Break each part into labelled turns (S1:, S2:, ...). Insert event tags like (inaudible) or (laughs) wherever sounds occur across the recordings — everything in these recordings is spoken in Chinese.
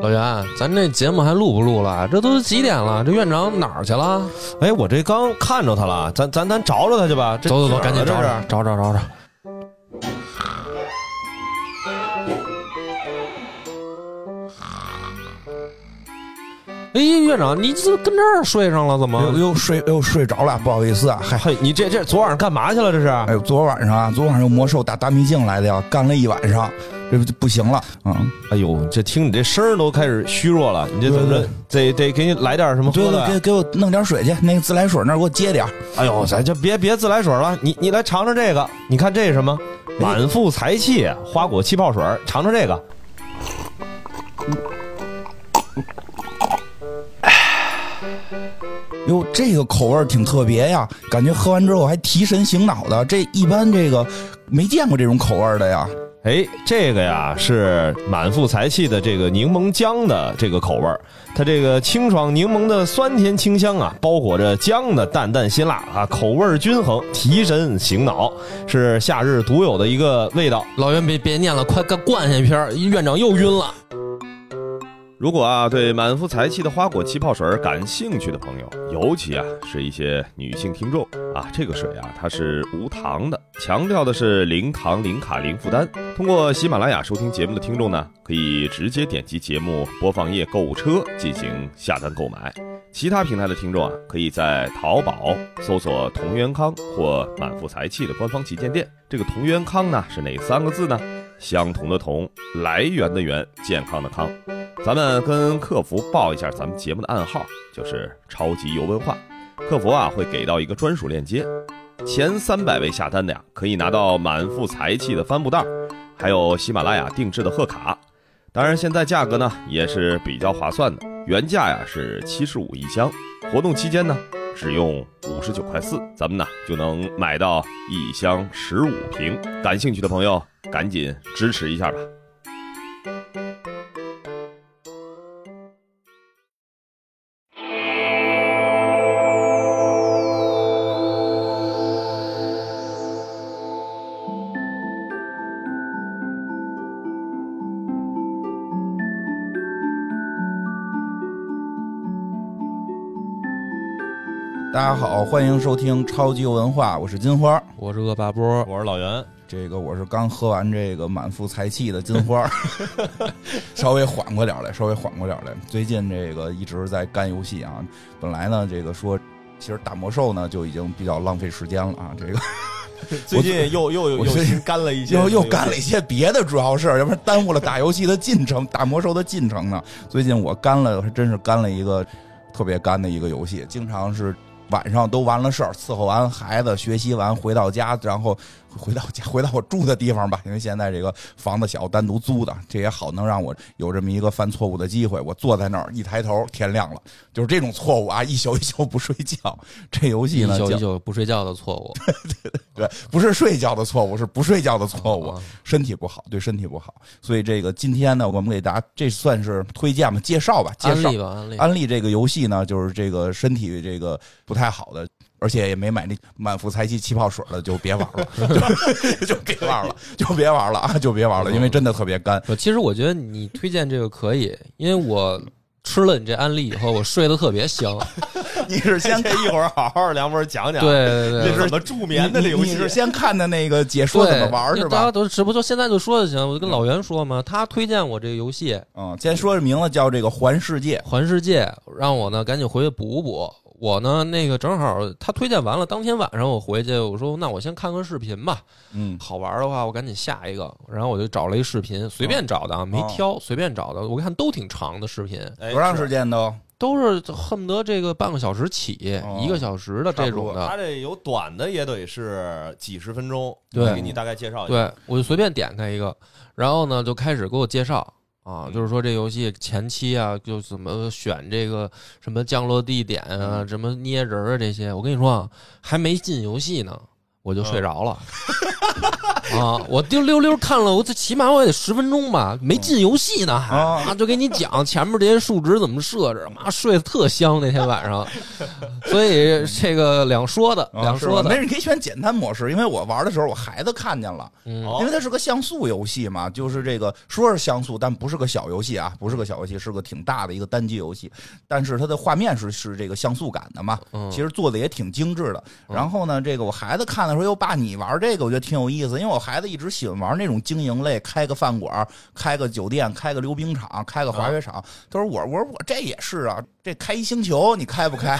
S1: 老袁，咱这节目还录不录了？这都几点了？这院长哪儿去了？
S2: 哎，我这刚看着他了，咱咱咱找找他去吧。这啊
S1: 走走走，赶紧
S2: 这
S1: 找
S2: 是
S1: 找找找找找。哎，院长，你怎么跟这儿睡上了？怎么？
S3: 又又睡又睡着了，不好意思啊，嗨。
S2: 哎嘿，你这这昨晚上干嘛去了？这是？
S3: 哎呦，昨晚上啊，昨晚上有魔兽打大秘境来的呀，干了一晚上，这不不行了，嗯，
S2: 哎呦，这听你这声儿都开始虚弱了，你这怎么着？得得给你来点什么
S3: 对
S2: 喝的
S3: 给
S2: 呀？
S3: 给我弄点水去，那个自来水那儿给我接点儿
S2: 哎呦，咱就别别自来水了，你你来尝尝这个，你看这是什么？
S1: 哎
S2: 满腹才气啊花果气泡水，尝尝这个。
S3: 哟，这个口味儿挺特别呀，感觉喝完之后还提神醒脑的，这一般这个没见过这种口味儿的呀。
S2: 哎，这个呀是满腹才气的这个柠檬姜的这个口味儿，它这个清爽柠檬的酸甜清香啊，包裹着姜的淡淡辛辣啊，口味儿均衡，提神醒脑，是夏日独有的一个味道。
S1: 老袁，别别念了，快快灌下一瓶儿。院长又晕了。
S4: 如果啊对满腹才气的花果气泡水儿感兴趣的朋友，尤其啊是一些女性听众啊，这个水啊它是无糖的，强调的是零糖、零卡、零负担。通过喜马拉雅收听节目的听众呢，可以直接点击节目播放页购物车进行下单购买。其他平台的听众啊，可以啊在淘宝搜索“同源康”或“满腹才气”的官方旗舰店。这个“同源康”呢是哪三个字呢？相同的同，来源的源，健康的康。咱们跟客服报一下咱们节目的暗号，就是“超级游文化”。客服啊会给到一个专属链接，前三百位下单的呀可以拿到满腹才气的帆布袋儿，还有喜马拉雅定制的贺卡。当然，现在价格呢也是比较划算的，原价呀是七十五一箱，活动期间呢只用五十九块四，咱们呢就能买到一箱十五瓶。感兴趣的朋友赶紧支持一下吧。
S3: 大家好，欢迎收听超级文化，我是金花。
S1: 我是恶霸波，
S2: 我是老袁，
S3: 这个我是刚喝完这个满腹才气的金花，稍微缓过点儿来，稍微缓过点儿来。最近这个一直在干游戏啊，本来呢这个说其实打魔兽呢就已经比较浪费时间了啊，这个
S2: 最近又又又
S3: 我最
S2: 新干了一些，
S3: 又又干了一些别的主要事儿，要不然耽误了打游戏的进程，打魔兽的进程呢。最近我干了，还真是干了一个特别干的一个游戏，经常是晚上都完了事儿，伺候完孩子，学习完回到家，然后回到家回到我住的地方吧，因为现在这个房子小，单独租的，这也好能让我有这么一个犯错误的机会。我坐在那儿一抬头，天亮了，就是这种错误啊，一宿一宿不睡觉。这游戏
S1: 一
S3: 呢，
S1: 宿一
S3: 叫
S1: 宿不睡觉的错 (laughs) 误。
S3: 对，不是睡觉的错误，是不睡觉的错误
S1: 啊。
S3: 身体不好，对身体不好。所以这个今天呢，我们给大家这算是推荐吧，介绍吧，介
S1: 安
S3: 绍
S1: 利吧，啊安利。
S3: 安利这个游戏呢，就是这个身体这个不太好的，而且也没买那满腹才气气泡水的，就别玩了，
S1: (laughs)
S3: 就 (laughs) 就别玩了，就别玩了 (laughs) 啊，就别
S1: 嗯
S3: 玩了，因为真的特别干。
S1: 呃其实我觉得你推荐这个可以，因为我吃了你这安利以后，我睡得特别香。
S3: 你是先
S2: 这一会儿好好梁波讲讲，
S1: (laughs) 对，啊对对，
S2: 这是怎么助眠的这游
S3: 你
S2: 戏
S3: 是？先看的那个解说
S1: 对
S3: 怎么玩
S1: 因
S3: 是
S1: 为大家
S3: 吧？
S1: 都直播就现在就说就行。我就跟老袁说嘛，他推荐我这个游戏《
S3: 嗯，先说这名字叫这个《环世界》。
S1: 环世界》，让我呢赶紧回去补补。我呢，那个正好他推荐完了，当天晚上我回去，我说那我先看个视频吧，
S3: 嗯，
S1: 好玩的话我赶紧下一个。然后我就找了一视频，随
S3: 嗯
S1: 便找的啊，
S3: 哦
S1: 没挑，随便找的。我看都挺长的视频，
S2: 哎
S3: 多长
S2: 是
S3: 时间都？
S1: 都是恨不得这个半个小时起，
S3: 哦
S1: 一个小时的这种
S3: 啊
S1: 的。
S2: 他这有短的也得是几十分钟，
S1: 对
S2: 我给你大概介绍一下。
S1: 对，我就随便点开一个，然后呢就开始给我介绍
S3: 嗯
S1: 啊，就是说这游戏前期啊，就怎么选这个什
S3: 嗯
S1: 么降落地点啊，什么捏人儿啊这些。我跟你说啊，还没进游戏呢，我就
S3: 嗯
S1: 睡着了。啊！我溜溜溜看了，我这起码我也得十分钟吧，
S3: 嗯
S1: 没进游戏呢，还
S3: 啊
S1: 啊，就给你讲前面这些数值怎么设置，妈睡得特香那天晚上，所以这个两说的，
S3: 啊
S1: 两
S3: 是
S1: 说
S3: 吧没
S1: 的，
S3: 事，你可以选简单模式，因为我玩的时候我孩子看见了，
S1: 嗯
S3: 因为它是个像素游戏嘛，就是这个说是像素，但不是个小游戏啊，不是个小游戏，是个挺大的一个单机游戏，但是它的画面是是这个像素感的嘛，
S1: 嗯
S3: 其实做的也挺精致的。然后呢，这个我孩子看的时候，哟，爸，你玩这个，我觉得挺有意思，因为我孩子一直喜欢玩那种经营类，开个饭馆，开个酒店，开个溜冰场，开个滑雪场。他说我，我说我这也是啊，这开一星球，你开
S1: (laughs)
S3: 不开？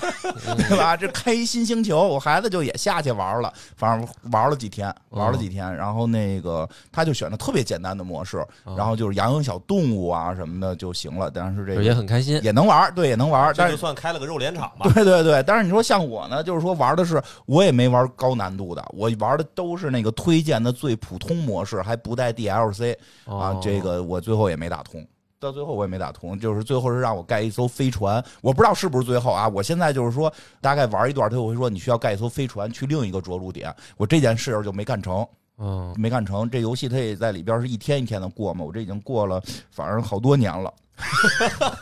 S3: 对吧？这开一新星球，我孩子就也下去玩了，反正玩了几天，玩了几天，然后那个他就选的特别简单的模式，
S1: 嗯
S3: 然后就是养养小动物啊什么的就行了。但是这
S1: 也
S3: 个
S1: 很开心。
S3: 也能玩，对，也能玩，但
S4: 这
S3: 是
S4: 就算开了个肉联厂吧。
S3: 对对对，但是你说像我呢，就是说玩的是我也没玩高难度的，我玩的都是那个推荐的最普通模式，还不带 DLC 啊。
S1: 哦
S3: 这个我最后也没打通，到最后我也没打通，就是最后是让我盖一艘飞船，我不知道是不是最后啊。我现在就是说大概玩一段，他就会说你需要盖一艘飞船去另一个着陆点，我这件事儿就没干成。
S1: 嗯，
S3: 没干成。这游戏它也在里边是一天一天的过嘛，我这已经过了，反正好多年了。 (laughs)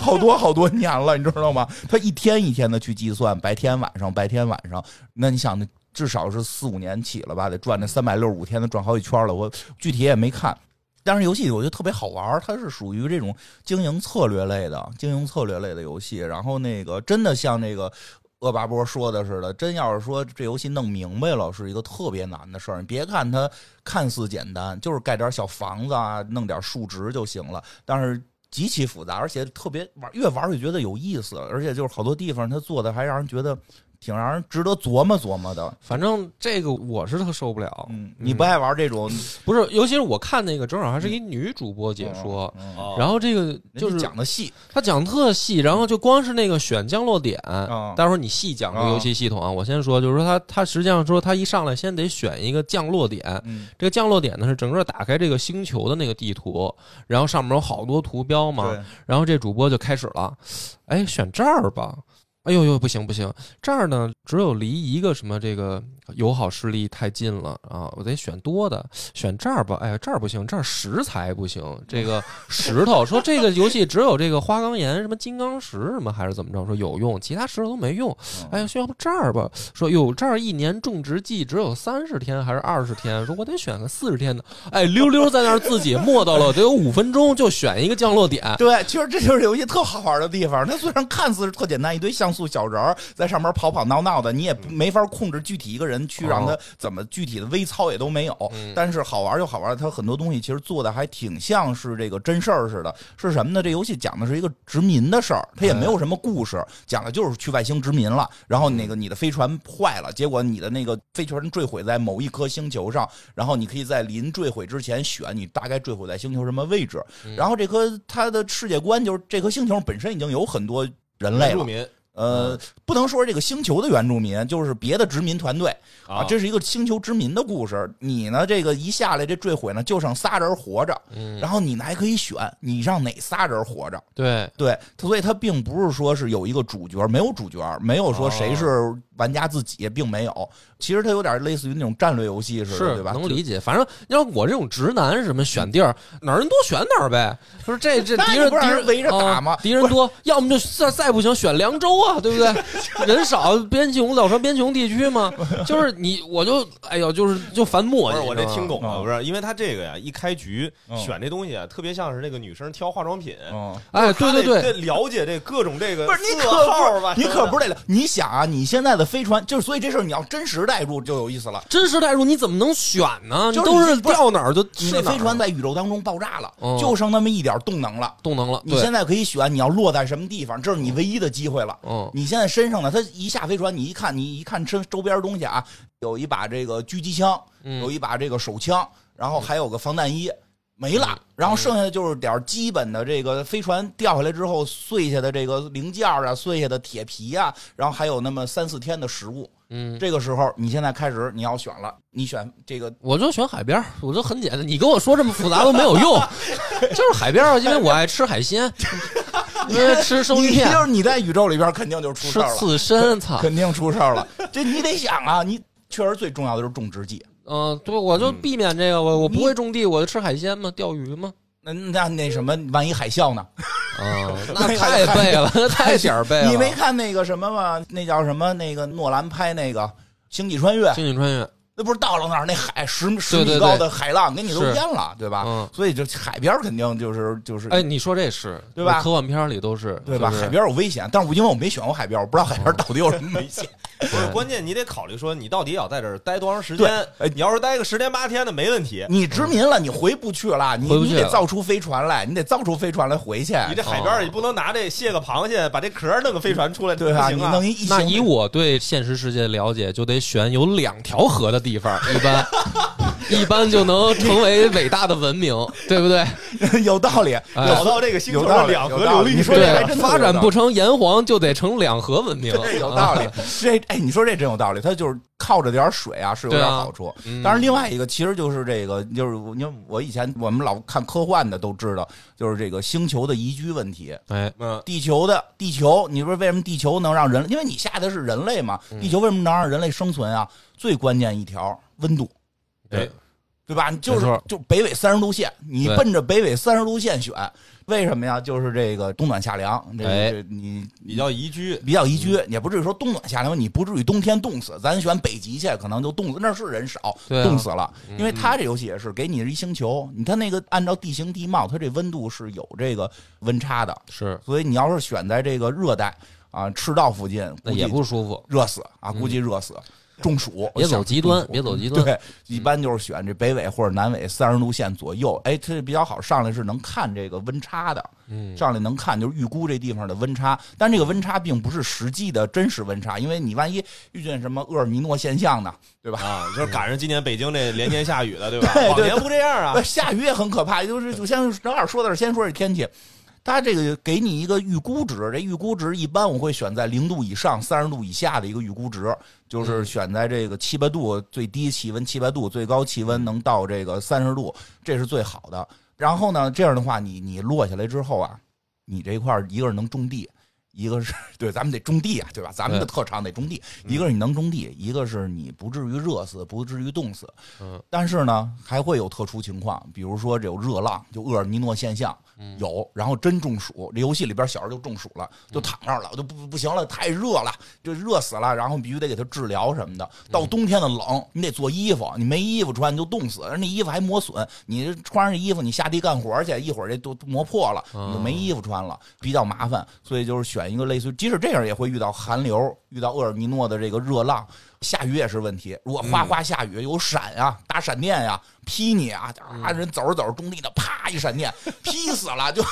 S3: 好多好多年了，你知道吗？他一天一天的去计算，白天晚上，白天晚上。那你想，那至少是四五年起了吧，得转那三百六十五天，的转好几圈了。我具体也没看，但是游戏我觉得特别好玩儿，它是属于这种经营策略类的经营策略类的游戏。然后那个真的像那个恶霸波说的似的，真要是说这游戏弄明白了，是一个特别难的事儿。你别看它看似简单，就是盖点小房子啊，弄点数值就行了，但是。极其复杂，而且特别玩，越玩越觉得有意思，而且就是好多地方它做的还让人觉得挺让人值得琢磨琢磨的。
S1: 反正这个我是特受不了。
S3: 嗯，你不爱玩这种
S1: 不是，尤其是我看那个正好还是一女主播嗯解说，
S3: 嗯
S4: 哦
S1: 然后这个就
S3: 人
S1: 是嗯
S3: 家讲的细，
S1: 她讲得特细，然后就光是那个选降落点，
S3: 嗯
S1: 待会儿你细讲这个
S3: 哦
S1: 游戏系统啊。我先说，就是说她她实际上说她一上来先得选一个降落点，
S3: 嗯，
S1: 这个降落点呢是整个打开这个星球的那个地图，然后上面有好多图标嘛，
S3: 对，
S1: 然后这主播就开始了，哎，选这儿吧。哎呦呦，不行不行，这儿呢只有离一个什么这个友好势力太近了啊，我得选多的，选这儿吧。哎呀，这儿不行，这儿石材不行，这个石头说这个游戏只有这个花岗岩、什么金刚石什么还是怎么着，说有用，其他石头都没用。哎呀，说要不这儿吧，说哟这儿一年种植季只有三十天还是二十天，说我得选个四十天的。哎，溜溜在那儿自己磨叨了得有五分钟，就选一个降落点。
S3: 对，其实这就是游戏特好玩的地方。它虽然看似是特简单，一堆像素小人儿在上面跑跑闹闹的，你也不没法控制具体一个人去
S4: 哦
S3: 让他怎么具体的微操也都没有。
S4: 嗯
S3: 但是好玩就好玩，它很多东西其实做的还挺像是这个真事儿似的。是什么呢？这游戏讲的是一个殖民的事儿，它也没
S4: 哎
S3: 有什么故事，讲的就是去外星殖民了。然后那
S4: 嗯
S3: 个你的飞船坏了，结果你的那个飞船坠毁在某一颗星球上，然后你可以在临坠毁之前选你大概坠毁在星球什么位置。
S4: 嗯
S3: 然后这颗它的世界观就是这颗星球本身已经有很多人类
S4: 原住
S3: 了，
S4: 民嗯
S3: 呃，不能说是这个星球的原住民，就是别的殖民团队啊
S4: 啊，
S3: 这是一个星球殖民的故事。你呢，这个一下来这坠毁呢，就剩仨人活着，
S1: 嗯
S3: 然后你呢还可以选你让哪仨人活着。
S1: 对，
S3: 对，所以它并不是说是有一个主角，没有主角，没有
S1: 哦
S3: 说谁是玩家自己，并没有。其实它有点类似于那种战略游戏似的，对吧？
S1: 能理解。反正你要我这种直男是什么选地儿，哪儿人多选哪儿呗。不是这这
S3: (laughs) 那你
S1: 敌人
S3: 不让
S1: 敌
S3: 人
S1: 人
S3: 围着打吗
S1: 啊敌人多，要么就再再不行选凉州啊，对不对？人少，边穷老说边穷地区嘛，就是你我就哎呦，就是就烦
S4: 不
S1: 墨迹
S4: 是。我这听懂了，
S3: 嗯
S4: 不是，因为他这个呀，一开局
S3: 嗯
S4: 选这东西啊，特别像是那个女生挑化妆品，
S3: 嗯。
S1: 哎，对对
S4: 她得
S1: 对，
S4: 得了解这各种这个
S3: 不是你
S4: 色
S3: 可
S4: 号吧
S3: 不，，你可不
S4: 是
S3: 是这个。你想啊，你现在的飞船就是，所以这事儿你要真实代入就有意思了。
S1: 真实代入你怎么能选呢？
S3: 就是
S1: 都
S3: 你
S1: 是
S3: 不是
S1: 掉哪儿就
S3: 你
S1: 是
S3: 那
S1: 哪儿啊
S3: 飞船在宇宙当中爆炸了，
S1: 嗯
S3: 就剩那么一点动能了。
S1: 动能了。
S3: 你
S1: 对
S3: 现在可以选你要落在什么地方，这是你唯一的机会了。
S1: 嗯
S3: 你现在身上呢，它一下飞船，你一看，你一看身周边东西啊，有一把这个狙击枪，
S1: 嗯
S3: 有一把这个手枪，然后还有个防弹衣。没了，
S1: 嗯
S3: 然后剩下的就是点儿基本的这个飞船掉下来之后碎下的这个零件儿啊，碎下的铁皮啊，然后还有那么三四天的食物。
S1: 嗯，
S3: 这个时候，你现在开始你要选了，你选这个
S1: 我就选海边儿，我就很简单。你跟我说这么复杂都没有
S3: (laughs)
S1: 用，就是海边儿，因为我爱吃海鲜，因为吃生鱼
S3: 你
S1: 片
S3: 就。是你在宇宙里边肯定就出事
S1: 吃
S3: 儿了，
S1: 刺身，操！
S3: (laughs) 肯定出事儿了。这你得想啊，你。确实最重要的就是种植剂。
S1: 嗯、对，我就
S3: 嗯
S1: 避免这个，我我
S3: 你
S1: 不会种地，我就吃海鲜嘛，钓鱼嘛。
S3: 那那那什么，万一海啸呢？ (laughs)
S1: 啊，
S3: 那
S1: 那太背了，那太点儿背了。
S3: 你没看那个什么吗？那叫什么？那个诺兰拍那个《星际穿越》，
S1: 星际穿
S3: (laughs)
S1: 越，
S3: 那不是到了那儿那海十十
S1: 对
S3: 米
S1: 对
S3: 高的海浪给你都
S1: 是
S3: 淹了，对吧？
S1: 嗯
S3: 所以就海边儿肯定就是就是
S1: 哎，你说这是
S3: 对吧
S1: 科幻片儿里都是，
S3: 对吧？
S1: 就是
S3: 海边有危险，但是我因为我没选过海边，我不知道海边到底有什么
S1: (laughs)
S3: 危
S1: 嗯
S3: 险。
S4: 不是，关键你得考虑说，你到底要在这儿待多长时
S3: 对
S4: 间
S3: 哎？
S4: 你要是待个十天八天的没问题，
S3: 你殖民了，你回不去了，你
S1: 回不去
S3: 你得
S1: 了
S3: 造出飞船来，你得造出飞船来回去，
S4: 你这海边儿也不能拿这卸个螃蟹，把这壳儿弄个飞船出来，
S3: 哦对
S4: 不
S3: 吧？
S4: 行
S3: 你
S4: 啊
S3: 弄！一一
S1: 那
S3: 行
S1: 以我对现实世界的了解，就得选有两条河的地方，一
S3: (laughs)
S1: 般一般就能成为伟大的文明，对不对？
S3: (laughs) 有道理，
S1: 哎
S4: 找到这个星球上两河
S3: 有
S4: 流
S3: 道理有道理
S4: 域，
S3: 你说这还
S1: 对
S3: 真，的
S1: 发
S3: 有
S1: 展
S3: 道理
S1: 不成炎黄，就得成两河文明。
S3: 这有道理
S1: 啊。
S3: (laughs) 这哎，你说这真有道理，它就是靠着点儿水啊，是有
S1: 对
S3: 点
S1: 啊
S3: 好处。
S1: 嗯
S3: 当然，另外一个其实就是这个，就是因为我以前我们老看科幻的都知道，就是这个星球的宜居问题。
S1: 哎，
S4: 嗯，
S3: 地球的地球，你说为什么地球能让人？因为你下的是人类嘛，
S1: 嗯
S3: 地球为什么能让人类生存啊？最关键一条，温度，
S1: 对，
S3: 对吧？你就
S1: 没
S3: 是
S1: 错
S3: 就北纬三十度线，你
S1: 对
S3: 奔着北纬三十度线选，为什么呀？就是这个冬暖夏凉，这
S1: 哎
S3: 这你
S4: 比较宜居，
S3: 比较宜居，也不至于说冬暖夏凉，你不至于冬天冻死。咱选北极去，可能就冻死，那儿是人少，
S1: 对啊
S3: 冻死了。因为它这游戏也是给你一星球，你看那个按照地形地貌，它这温度是有这个温差的，
S1: 是
S3: 所以你要是选在这个热带啊，赤道附近，
S1: 那
S3: 估计
S1: 也不舒服，
S3: 热死啊，估计热死，中暑。
S1: 嗯 (laughs) 别走极端
S3: 中，暑
S1: 别走极端。
S3: 对，一般就是选这北纬或者南纬三十度线左右，哎，它比较好，上来是能看这个温差的，
S1: 嗯
S3: 上来能看就是预估这地方的温差，但这个温差并不是实际的真实温差，因为你万一遇见什么厄尔尼诺现象呢，对吧？ (laughs)
S4: 啊，就是赶上今年北京这连年下雨了，对吧？
S3: 对对
S4: 往年不这样啊
S3: 呃，下雨也很可怕，就是就先正好说的是先说这天气。它这个给你一个预估值，这预估值一般我会选在零度以上、三十度以下的一个预估值，就是选在这个七八度最低气温七八度，最高气温能到这个三十度，这是最好的。然后呢，这样的话，你你落下来之后啊，你这块儿一个是能种地，一个是 (laughs) 对咱们得种地啊，对吧？咱们的
S1: 对
S3: 特长得种地，一个是你能种地，一个是你不至于热死，不至于冻死。但是呢，还会有特殊情况，比如说有热浪，就厄尔尼诺现象有，然后真中暑。这游戏里边小时候就中暑了，就躺那儿了，就不不行了，太热了，就热死了，然后必须得给他治疗什么的。到冬天的冷，你得做衣服，你没衣服穿你就冻死，而那衣服还磨损，你穿上这衣服你下地干活去，一会儿这都磨破了，
S1: 嗯
S3: 你就没衣服穿了，比较麻烦。所以就是选一个类似于，即使这样也会遇到寒流，遇到厄尔尼诺的这个热浪。下雨也是问题，如果
S1: 嗯
S3: 哗哗下雨，有闪啊，打闪电呀、劈你啊，
S1: 嗯
S3: 啊，人走着走着中地的，啪一闪电，劈死了，就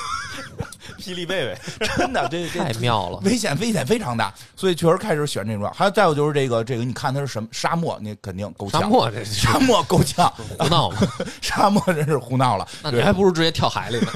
S3: (laughs)
S4: 霹雳贝贝，
S3: 真的这这
S1: 太妙了，
S3: 危险危险非常大，所以确实开始选这种。还有再有就是这个这个，你看它是什么沙漠，你肯定够呛。
S1: 沙漠这是
S3: 沙漠够呛，
S1: 胡闹
S3: (laughs)
S1: 嘛，
S3: 沙漠真是胡闹了。
S1: 那你
S3: 对
S1: 还不如直接跳海
S3: (laughs)
S1: 里呢。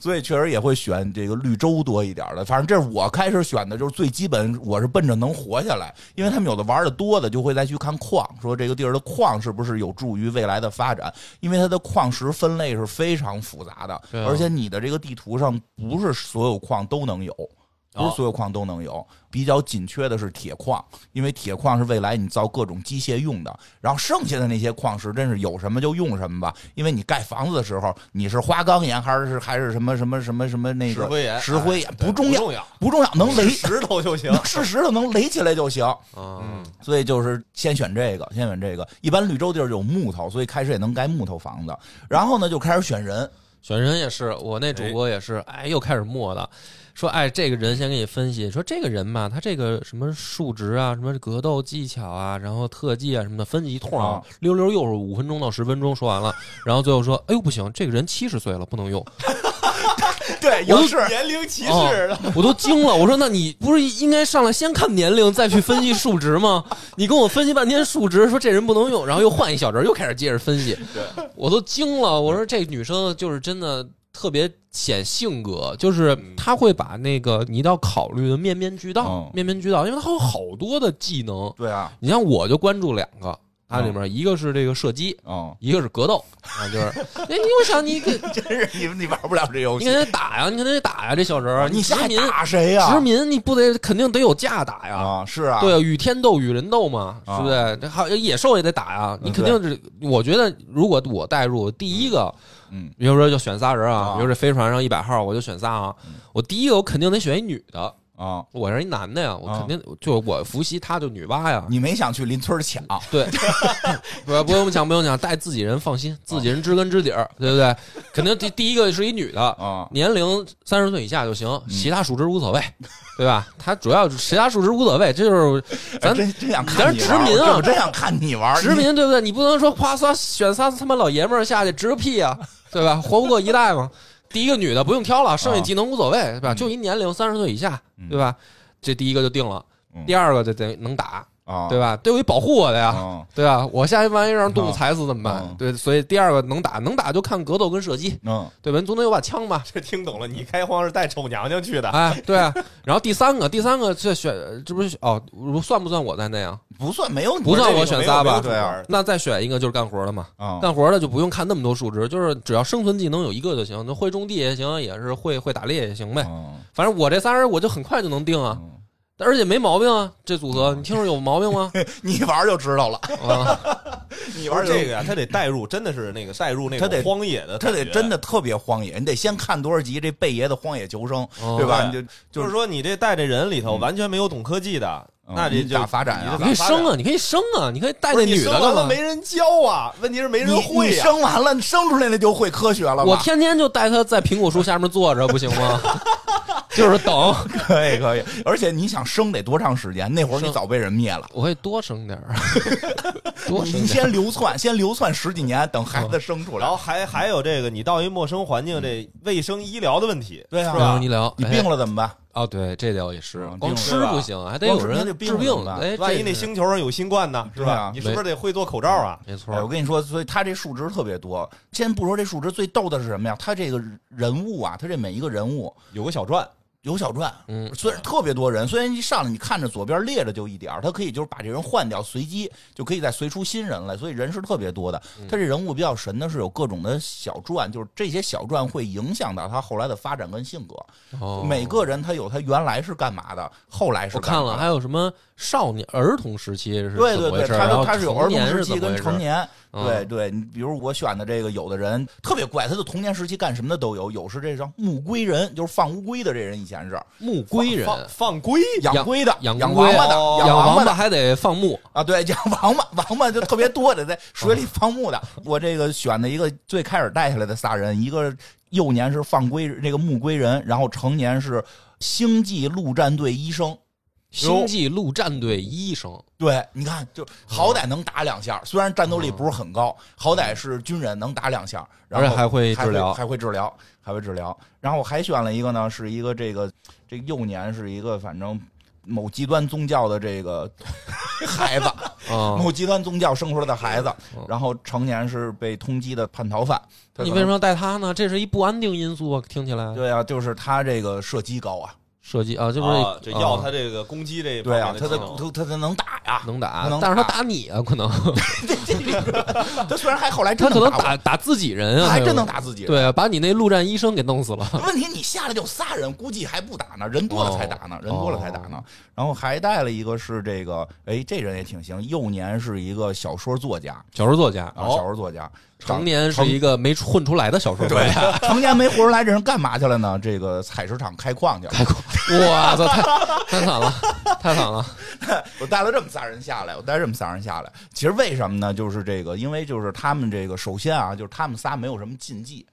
S3: 所以确实也会选这个绿洲多一点的。反正这是我开始选的，就是最基本，我是奔着能活下来。因为他们有的玩的多的，就会再去看矿，说这个地儿的矿是不是有助于未来的发展。因为它的矿石分类是非常复杂的，
S1: 对啊
S3: 而且你的这个地图上不是所有矿都能有。不是所有矿都能有，比较紧缺的是铁矿，因为铁矿是未来你造各种机械用的。然后剩下的那些矿石，真是有什么就用什么吧。因为你盖房子的时候，你是花岗岩还是还是什么什么什么什么那个
S4: 石灰岩
S3: 石灰岩
S4: 哎对
S3: 不重
S4: 不
S3: 要，
S4: 重要，
S3: 不重要，能垒
S4: 是
S3: (laughs)
S4: 石头就行。
S3: 能是石头能垒起来就行。
S1: 嗯，
S3: 所以就是先选这个，先选这个。一般绿洲地儿有木头，所以开始也能盖木头房子。然后呢，就开始选人，
S1: 选人也是，我那主播也是，哎，又开始磨的，说，哎，这个人先给你分析，说这个人吧，他这个什么数值啊，什么格斗技巧啊，然后特技啊什么的，分析一通
S3: 啊
S1: 啊，溜溜又是五分钟到十分钟说完了，然后最后说，哎呦不行，这个人七十岁了，不能用，
S3: 对，
S1: 我
S3: 有
S1: 就是
S4: 年龄歧视
S1: 哦，我都惊了，我说那你不是应该上来先看年龄再去分析数值
S3: (laughs)
S1: 吗？你跟我分析半天数值，说这人不能用，然后又换一小人，又开始接着分
S3: (laughs)
S1: 析，我都惊了，我说这女生就是真的。特别显性格，就是她会把那个你一定要考虑的面面俱到，
S3: 嗯
S1: 面面俱到，因为她有好多的技能。
S3: 对啊，
S1: 你像我就关注两个，它里面一个是这个射击，
S3: 哦， (laughs)
S1: 一个是格斗啊，就是，哎，你我想你给
S3: 真是你你玩不了这游
S1: 你
S3: 戏
S1: 跟，人家打呀，你跟人家打呀，这小人儿，
S3: 哦你
S1: 殖
S3: 下
S1: 民
S3: 打谁呀？
S1: 殖民，你不得肯定得有架打呀？
S3: 啊，是啊，
S1: 对啊，与天斗，与人斗嘛，
S3: 啊
S1: 是不是？这还有野兽也得打呀，你
S3: 嗯
S1: 肯定是。我觉得，如果我代入第一个，
S3: 嗯，
S1: 比如说就选仨人啊，
S3: 啊嗯
S1: 比如这飞船上一百号，我就选仨啊。我第一个我肯定得选一女的，
S3: 啊，
S1: 我是一男的呀，我
S3: 啊嗯
S1: 肯定就我伏羲，他就女娲呀。
S3: 你没想去邻村抢，啊
S1: 对， (laughs) 不不用讲不用讲，带自己人放心，自己人知根知底儿，对不对？肯定第第一个是一女的，
S3: 啊
S1: 年龄三十岁以下就行，其他数值无所谓，
S3: 嗯
S1: 对吧？他主要是其他数值无所谓，这就是咱
S3: 真真想看你玩
S1: 咱殖民啊
S3: 我真想看你玩
S1: 殖民对不对？你不能说夸仨选仨他妈老爷们儿下去值个屁啊，对吧？活不过一代嘛。第一个女的不用挑了，
S3: 啊
S1: 剩下技能无所谓，对
S3: 嗯
S1: 吧？就一年龄三十岁以下，对吧？这第一个就定了
S3: 嗯，
S1: 第二个就得能打，
S3: 啊，
S1: 对吧？得有一保护我的呀，
S3: 啊
S1: 对吧？我下一万一让动物踩死怎么办
S3: 嗯？
S1: 对，所以第二个能打，能打就看格斗跟射击，
S3: 嗯，
S1: 对吧？你总得有把枪吧，
S4: (laughs) 这听懂了，你开荒是带丑娘娘去的，
S1: (laughs) 哎，对啊。然后第三个，第三个这选这不是哦，算不算我在内啊？
S3: 不算没有你
S1: 不算我选仨吧？
S3: 对啊，
S1: 那再选一个就是干活的嘛。
S3: 啊
S1: 干活的就不用看那么多数值，就是只要生存技能有一个就行，那会种地也行，也是会会打猎也行呗。
S3: 嗯
S1: 反正我这仨人我就很快就能定啊，
S3: 嗯
S1: 而且没毛病啊。这组合你听着有毛病吗？
S3: 你玩就知道了，
S1: 啊，
S3: 你
S4: 玩
S3: 玩
S4: 这个呀，他得带入，真的是那个带入那
S3: 他得
S4: 种荒野的
S3: 他
S4: 感觉，
S3: 得真的特别荒野，你得先看多少集这贝爷的《荒野求生》，
S1: 哦
S3: 对吧？你就
S4: 就是
S3: 是
S4: 说你这带这人里头完全没有懂科技的，
S3: 嗯
S4: 那这
S3: 你
S4: 就
S3: 咋发展啊
S4: 你这
S1: 你
S4: 咋
S1: 可以
S4: 发展
S1: 生啊，你可以生啊，你可以带
S4: 不
S1: 那
S4: 是你
S1: 女的
S4: 生完
S1: 干
S4: 了
S1: 嘛
S4: 没？人教啊，问题是没
S3: 你
S4: 人会
S3: 你
S4: 呀、
S3: 生完了，你生出来那就会科学了吧？
S1: 我天天就带她在苹果树下面坐着，不行吗？ (laughs) 就是等，
S3: 可以可以，而且你想生得多长时间？那会儿你
S1: 生
S3: 早被人灭了。
S1: 我会多生点儿，多生
S3: 你
S1: 点儿。
S3: 先流窜，先流窜十几年，等孩子生出来
S4: 然。后还还有这个，你到一陌生环境，这卫生医疗的问题，
S3: 嗯对啊
S4: 是吧
S1: 医？疗，
S3: 你
S1: 哎
S3: 病了怎么办？
S1: 哦，对，这点我也是
S3: 啊，
S1: 光
S3: 病了
S1: 吃不行，还得
S3: 光
S1: 有
S3: 吃
S1: 人
S3: 那就
S1: 治
S3: 病了怎
S1: 病
S3: 么。办
S1: 哎，
S4: 万一
S1: 这
S4: 那
S1: 是
S4: 星球上有新冠呢，是
S3: 对
S4: 吧
S3: 啊？
S4: 你是不是得会做口罩啊？
S1: 没错
S3: 哎，，我跟你说，所以他这数值特别多。先不说这数值，最逗的是什么呀？他这个人物啊，他这每一个人物
S4: 有个小传，
S3: 有小传，
S1: 嗯
S3: 虽然特别多人，虽然一上来你看着左边列着就一点儿，他可以就是把这人换掉，随机就可以再随出新人来，所以人是特别多的。
S1: 嗯
S3: 他这人物比较神的是有各种的小传，就是这些小传会影响到他后来的发展跟性格。
S1: 哦
S3: 每个人他有他原来是干嘛的，后来是
S1: 我
S3: 干嘛
S1: 看
S3: 的
S1: 了，还有什么少年儿童时期是
S3: 对
S1: 怎
S3: 对
S1: 么回
S3: 对，
S1: 事儿然
S3: 他
S1: 后
S3: 他是有儿
S1: 成
S3: 童
S1: 年
S3: 时
S1: 是怎
S3: 期
S1: 么
S3: 跟
S1: 回事
S3: 成
S1: 儿
S3: 年，
S1: 嗯
S3: 对对，你比如我选的这个，有的人特别怪，他的童年时期干什么的都有，有是这叫木龟人，就是放乌龟的这人以前是
S1: 木龟人、
S4: 放放龟，
S3: 养龟的、
S1: 养
S3: 养
S1: 龟
S3: 王八的、
S4: 哦
S1: 养
S3: 王
S1: 王
S3: 八
S1: 八
S3: 的
S1: 还得放牧，
S3: 啊，对，养王八，王八就特别多的，在水里放
S1: (laughs)
S3: 牧的。我这个选的一个最开始带下来的仨人，一个幼年是放龟这个木龟人，然后成年是星际陆战队医生。
S1: 星际陆战队医生，
S3: 对，你看，就好歹能打两下，
S1: 嗯
S3: 虽然战斗力不是很高，好歹是军人能打两下，然
S1: 而且
S3: 后
S1: 还会
S3: 还
S1: 治疗
S3: 还会治疗，还会治疗。然后我还选了一个呢，是一个这个这个幼年是一个反正某极端宗教的这个 (laughs)
S1: (laughs)
S3: 孩子，
S1: 啊。
S3: 某极端宗教生出来的孩子
S1: 嗯，
S3: 然后成年是被通缉的叛逃犯。他
S1: 你
S3: 可
S1: 为什
S3: 能
S1: 么要带他呢？这是一不安定因素啊，听起来
S3: 对啊，就是他这个射击高啊，
S1: 射击啊，这不是
S4: 啊，这要
S1: 啊
S4: 他这个攻击这一
S3: 嗯
S4: 方
S3: 对
S4: 面
S3: 啊，他
S4: 技
S3: 的
S4: 能哦
S3: 他他他能打呀，
S1: 能打
S3: 他，能
S1: 但是他
S3: 打
S1: 打你啊，可能
S3: 他虽然还后来
S1: 他
S3: 真
S1: 可能
S3: 能我，
S1: 打打自己人啊，
S3: 他还真
S1: 有
S3: 能打自己人。
S1: 对啊，把你那陆战医生给弄死了。
S3: (laughs) 问题你下来就仨人，估计还不打呢，人多了才打呢，
S1: 哦
S3: 人多了才打呢。然后还带了一个是这个，哎，这人也挺行，幼年是一个小说作家
S1: 小说作家，
S4: 哦
S3: 啊，小说作家，
S1: 成年是一个没混出来的小说作家。
S3: 长成年没活出来，这人干嘛去了呢？这个采石场开矿去了。
S1: (laughs) 我操，太太惨了，太惨了。
S3: 我带了这么仨人下来，我带这么仨人下来，其实为什么呢？就是这个，因为就是他们这个，首先啊，就是他们仨没有什么禁忌，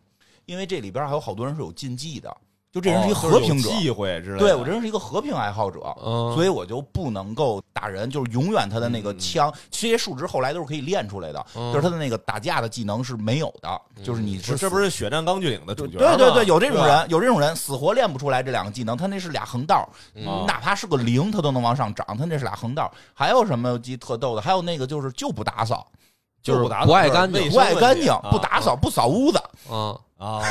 S3: 因为这里边还有好多人是有禁忌的，就这人是一
S4: 哦
S3: 和平
S4: 就是
S3: 者，
S4: 有忌讳之类的。
S3: 对我这人是一个和平爱好者，
S1: 嗯
S3: 所以我就不能够打人，就是永远他的那个枪，这些数值后来都是可以练出来的，
S1: 嗯
S3: 就是他的那个打架的技能是没有的，就是你
S4: 不
S3: 是
S4: 是嗯这不
S3: 是。
S4: 是《血战钢锯岭》的主角
S3: 对对
S4: 吗
S3: 对，有这种
S4: 吧
S3: 人，有这种人，死活练不出来这两个技能，他那是俩横道，
S4: 嗯啊
S3: 哪怕是个零，他都能往上涨，他那是俩横道。还有什么鸡特逗的？还有那个就是就不打扫，
S1: 就是
S4: 不打
S1: 不爱干净
S4: 卫
S3: 不
S4: 生
S3: 爱干
S4: 问题
S3: 净，不
S4: 啊
S3: 打扫，不扫屋子。
S1: 嗯，
S4: 啊，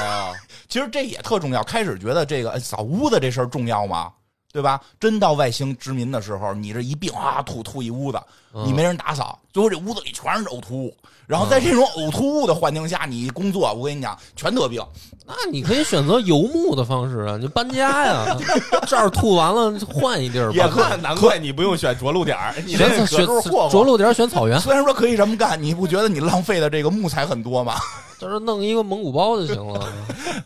S3: 其实这也特重要。开始觉得这个哎扫屋子这事儿重要吗？对吧？真到外星殖民的时候，你这一病啊，吐吐一屋子，
S1: 嗯
S3: 你没人打扫，最后这屋子里全是呕吐物。然后在这种呕吐物的环境下，你工作，我跟你讲，全得病。
S1: 那你可以选择游牧的方式啊，你就搬家呀， (laughs) 这儿吐完了换一地儿吧，
S4: 也怪难怪你不用选着陆点儿，你这
S1: 选
S4: 可
S1: 选
S4: 都是霍
S1: 着
S4: 霍。
S1: 陆点儿选草原，
S3: 虽然说可以这么干，你不觉得你浪费的这个木材很多吗？
S1: 就是弄一个蒙古包就行了，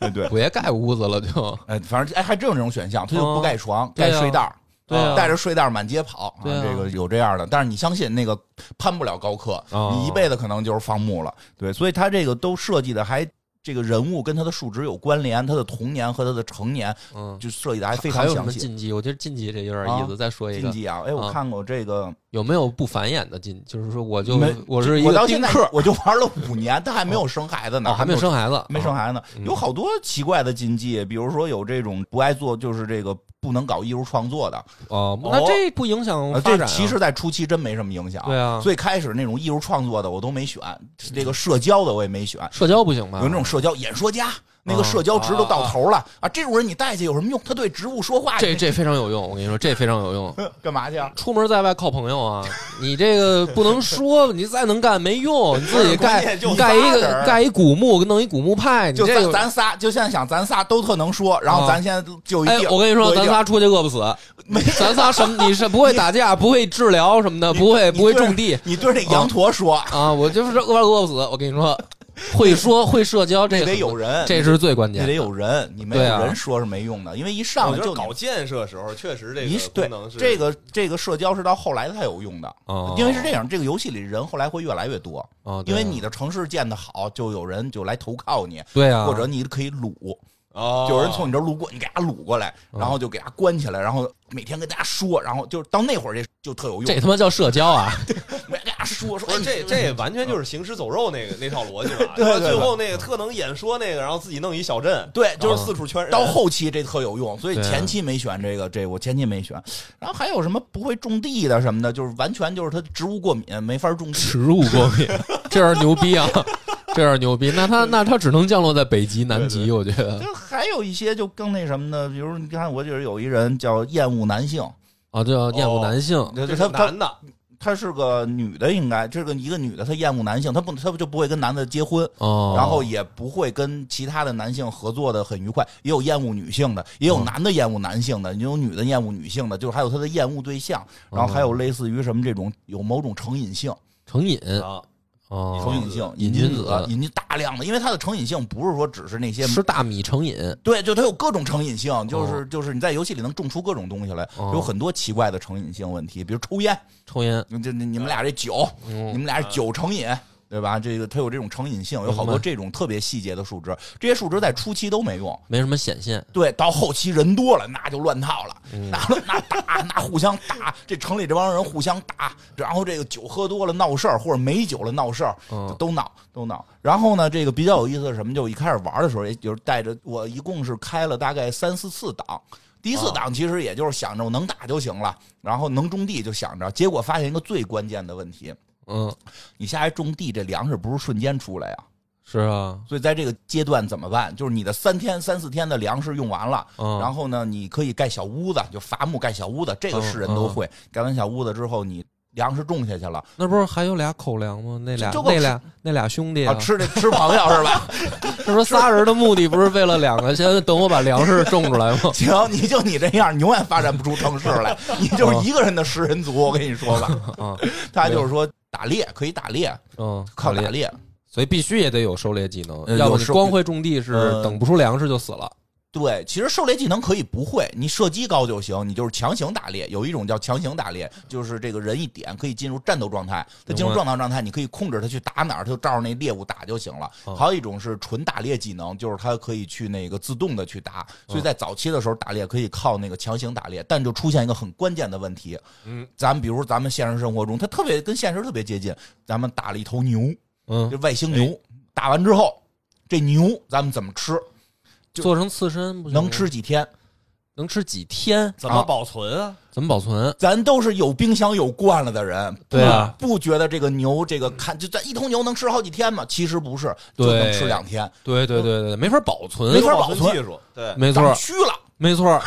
S3: 哎， (laughs) 对，
S1: 别盖屋子了就。
S3: 哎，反正哎，还真有这种选项，他就不
S1: 嗯
S3: 盖床，
S1: 对
S3: 盖
S1: 啊
S3: 睡袋儿。
S1: 对啊
S3: 带着睡袋儿满街跑，
S1: 对啊
S3: 这个有这样的，但是你相信那个攀不了高科，
S1: 哦
S3: 你一辈子可能就是放牧了，对，所以他这个都设计的还这个人物跟他的数值有关联，他的童年和他的成年
S1: 嗯，
S3: 就设计的还非
S1: 还
S3: 常
S1: 有什
S3: 详
S1: 么
S3: 细。
S1: 禁忌？我觉得禁忌这有点意思。
S3: 啊
S1: 再说一
S3: 禁
S1: 个，
S3: 忌啊，哎，我
S1: 啊
S3: 看过这个，
S1: 有没有不繁衍的禁忌？就是说，我就
S3: 没
S1: 我是一
S3: 我到
S1: 个
S3: 现
S1: 丁
S3: 在
S1: 克，
S3: 我就玩了五年，他还没有生孩子呢，
S1: 哦，还没有
S3: 生。
S1: 生孩子，
S3: 没生孩子呢，
S1: 嗯
S3: 有好多奇怪的禁忌，比如说有这种不爱做，就是这个不能搞艺术创作的，
S1: 哦，
S4: 哦
S1: 那这不影响
S3: 呃
S1: 发
S3: 这
S1: 展啊。
S3: 其实在初期真没什么影响。
S1: 对啊
S3: 最开始那种艺术创作的我都没选，这个社交的我也没选，
S1: 社交不行吧？
S3: 有那种社交演说家。那
S1: 啊
S3: 个社交值都到头了啊！这种人你带去有什么用？他对植物说话，
S1: 这
S3: 你
S1: 这非常有用，我跟你说，这非常有用。
S3: 干嘛去啊？
S1: 出门在外靠朋友啊，你这个不能说，你再能干没用，你自己
S4: 关
S1: 盖
S4: 键就
S1: 盖一
S3: 仨人
S1: 个
S3: 儿
S1: 盖一古墓，弄一古墓派，你
S3: 就
S1: 这
S3: 咱
S1: 个。
S3: 咱仨，就现在想咱仨都特能说，然后
S1: 啊
S3: 咱现在就一
S1: 哎
S3: 定，，
S1: 我跟你说，
S3: 就一
S1: 咱
S3: 定
S1: 仨出去饿不
S3: (laughs)
S1: 死，咱仨什么？你是不会打架，不会治疗什么的，
S3: 你
S1: 不会
S3: 你
S1: 不会
S3: 对
S1: 种
S3: (laughs)
S1: 地
S3: 你对那羊驼说，
S1: 啊！我就是饿饿不死。我跟你
S3: (laughs)
S1: 说，会说会社交，这
S3: 你得
S1: 很
S3: 有人，
S1: 这是最关
S3: 你
S1: 键
S3: 得
S1: 的。
S3: 有人，你没有
S1: 对啊
S3: 人说是没用的，因为一上
S4: 我
S3: 来
S4: 觉
S3: 就
S4: 得
S3: 你
S4: 搞建设时候确实这
S3: 一
S4: 个
S3: 对
S4: 功能是
S3: 这个这个社交是到后来才有用的，
S1: 哦
S3: 因为是这样，这个游戏里人后来会越来越多，
S1: 哦对
S3: 因
S1: 啊
S3: 为你的城市建得好，就有人就来投靠你，
S1: 对啊，
S3: 或者你可以掳，
S4: 哦，
S3: 就有人从你这儿路过，你给他掳过来，
S1: 嗯
S3: 然后就给他关起来，然后每天跟大家说，然后就是到那会儿这就特有用，
S1: 这他妈叫社交
S3: (laughs)
S1: 啊！
S3: 每天跟大家说说
S4: 不是
S3: 哎，
S4: 这这完全就是行尸走肉那个那套逻辑嘛
S3: (laughs) 对对对
S4: 最后那个特能演说那个，然后自己弄一小镇，
S3: 对就
S4: 就是是四处圈人。
S3: 到后期这特有用，所以
S1: 啊对啊
S3: 前期没选这个，这我前期没选。然后还有什么不会种地的什么的，就是完全就是他植物过敏，没法种地。
S1: (laughs) 植物过敏，这样牛逼啊！这样牛逼，那它那它只能降落在北极、南极，我觉得
S3: 就还有一些就更那什么的，比如你看，我觉得有一人叫厌恶男性，
S1: 啊，叫
S3: 哦
S1: 厌恶男性。
S3: 他
S4: 这是
S3: 他他
S4: 男的，
S3: 他是个女的，应该这个一个女的，她厌恶男性，她不她就不会跟男的结婚。
S1: 哦，
S3: 然后也不会跟其他的男性合作的很愉快，也有厌恶女性的，也
S1: 哦
S3: 有男的厌恶男性的，也有女的厌恶女性的，就是还有他的厌恶对象，
S1: 哦
S3: 然后还有类似于什么这种有某种成瘾性、
S1: 成瘾
S3: 嗯
S4: 啊，
S3: 成
S1: 哦，
S3: 瘾性、
S1: 瘾
S3: 瘾
S1: 君
S3: 君
S1: 子
S3: 瘾君大量的，因为他的成瘾性不是说只是那些
S1: 吃大米成瘾，
S3: 对，就它有各种成瘾性，就是就是你在游戏里能种出各种东西来，
S1: 哦
S3: 有很多奇怪的成瘾性问题，比如抽烟，
S1: 抽烟，
S3: 就你你们俩这酒，你
S1: 嗯，
S3: 们俩是酒成瘾，对吧？这个它有这种成瘾性，有好
S1: 明
S3: 多
S1: 白
S3: 这种特别细节的数值，这些数值在初期都没用。
S1: 没什么显现。
S3: 对，到后期人多了，那就乱套了，那那打，那互相打，这城里这帮人互相打，然后这个酒喝多了闹事儿，或者没酒了闹事儿，
S1: 嗯
S3: 就都闹都闹。然后呢，这个比较有意思的是什么，就一开始玩的时候，也就是带着我一共是开了大概三四次档。第一次档其实也就是想着我能打就行了，然后能种地就想着，结果发现一个最关键的问题，
S1: 嗯，
S3: 你下来种地这粮食不是瞬间出来呀、
S1: 是啊，
S3: 所以在这个阶段怎么办？就是你的三天、三四天的粮食用完了，
S1: 嗯
S3: 然后呢，你可以盖小屋子，就伐木盖小屋子，这个是人都会。
S1: 嗯
S3: 盖完小屋子之后，你粮食种下去了
S1: 那不是还有俩口粮吗？那俩
S3: 就就够
S1: 那俩那俩兄弟
S3: 啊，吃这吃朋友
S1: (laughs)
S3: 是吧？
S1: 他说仨人的目的不是为了两
S3: (laughs)
S1: 个，先等我把粮食种出来吗？
S3: 行，你就你这样，你永远发展不出城市
S1: (laughs)
S3: 来，你就是一个人的食人族。我跟你说吧，
S1: 啊，
S3: 他就是说打猎可以打猎， (laughs)
S1: 嗯，
S3: 靠打
S1: 猎，
S3: 猎。
S1: 所以必须也得有狩猎技能，
S3: 呃
S1: 要不
S3: 有
S1: 你
S3: 狩
S1: 光会种地是
S3: 呃
S1: 等不出粮食就死了。
S3: 对，其实狩猎技能可以不会，你射击高就行，你就是强行打猎。有一种叫强行打猎，就是这个人一点可以进入战斗状态，他进入
S1: 明白
S3: 状态状态，你可以控制他去打哪儿，他就照着那猎物打就行了。
S1: 哦
S3: 还有一种是纯打猎技能，就是他可以去那个自动的去打。
S1: 哦
S3: 所以在早期的时候打猎可以靠那个强行打猎，但就出现一个很关键的问题，
S4: 嗯，
S3: 咱们比如咱们现实生活中，他特别跟现实特别接近，咱们打了一头牛，
S1: 嗯
S3: 这，外星牛，打完之后，这牛咱们怎么吃？就
S1: 做成刺身不行吗
S3: 能吃几天？
S1: 能吃几天？
S4: 怎么保存啊？
S1: 怎么保存？
S3: 咱都是有冰箱有惯了的人，不
S1: 对啊，
S3: 不觉得这个牛这个看就咱一头牛能吃好几天吗？其实不是，就
S1: 对
S3: 能吃两天，
S1: 对对对对，没法保存，
S3: 没法
S4: 有
S3: 保存
S4: 技术，对，
S1: 没
S3: 长
S1: 错，
S3: 蛆了。
S1: 没错，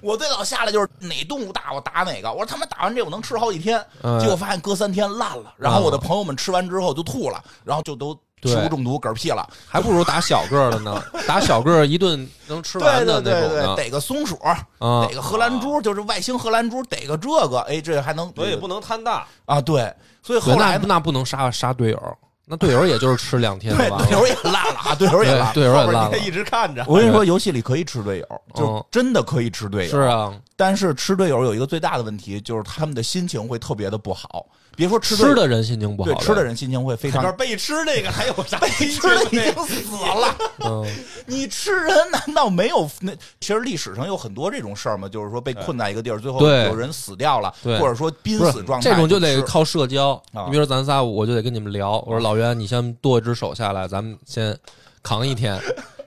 S3: 我最早下来就是哪动物大我打哪个，我说他妈打完这我能吃好几天，
S1: 嗯
S3: 结果发现隔三天烂了，然后我的朋友们吃完之后就吐了，然后就都食
S1: 对
S3: 物中毒嗝屁了。
S1: 还不如打小个儿的 (laughs) 呢，打小个儿一顿能吃完
S3: 对
S1: 的
S3: 对
S1: 那
S3: 对
S1: 种
S3: 对，
S1: 的
S3: 逮个松鼠，
S1: 啊
S3: 逮，个荷兰猪，就是外星荷兰猪，逮个这个，哎，这还能
S4: 所以不能贪大。
S3: 啊？对，所
S1: 对
S3: 以后
S1: 那
S3: 来呢？
S1: 那不能杀杀队友，那队友也就是吃两天
S3: 对，
S1: 吧，
S3: 队友也烂了啊，队友也烂
S1: 对队
S3: 了。
S1: 友也烂
S4: 他
S1: 了，
S4: 一直看着，
S3: (laughs) 我跟
S1: (laughs)
S3: 你说，游戏里可以吃队友，
S1: 嗯
S3: 就真的可以吃队友。
S1: 是啊，
S3: 但是吃队友有一个最大的问题，就是他们的心情会特别的不好。别说吃队
S1: 吃
S3: 友
S1: 的人心情不好
S3: 对
S1: 呗，
S3: 吃的人心情会非
S4: 里
S3: 常
S4: 边。被吃那个还有啥？
S3: 被吃的已经死了，
S1: 嗯，
S3: 你吃人难道没有？那其实历史上有很多这种事儿嘛，就是说被困在一个地儿，最后
S1: 对
S3: 有人死掉了，
S1: 对
S3: 或者说濒
S1: 不
S3: 死
S1: 是
S3: 状态，
S1: 这种就得靠社交。
S3: 啊
S1: 你比如说咱仨，我就得跟你们聊。我说老袁，你先剁一只手下来，咱们先扛一天，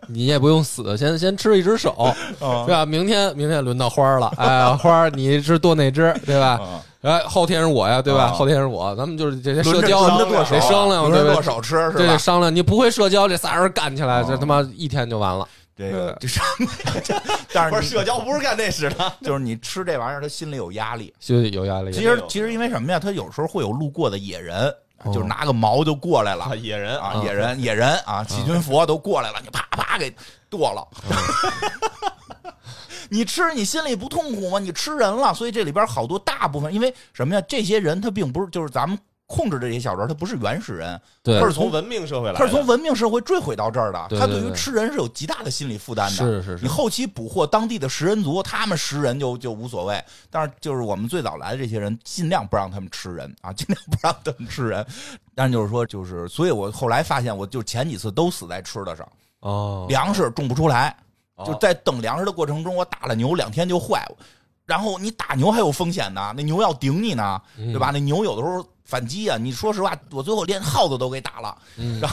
S1: 你也不用死，先先吃一只手，
S3: 啊
S1: 对吧？明天明天轮到花儿了，哎，花儿你是剁哪只，对吧？
S3: 啊
S1: 哎，后天是我呀，对吧？
S3: 啊
S1: 后天是我，咱们就是这些社
S3: 轮着
S1: 交
S3: 轮着剁手，
S1: 得商量，对
S3: 轮
S1: 吧
S3: 着剁？手吃
S1: 这
S3: 是
S1: 得
S3: 吧？
S1: 商量，你不会社交，这仨人干起来，这
S3: 啊
S1: 他妈一天就完了。
S3: 这个 (laughs) 这什
S1: (laughs)
S3: 么呀？这但
S4: (laughs) 不
S3: 是
S4: 是
S3: 你 (laughs)
S4: 社交，不是干那事的。
S3: 就是你 (laughs) 吃这玩意儿，他心里有压力。
S1: 就有压力。
S3: 其
S4: 也没
S3: 实
S4: 有
S3: 其实因为什么呀？他有时候会有路过的野人，
S1: 哦
S3: 就是拿个矛就过来了
S4: 啊，野人
S3: 啊
S1: 嗯，
S3: 野人野人啊，
S4: 嗯
S3: 起军佛都过来了，你啪啪给剁了。 (laughs) 你吃你心里不痛苦吗？你吃人了，所以这里边好多大部分因为什么呀？这些人他并不是就是咱们控制的这些小人，他不是原始人，
S1: 对
S3: 他，
S4: 是
S3: 是
S4: 从
S3: 从
S4: 文明社会来的，
S3: 他是从文明社会追回到这儿的，
S1: 对
S3: 他
S1: 对
S3: 对于
S1: 对
S3: 吃人是有极大的心理负担的。
S1: 是是
S3: 你
S1: 是，
S3: 后期捕获当地的食人族，他们食人就就无所谓，但是就是我们最早来的这些人，尽量不让他们吃人啊， (laughs) 尽量不让他们吃人。但是就是说，就是，所以我后来发现，我就前几次都死在吃的上，
S1: 哦，
S3: 粮食种不出来，
S4: 哦
S3: 就在等粮食的过程中，我打了牛两天就坏，然后你打牛还有风险呢，那牛要顶你呢，
S1: 嗯
S3: 对吧？？那牛有的时候反击啊，你说实话，我最后连耗子都给打了，
S1: 嗯
S3: 然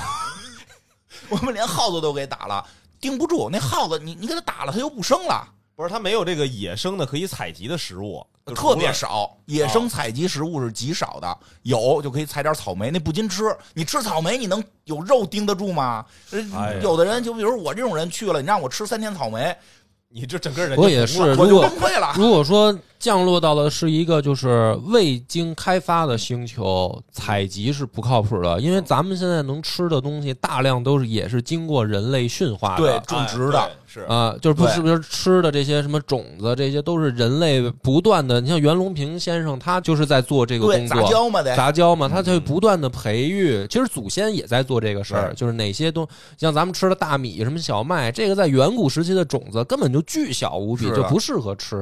S3: (laughs) 我们连耗子都给打了，盯不住那耗子，你你给它打了，它又不生了。
S4: 不是他没有这个野生的可以采集的食物，就除了
S3: 特别少，野生采集食物是极少的，有就可以采点草莓，那不禁吃。你吃草莓，你能有肉盯得住吗？呃
S4: 哎呀
S3: 有的人就比如我这种人去了，你让我吃三天草莓，
S4: 你这整个人
S1: 不过也，
S4: 就是不
S3: 我
S1: 如
S3: 我就
S1: 果
S3: 崩溃了。
S1: (laughs) 如果说降落到的是一个就是未经开发的星球，采集是不靠谱的，因为咱们现在能吃的东西大量都是也是经过人类驯化
S3: 对
S1: 的。
S3: 种植的
S4: 哎对是
S1: 啊、就是不
S3: 对
S1: 是不是吃的这些什么种子，这些都是人类不断的。你像袁隆平先生，他就是在做这个
S3: 对，
S1: 工
S3: 杂
S1: 作，
S3: 交嗯嘛得。
S1: 杂交嘛，他就不断的培育。其实祖先也在做这个事儿，就是哪些东，像咱们吃的大米、什么小麦，这个在远古时期的种子根本就巨小无比，
S3: 是的
S1: 就不适合吃。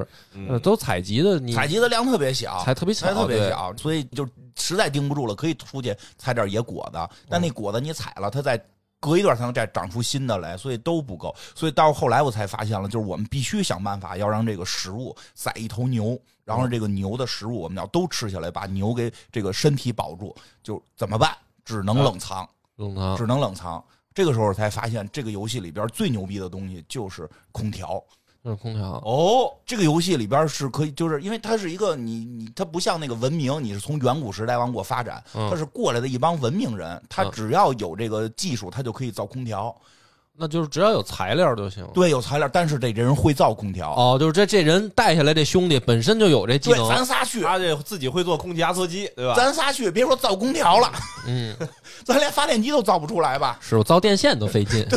S1: 呃，
S4: 嗯
S1: 都采集的，你
S3: 采集的量特别小，
S1: 才特别
S3: 才
S1: 小，
S3: 特别
S1: 哦对
S3: 小，所以就实在盯不住了，可以出去采点野果子。但那果子你采了，它再隔一段才能再长出新的来，所以都不够。所以到后来我才发现了，就是我们必须想办法要让这个食物宰一头牛，然后这个牛的食物我们要都吃下来，把牛给这个身体保住。就怎么办？只能冷藏，
S1: 冷藏
S3: 只能冷藏。这个时候才发现，这个游戏里边最牛逼的东西就是空调。
S1: 就是空调，
S4: 哦，
S3: 这个游戏里边是可以，就是因为它是一个你你它不像那个文明，你是从远古时代往过发展，
S1: 嗯
S3: 它是过来的一帮文明人，他
S1: 嗯
S3: 只要有这个技术，他就可以造空调。
S1: 那就是只要有材料就行。
S3: 对，有材料，但是得这人会造空调。
S1: 哦，就是这这人带下来这兄弟本身就有这技
S3: 对，
S1: 能
S3: 咱，仨去，
S4: 他这自己会做空气压缩机，对吧？
S3: 咱仨去，别说造空调了，
S1: 嗯，
S3: 咱连发电机都造不出来吧？
S1: 是我造电线都费劲。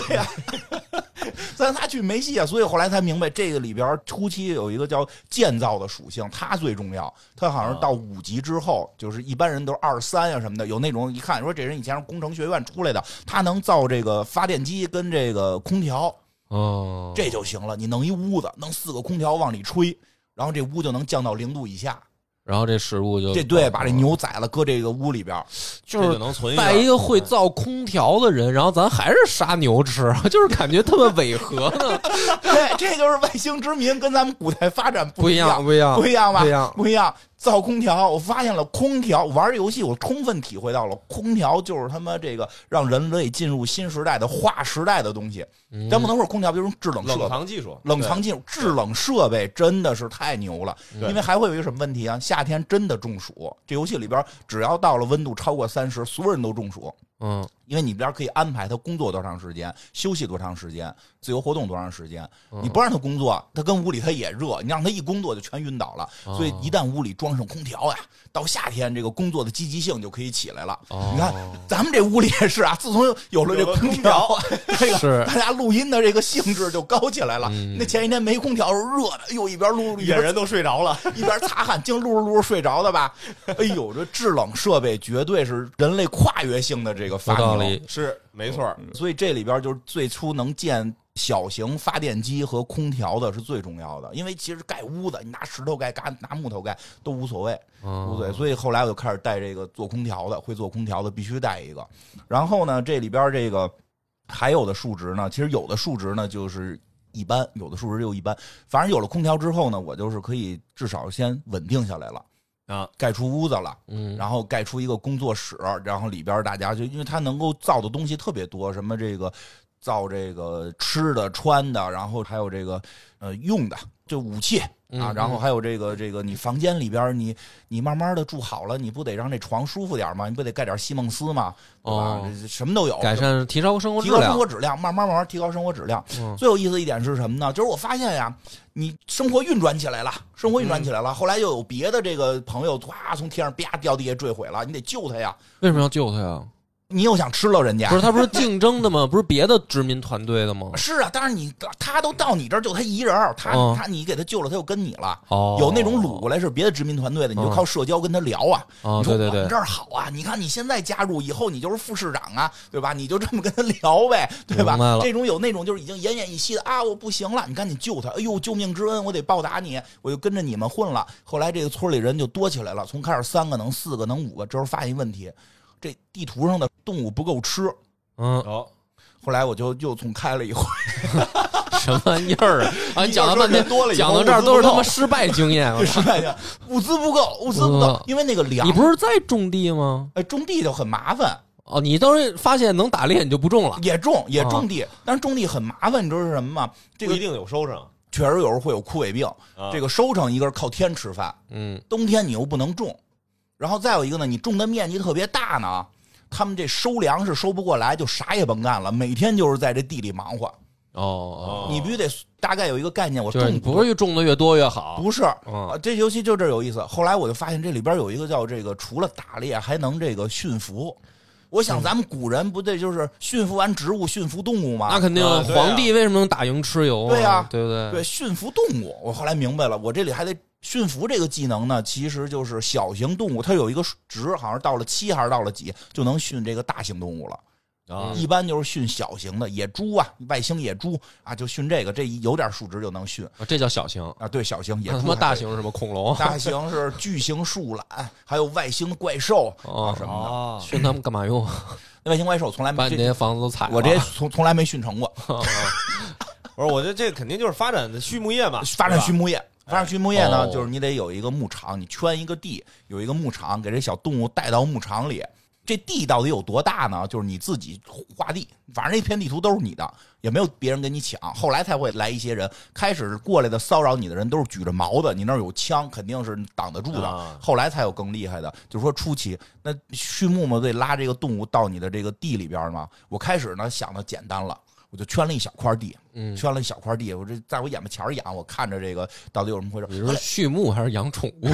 S3: 咱仨去没戏啊！所以后来才明白，这个里边初期有一个叫建造的属性，它最重要。它好
S1: 啊
S3: 像是到五级之后，就是一般人都是二三啊呀什么的，有那种一看说这人以前是工程学院出来的，他能造这个发电机跟这个空调，
S1: 哦，
S3: 这就行了。你弄一屋子，弄四个空调往里吹。然后这屋就能降到零度以下，
S1: 然后这食物就
S3: 这对把这
S1: 哦
S3: 牛宰了，搁这个屋里边，
S1: (laughs) 就
S4: 这
S1: 是
S4: 就能存
S1: 带一
S4: 个
S1: 个会
S3: 嗯
S1: 造空调的人，然后咱还是杀牛吃， (laughs) 就是感觉特别违和
S3: (laughs)
S1: 呢。
S3: 对，这就是外星殖民跟咱们古代发展
S1: 不
S3: 一样，
S1: 不一样
S3: 不一样吧？
S1: 不一样
S3: 不一样。造空调，我发现了空调玩游戏，我充分体会到了空调就是他妈这个让人类进入新时代的划时代的东西。
S1: 嗯
S3: 咱不能说空调，比如说制冷设
S4: 冷
S3: 备。
S4: 藏技术，
S3: 冷藏技术、制冷设备真的是太牛了，
S4: 对
S3: 因为还会有一个什么问题啊？夏天真的中暑，这游戏里边只要到了温度超过三十，所有人都中暑。
S1: 嗯
S3: 因为你边儿可以安排他工作多长时间，休息多长时间，自由活动多长时间。
S1: 嗯
S3: 你不让他工作，他跟屋里他也热，你让他一工作就全晕倒了。
S1: 哦
S3: 所以一旦屋里装上空调呀，啊到夏天这个工作的积极性就可以起来了。
S1: 哦
S3: 你看咱们这屋里也是啊，自从有了这空调， (laughs) 这个 (laughs)
S1: 是
S3: 大家录音的这个兴致就高起来了。
S1: 嗯
S3: 那前一天没空调时候热的，哎呦一边录一
S5: 野
S3: 边
S5: 人都睡着
S4: (laughs)
S5: 了。
S3: 一边擦汗，净撸着撸着睡着的吧？哎呦，这制冷设备绝对是人类跨越性的这个
S1: 有
S3: 发
S1: 道
S3: 明。
S1: 理，
S5: 是没错儿，
S4: 嗯
S3: 所以这里边就是最初能建小型发电机和空调的是最重要的，因为其实盖屋子，你拿石头盖、嘎拿木头盖都无所谓，无
S1: 嗯，
S3: 所谓。所以后来我就开始带这个做空调的，会做空调的必须带一个。然后呢，这里边这个还有的数值呢，其实有的数值呢就是。一般有的数值就一般，反正有了空调之后呢，我就是可以至少先稳定下来了
S5: 啊，
S3: 盖出屋子了，
S1: 嗯，
S3: 然后盖出一个工作室，然后里边大家就因为它能够造的东西特别多，什么这个造这个吃的、穿的，然后还有这个呃用的，就武器啊，
S1: 嗯
S3: 然后
S1: 嗯
S3: 还有这个这个你房间里边你你慢慢的住好了，你不得让这床舒服点吗？你不得盖点西梦思吗？对吧？
S1: 哦
S3: 这什么都有，
S1: 改善提高生活
S3: 提
S1: 质
S3: 高生
S1: 量
S3: 活，质量，慢慢慢慢提高生活质量。
S1: 嗯
S3: 最有意思一点是什么呢？就是我发现呀，你生活运转起来了，生活运
S1: 嗯
S3: 转起来了。后来又有别的这个朋友，哗从天上啪掉地下坠毁了，你得救他呀。
S1: 为什么要救他呀？
S3: 你又想吃了人家
S1: 不？是他不是竞争的吗？不 (laughs) 是别的殖民团队的吗？
S3: 是啊，但是你他都到你这儿就他一人儿，他、
S1: 嗯
S3: 他你给他救了，他又跟你了。
S1: 哦，
S3: 有那种掳过来是别的殖民团队的，你就
S1: 嗯
S3: 靠社交跟他聊啊。
S1: 哦
S3: 你
S1: 对
S3: 说
S1: 对
S3: 我们
S1: 对
S3: 这儿好啊！你看你现在加入，以后你就是副市长啊，对吧？你就这么跟他聊呗，对吧
S1: 明白？了
S3: 这种有那种就是已经奄奄一息的啊，我不行了，你赶紧救他！哎呦，救命之恩，我得报答你，我就跟着你们混了。后来这个村里人就多起来了，从开始三个能四个能五个，这时候发现一问题，这地图上的动物不够吃。
S1: 嗯，
S5: 哦，
S3: 后来我就又从开了一回，
S1: 什么玩意儿啊？啊，你讲了半天
S5: 你要说人多了以后
S1: 讲到这儿都是他
S5: 物
S1: 妈
S5: 资
S1: 失败经验。我操
S3: (laughs) (laughs) 是啊吧？物资不够，物资不够
S1: 嗯，
S3: 因为那个粮
S1: 你，不是在种地吗？
S3: 哎，种地就很麻烦。
S1: 哦，你当时发现能打猎，你就不种了。
S3: 也种也
S1: 啊
S3: 种地，但是种地很麻烦，你知道是什么吗？这
S5: 不
S3: 个
S5: 一定有收成。
S3: 确实有时候会有枯萎病，
S5: 啊
S3: 这个收成一个是靠天吃饭，
S1: 嗯，
S3: 冬天你又不能种，然后再有一个呢，你种的面积特别大呢，他们这收粮食收不过来，就啥也甭干了，每天就是在这地里忙活。
S1: 哦
S4: 啊
S5: 哦
S3: 你必须得大概有一个概念，我
S1: 哦，
S3: 种
S1: 就是你
S3: 多
S1: 不是越种的越多越好。
S3: 不是
S1: 嗯
S3: 啊，这游戏就这有意思。后来我就发现这里边有一个叫这个，除了打猎还能这个驯服。我想
S5: 嗯
S3: 咱们古人不对，就是驯服完植物驯服动物吗？
S1: 那肯定
S5: 啊，对啊
S1: 皇帝为什么能打赢蚩尤啊？
S3: 对呀
S1: 对不对？
S3: 对，驯服动物。我后来明白了，我这里还得驯服这个技能呢，其实就是小型动物，它有一个值，好像到了七还是到了几，就能驯这个大型动物了。
S5: 啊
S1: 嗯，
S3: 一般就是驯小型的野猪啊，外星野猪啊，就驯这个，这一有点数值就能驯
S1: 啊这叫小型。
S3: 啊。对，小型野
S1: 那
S3: 猪
S1: 他
S3: 还
S1: 妈
S3: 可以，
S1: 大型是什么？恐龙？
S3: 大型是巨型树懒，还有外星怪兽啊
S1: 哦
S3: 什么
S5: 哦，
S1: 训他们干嘛
S3: (laughs)
S1: 用？
S3: 的。那外星怪兽从来
S1: 把
S3: 没
S1: 你那
S3: 这，
S1: 些房子都踩了。
S3: 我这从从来没驯成过，
S5: 不是，我觉得这肯定就是发展的畜牧业嘛，
S3: (laughs) 发
S5: 对
S3: 展
S5: 吧哎
S3: 畜牧业。发展畜牧业呢，
S1: 哦
S3: 就是你得有一个牧场，你圈一个地，有一个牧场，给这小动物带到牧场里。这地到底有多大呢？就是你自己画地，反正那片地图都是你的，也没有别人跟你抢。后来才会来一些人，开始过来的骚扰你的人都是举着矛的，你那儿有枪，肯定是挡得住的。
S5: 啊
S3: 后来才有更厉害的，就是说初期那畜牧嘛，得拉这个动物到你的这个地里边嘛。我开始呢想的简单了，我就圈了一小块地，
S1: 嗯，
S3: 圈了一小块地，我这在我眼巴前儿养，我看着这个到底有什么回事
S1: 你是
S3: 儿。
S1: 畜牧还是养宠物？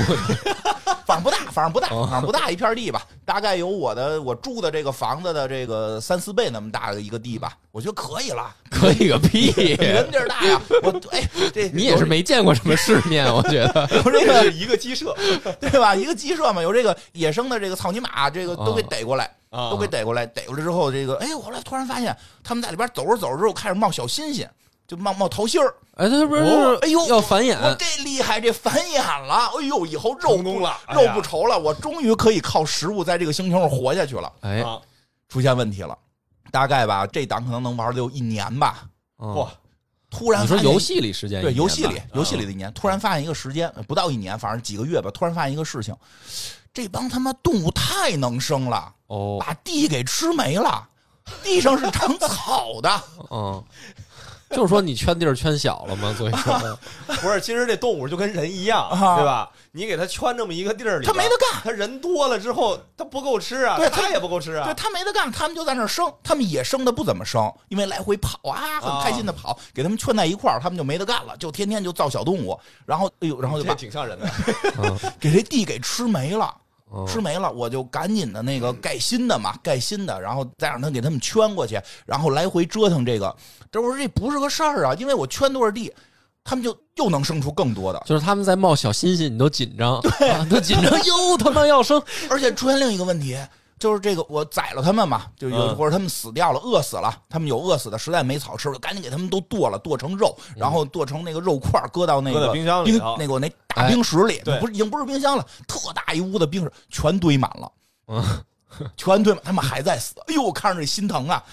S3: 反正不大，反正不大，反正不大一片地吧，大概有我的我住的这个房子的这个三四倍那么大的一个地吧，我觉得可以了，
S1: 可以个屁！
S3: 比 (laughs) 人地儿大呀。我哎，这
S1: 你也是没见过什么世面，我觉得。
S3: 有这
S5: 这
S3: 个
S5: 是一个鸡舍
S3: 对吧？一个鸡舍嘛，有这个野生的这个草泥马，这个都给逮过来，
S5: 啊
S3: 都给逮过来，逮过来之后，这个哎，我后来突然发现他们在里边走着走着之后开始冒小星星，就冒冒桃心儿。
S1: 哎，他不是
S3: 哦 (laughs) 哎呦
S1: 要繁衍
S3: 我这厉害，这繁衍了，哎呦，以后肉
S5: 成
S3: 不
S5: 功了哎
S3: 肉
S5: 呀
S3: 不愁了，我终于可以靠食物在这个星球上活下去了。
S1: 哎，
S5: 啊，
S3: 出现问题了，大概吧，这档可能能玩得有一年吧。
S1: 嗯
S5: 哇，
S3: 突然
S1: 你说
S3: 发现
S1: 游戏里时间
S3: 对
S1: 一年
S3: 游戏
S1: 吧嗯
S3: 里游戏里的一年，突然发现一个时间，呃不到一年，反正几个月吧，突然发现一个事情，这帮他妈动物太能生了， (laughs)
S1: 哦， (laughs)
S3: 把地给吃没了，地上是长草的。
S1: 嗯，就是说你圈地儿圈小了嘛，所以
S3: (laughs)
S1: 说
S4: 不是，其实这动物就跟人一样，
S3: 啊
S4: 对吧？你给它圈这么一个地儿里，
S3: 它没得干。
S4: 它人多了之后，它不够吃啊，
S3: 对
S4: 它
S3: 它
S4: 也不够吃
S3: 对
S4: 啊。
S3: 他没得干，他们就在那儿生，他们也生的不怎么生，因为来回跑啊，很开心的跑，给他们圈在一块儿，他们就没得干了，就天天就造小动物，然后哎呦，然后就
S4: 这
S3: 把
S4: 挺像
S3: (laughs)
S4: 人的，
S3: 给这地给吃没了。
S1: 嗯
S3: 吃没了，我就赶紧的那个盖新的嘛，盖新的，然后再让他给他们圈过去，然后来回折腾这个。这我说这不是个事儿啊，因为我圈多少地，他们就又能生出更多的。
S1: 就是他们在冒小星星，你都紧张，啊都紧
S3: (laughs)
S1: 张，哟，他妈要生，
S3: 而且出现另一个问题，就是这个我宰了他们嘛，就有、
S4: 嗯
S3: 或者他们死掉了，饿死了，他们有饿死的，实在没草吃，我就赶紧给他们都剁了，剁成肉，然后剁成那个肉块儿，搁到那
S4: 嗯搁
S3: 个
S4: 到冰箱里头哎
S3: 那个我那大冰室里，
S4: 对
S3: 不是已经不是冰箱了，特大一屋子冰室全堆满了。
S1: 嗯
S3: 全堆满，他们还在死。哎呦，我看着这心疼啊！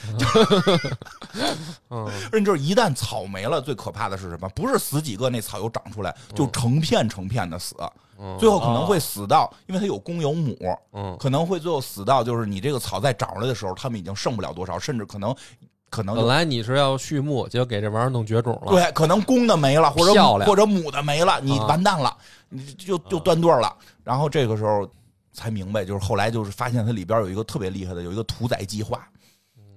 S1: 嗯，
S3: 而且就是一旦草没了，最可怕的是什么？不是死几个那草又长出来，
S4: 嗯
S3: 就成片成片的死，
S1: 嗯
S3: 最后
S4: 啊
S3: 可能会死到，因为它有公有母，
S1: 嗯
S3: 可能会最后死到就是你这个草再长出来的时候，他们已经剩不了多少，甚至可能可能
S1: 本
S3: 就
S1: 来你是要畜牧，结果给这玩意儿弄绝种了，
S3: 对，可能公的没了，或者
S1: 漂亮
S3: 或者母的没了，你
S1: 啊
S3: 完蛋了，你就就断对儿了。然后这个时候才明白，就是后来就是发现它里边有一个特别厉害的，有一个屠宰计划。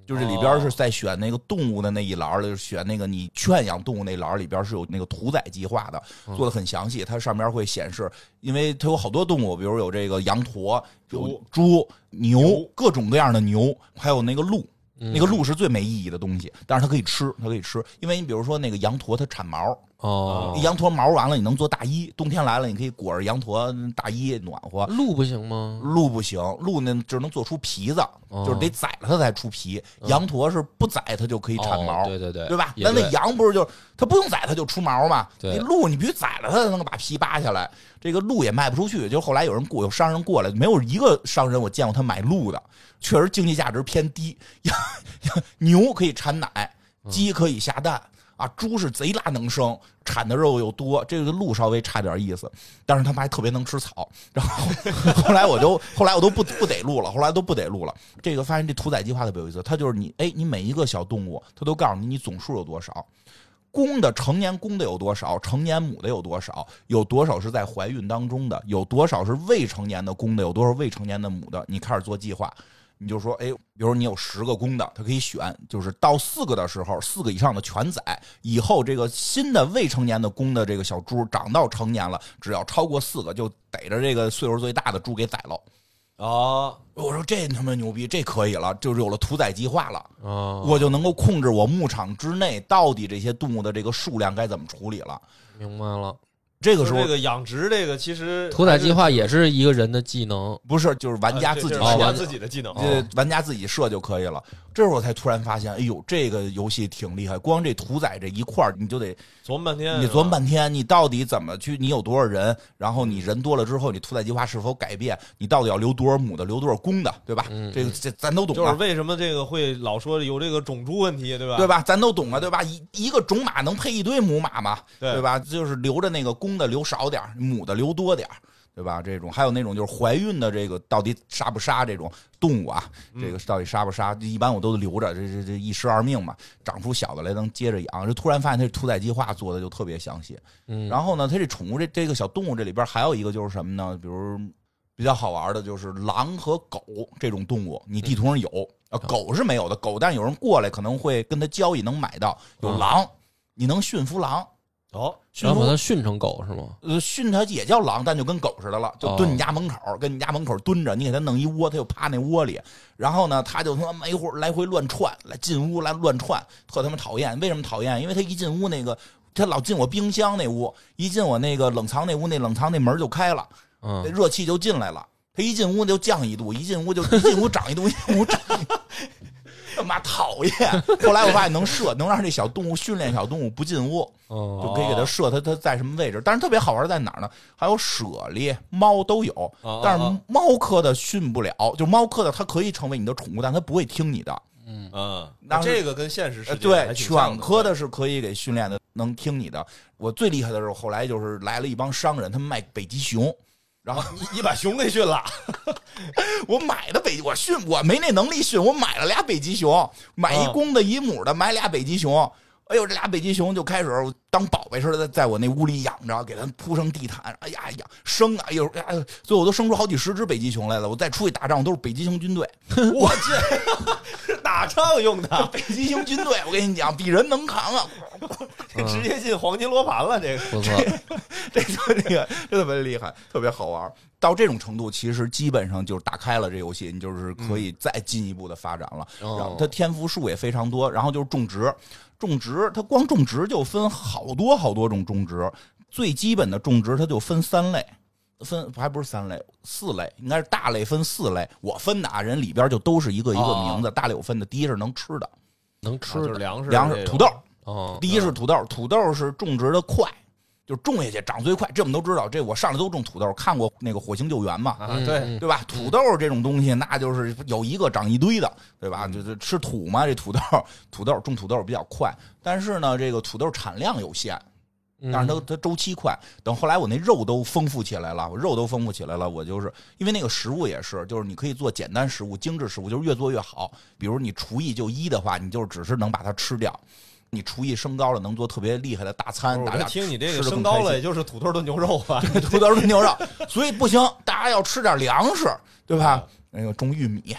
S3: 就是里边是在选那个动物的那一栏儿，就是选那个你圈养动物那栏儿里边是有那个屠宰计划的，做的很详细。它上面会显示，因为它有好多动物，比如有这个羊驼、有猪、牛，各种各样的牛，还有那个鹿。
S1: 嗯
S3: 那个鹿是最没意义的东西，但是它可以吃，它可以吃，因为你比如说那个羊驼，它产毛，
S1: 哦，
S3: 羊驼毛完了你能做大衣，冬天来了你可以裹着羊驼大衣暖和。
S1: 鹿不行吗？
S3: 鹿不行，鹿呢只能做出皮子，
S1: 哦嗯
S3: 就是得宰了它才出皮。羊驼是不宰它就可以产
S1: 哦
S3: 毛，
S1: 对对对，
S3: 对吧？
S1: 也
S3: 那那
S1: 对
S3: 羊不是就它不用宰它就出毛嘛？
S1: 对
S3: 那鹿你必须宰了它才能把皮扒下来。这个鹿也卖不出去，就后来有人雇有商人过来，没有一个商人我见过他买鹿的，确实经济价值偏低。 (laughs) 羊羊牛可以产奶，鸡可以下蛋。啊，猪是贼拉能生，产的肉又多，这个鹿稍微差点意思，但是他们还特别能吃草。然后 (laughs) 后来我就后来我都不不逮鹿了，后来都不逮鹿了。这个发现这屠宰计划特别有意思，它就是你哎，你每一个小动物，它都告诉你你总数有多少，公的成年公的有多少，成年母的有多少，有多少是在怀孕当中的，有多少是未成年的公的，有多少未成年的母的，你开始做计划。你就说，哎，比如你有十个公的，它可以选，就是到四个的时候，四个以上的全宰。以后这个新的未成年的公的这个小猪长到成年了，只要超过四个，就逮着这个岁数最大的猪给宰了。
S4: 哦，
S3: 我说这他妈牛逼，这可以了，就是有了屠宰计划了。
S1: 哦，
S3: 我就能够控制我牧场之内到底这些动物的这个数量该怎么处理了。
S1: 明白了。
S3: 这个
S4: 就
S3: 时
S4: 是
S3: 候
S4: 这个养殖这个其实呃
S1: 屠宰计
S4: 划
S1: 划也是一个人的技能，
S3: 不是就是玩家自己
S1: 哦
S4: 啊玩家
S3: 设，
S4: 自己的技能，啊
S3: 这玩家自己设就可以了。这时候我才突然发现，哎呦，这个游戏挺厉害，光这屠宰这一块儿你就得
S4: 琢磨半天，
S3: 你琢磨半天，你到底怎么去？你有多少人？然后你人多了之后，你屠宰计划是否改变？你到底要留多少母的，留多少公的，对吧？这个这咱都懂
S4: (laughs) 就是
S3: 啊，
S4: 为什么这个会老说有这个种猪问题，对吧？
S3: 对吧？咱都懂啊，对吧？一一个种马能配一堆母马吗？
S4: 对
S3: 对吧？就是留着那个公的留少点儿，母的留多点儿。对吧？这种还有那种就是怀孕的这个到底杀不杀这种动物啊？这个
S4: 嗯
S3: 到底杀不杀？一般我都留着，这这这一尸二命嘛，长出小的来能接着养。这突然发现它这屠宰计划做的就特别详细。
S1: 嗯
S3: 然后呢，它这宠物这这个小动物这里边还有一个就是什么呢？比如比较好玩的就是狼和狗这种动物，你地图上有啊，
S1: 嗯
S3: 狗是没有的，狗但是有人过来可能会跟它交易能买到。有
S1: 嗯
S3: 狼，你能驯服狼，
S4: 哦，
S3: 驯
S1: 然后
S3: 服
S1: 把它训成狗是吗？
S3: 呃，训它也叫狼，但就跟狗似的了，就蹲你家门口，跟你家门口蹲着，你给它弄一窝，它就趴那窝里。然后呢，它就他妈没会儿来回乱窜，来进屋来乱窜，特他妈讨厌。为什么讨厌？因为它一进屋那个，它老进我冰箱那屋，一进我那个冷藏那屋，那冷藏那门就开了，那
S1: 嗯，
S3: 热气就进来了。它一进屋就降一度，一进屋就一进屋长一度，一进屋长一度。 (laughs) 他妈讨厌！后来我发现能射，能让这小动物训练小动物不进屋。
S1: 哦，
S3: 就可以给它设它它在什么位置。但是特别好玩在哪儿呢？还有猞猁、猫都有
S4: 哦，
S3: 但
S4: 哦
S3: 是猫科的训不了，就猫科的它可以成为你的宠物，但它不会听你的。
S4: 嗯，那
S3: 当时
S4: 这个跟现实世
S3: 呃
S4: 界
S3: 对，
S4: 还挺像
S3: 犬科的是可以给训练的，能听你的。我最厉害的时候，后来就是来了一帮商人，他们卖北极熊。然后
S4: 你你把熊给训了，
S3: 我买的北，我训我没那能力训，我买了俩北极熊，买一
S4: 啊
S3: 公的一母的，买俩北极熊。哎呦，这俩北极熊就开始当宝贝似的，在我那屋里养着，给它铺上地毯。哎呀呀，生啊，哎呦，哎呀，最后我都生出好几十只北极熊来了。我再出去打仗，都是北极熊军队。我去，
S4: 打仗用的，
S3: 北极熊军队，我跟你讲，比人能扛啊！
S4: 直接进黄金罗盘了。这个
S1: 不错，
S3: (laughs) 这特那个这特别厉害，特别好玩。到这种程度，其实基本上就是打开了这游戏，你就是可以再进一步的发展了。
S1: 嗯哦
S3: 然后它天赋树也非常多，然后就是种植，种植它光种植就分好多好多种种植，最基本的种植它就分三类。分还不是三类，四类应该是大类分四类。我分的啊，人里边就都是一个一个
S1: 哦
S3: 名字。大类我分的，第一是能吃的
S1: 能
S4: 吃
S1: 吃
S3: 啊
S4: 的
S1: 的
S4: 啊粮食，
S3: 粮食，土豆，
S1: 哦，
S3: 第一是土豆，土豆是种植的快，就是种下去长最快，这我们都知道。这我上来都种土豆，看过那个《火星救援》嘛，
S4: 啊，对，
S1: 嗯
S3: 对吧？土豆这种东西，那就是有一个长一堆的，对吧？就是吃土嘛，这土豆，土豆种土豆比较快，但是呢，这个土豆产量有限，
S1: 嗯
S3: 但是它它周期快。等后来我那肉都丰富起来了，我肉都丰富起来了，我就是因为那个食物也是，就是你可以做简单食物、精致食物，就是越做越好。比如你厨艺就一的话，你就只是能把它吃掉。你厨艺升高了，能做特别厉害的大餐。
S4: 我
S3: 大家
S4: 这听你这个
S3: 吃得更
S4: 升高
S3: 开心
S4: 了，也就是土豆炖牛肉
S3: (laughs)
S4: 啊吧。
S3: 土豆炖牛肉，所以不行，大家要吃点粮食，对
S4: 啊
S3: 吧？那个种玉米，。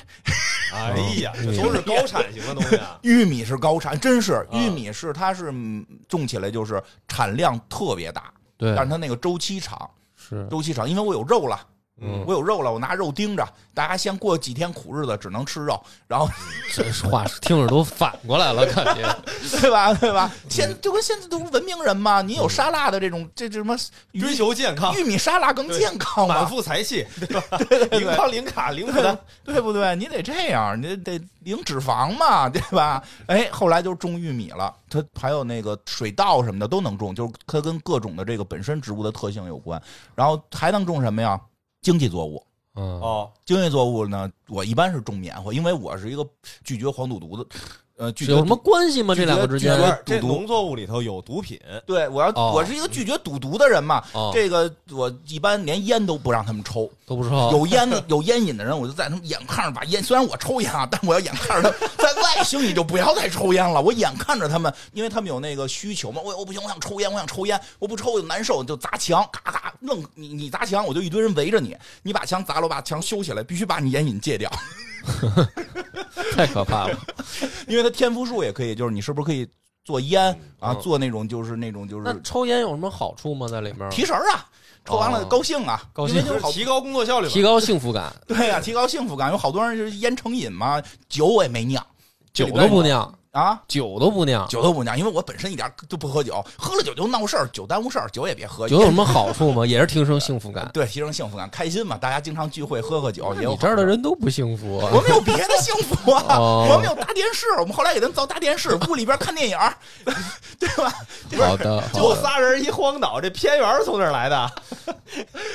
S4: 哎呀，这都是高产型的东西啊
S3: 玉米是高产，真是
S4: 啊
S3: 玉米是它是嗯种起来就是产量特别大，
S1: 对
S3: 但是它那个周期长，
S1: 是
S3: 周期长，因为我有肉了。
S1: 嗯
S3: 我有肉了，我拿肉盯着，大家先过几天苦日子，只能吃肉，然后
S1: 这话听着都反过来了，感
S3: (laughs)
S1: 觉
S3: 对吧？对吧？现
S4: 嗯
S3: 就跟现在都是文明人嘛，你有沙拉的这种，这这什么鱼
S4: 追求健康，
S3: 玉米沙拉更健康嘛
S4: 满，腹
S3: (laughs)
S4: 财气，对吧？零康零卡零负担，
S3: 对不对？你得这样，你得零脂肪嘛，对吧？哎，后来就种玉米了，它还有那个水稻什么的都能种，就是它跟各种的这个本身植物的特性有关。然后还能种什么呀？经济作物。
S1: 嗯
S4: 哦，
S3: 经济作物呢，我一般是种棉花，因为我是一个拒绝黄赌毒的，呃，拒
S1: 是
S3: 绝
S1: 有什么关系吗？
S3: 拒
S1: 这
S3: 绝
S1: 两个之间
S3: 拒绝
S4: 这
S3: 赌毒
S4: 农作物里头有毒品，
S3: 对我要、
S1: 哦
S3: 我是一个拒绝赌毒的人嘛。
S1: 哦
S3: 这个我一般连烟都不让他们抽，
S1: 都不知道
S3: 有烟的 (laughs) 有烟瘾的人，我就在他们眼看着把烟，虽然我抽烟啊，但我要眼看着他 (laughs) 们在外星，你就不要再抽烟了。我眼看着他们，因为他们有那个需求嘛，我我不行，我想抽烟，我想抽烟，我不抽我就难受，我就砸墙，咔咔愣你你砸墙，我就一堆人围着你，你把墙砸了，我把墙修起来，必须把你烟瘾戒掉，
S1: 太可怕
S3: (laughs)
S1: 了。
S3: 因为他天赋树也可以，就是你是不是可以做烟啊，
S1: 嗯
S3: 做那种就是那种就
S1: 那
S3: 是
S1: 抽烟有什么好处吗？在里面
S3: 提神儿啊，抽完了
S1: 哦
S3: 高兴啊，
S1: 高
S3: 因
S1: 兴
S3: 为
S4: 就
S3: 就是好
S4: 提高工作效率
S1: 提
S4: 嘛。
S1: 高幸福感，
S3: 对呀、提高幸福感，有好多人就是烟成瘾嘛，酒我也没酿这
S1: 酒
S3: 里边
S1: 都不酿，
S3: 啊。
S1: 酒都不酿，
S3: 酒都不酿，因为我本身一点就不喝酒，喝了酒就闹事儿，酒耽误事儿，酒也别喝。
S1: 酒有什么好处吗？也是提升幸福感。
S3: 对，提升幸福感，开心嘛，大家经常聚会喝喝酒，也
S1: (laughs)
S3: 有
S1: 你哦这儿的
S3: 好处。
S1: 人都不幸福啊，
S3: 我们有别的幸福啊，
S1: (laughs) 哦
S3: 我们有大电视，我们后来给他们造大电视，屋里边看电影儿， (laughs) 对吧？
S1: 好的，
S3: (laughs)
S4: 就
S1: 好的，
S4: 仨人一荒岛，这片源儿从哪儿来的？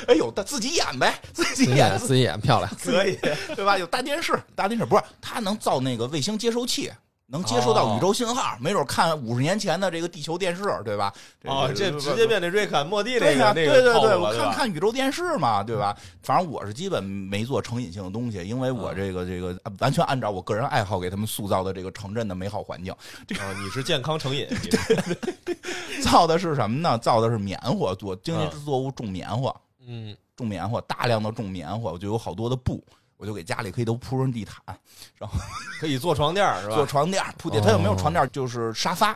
S3: 哎呦，他自己演呗，自己
S1: 自己
S3: 演
S1: 演，自己演漂亮，
S4: 可以，啊
S3: (laughs) 对吧？有大电视，大电视不是它能造那个卫星接收器。能接收
S4: 哦
S3: 到宇宙信号，没准看五十年前的这个地球电视，对吧？
S4: 哦，这直接变成瑞克莫蒂那
S3: 对呀、
S4: 个
S3: 对
S4: 那
S3: 对
S4: 个套路
S3: 对，
S4: 了，
S3: 我看
S4: 吧？
S3: 看宇宙电视嘛，对吧？反正我是基本没做成瘾性的东西，因为
S4: 嗯
S3: 我这个这个完全按照我个人爱好给他们塑造的这个城镇的美好环境， (laughs)
S4: 啊，你是健康成瘾，你
S3: 造的是什么呢？造的是棉花做经
S4: 嗯
S3: 济作物种棉花，
S1: 嗯，
S3: 种棉花，大量的种棉花，我就有好多的布。我就给家里可以都铺上地毯，
S4: 可以做床垫儿是
S3: 做
S4: 吧？
S3: 床垫铺地。
S1: 哦
S3: 它有没有床垫？就是沙发，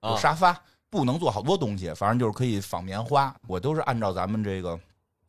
S4: 啊
S3: 有沙发，布能做好多东西，反正就是可以仿棉花。我都是按照咱们这个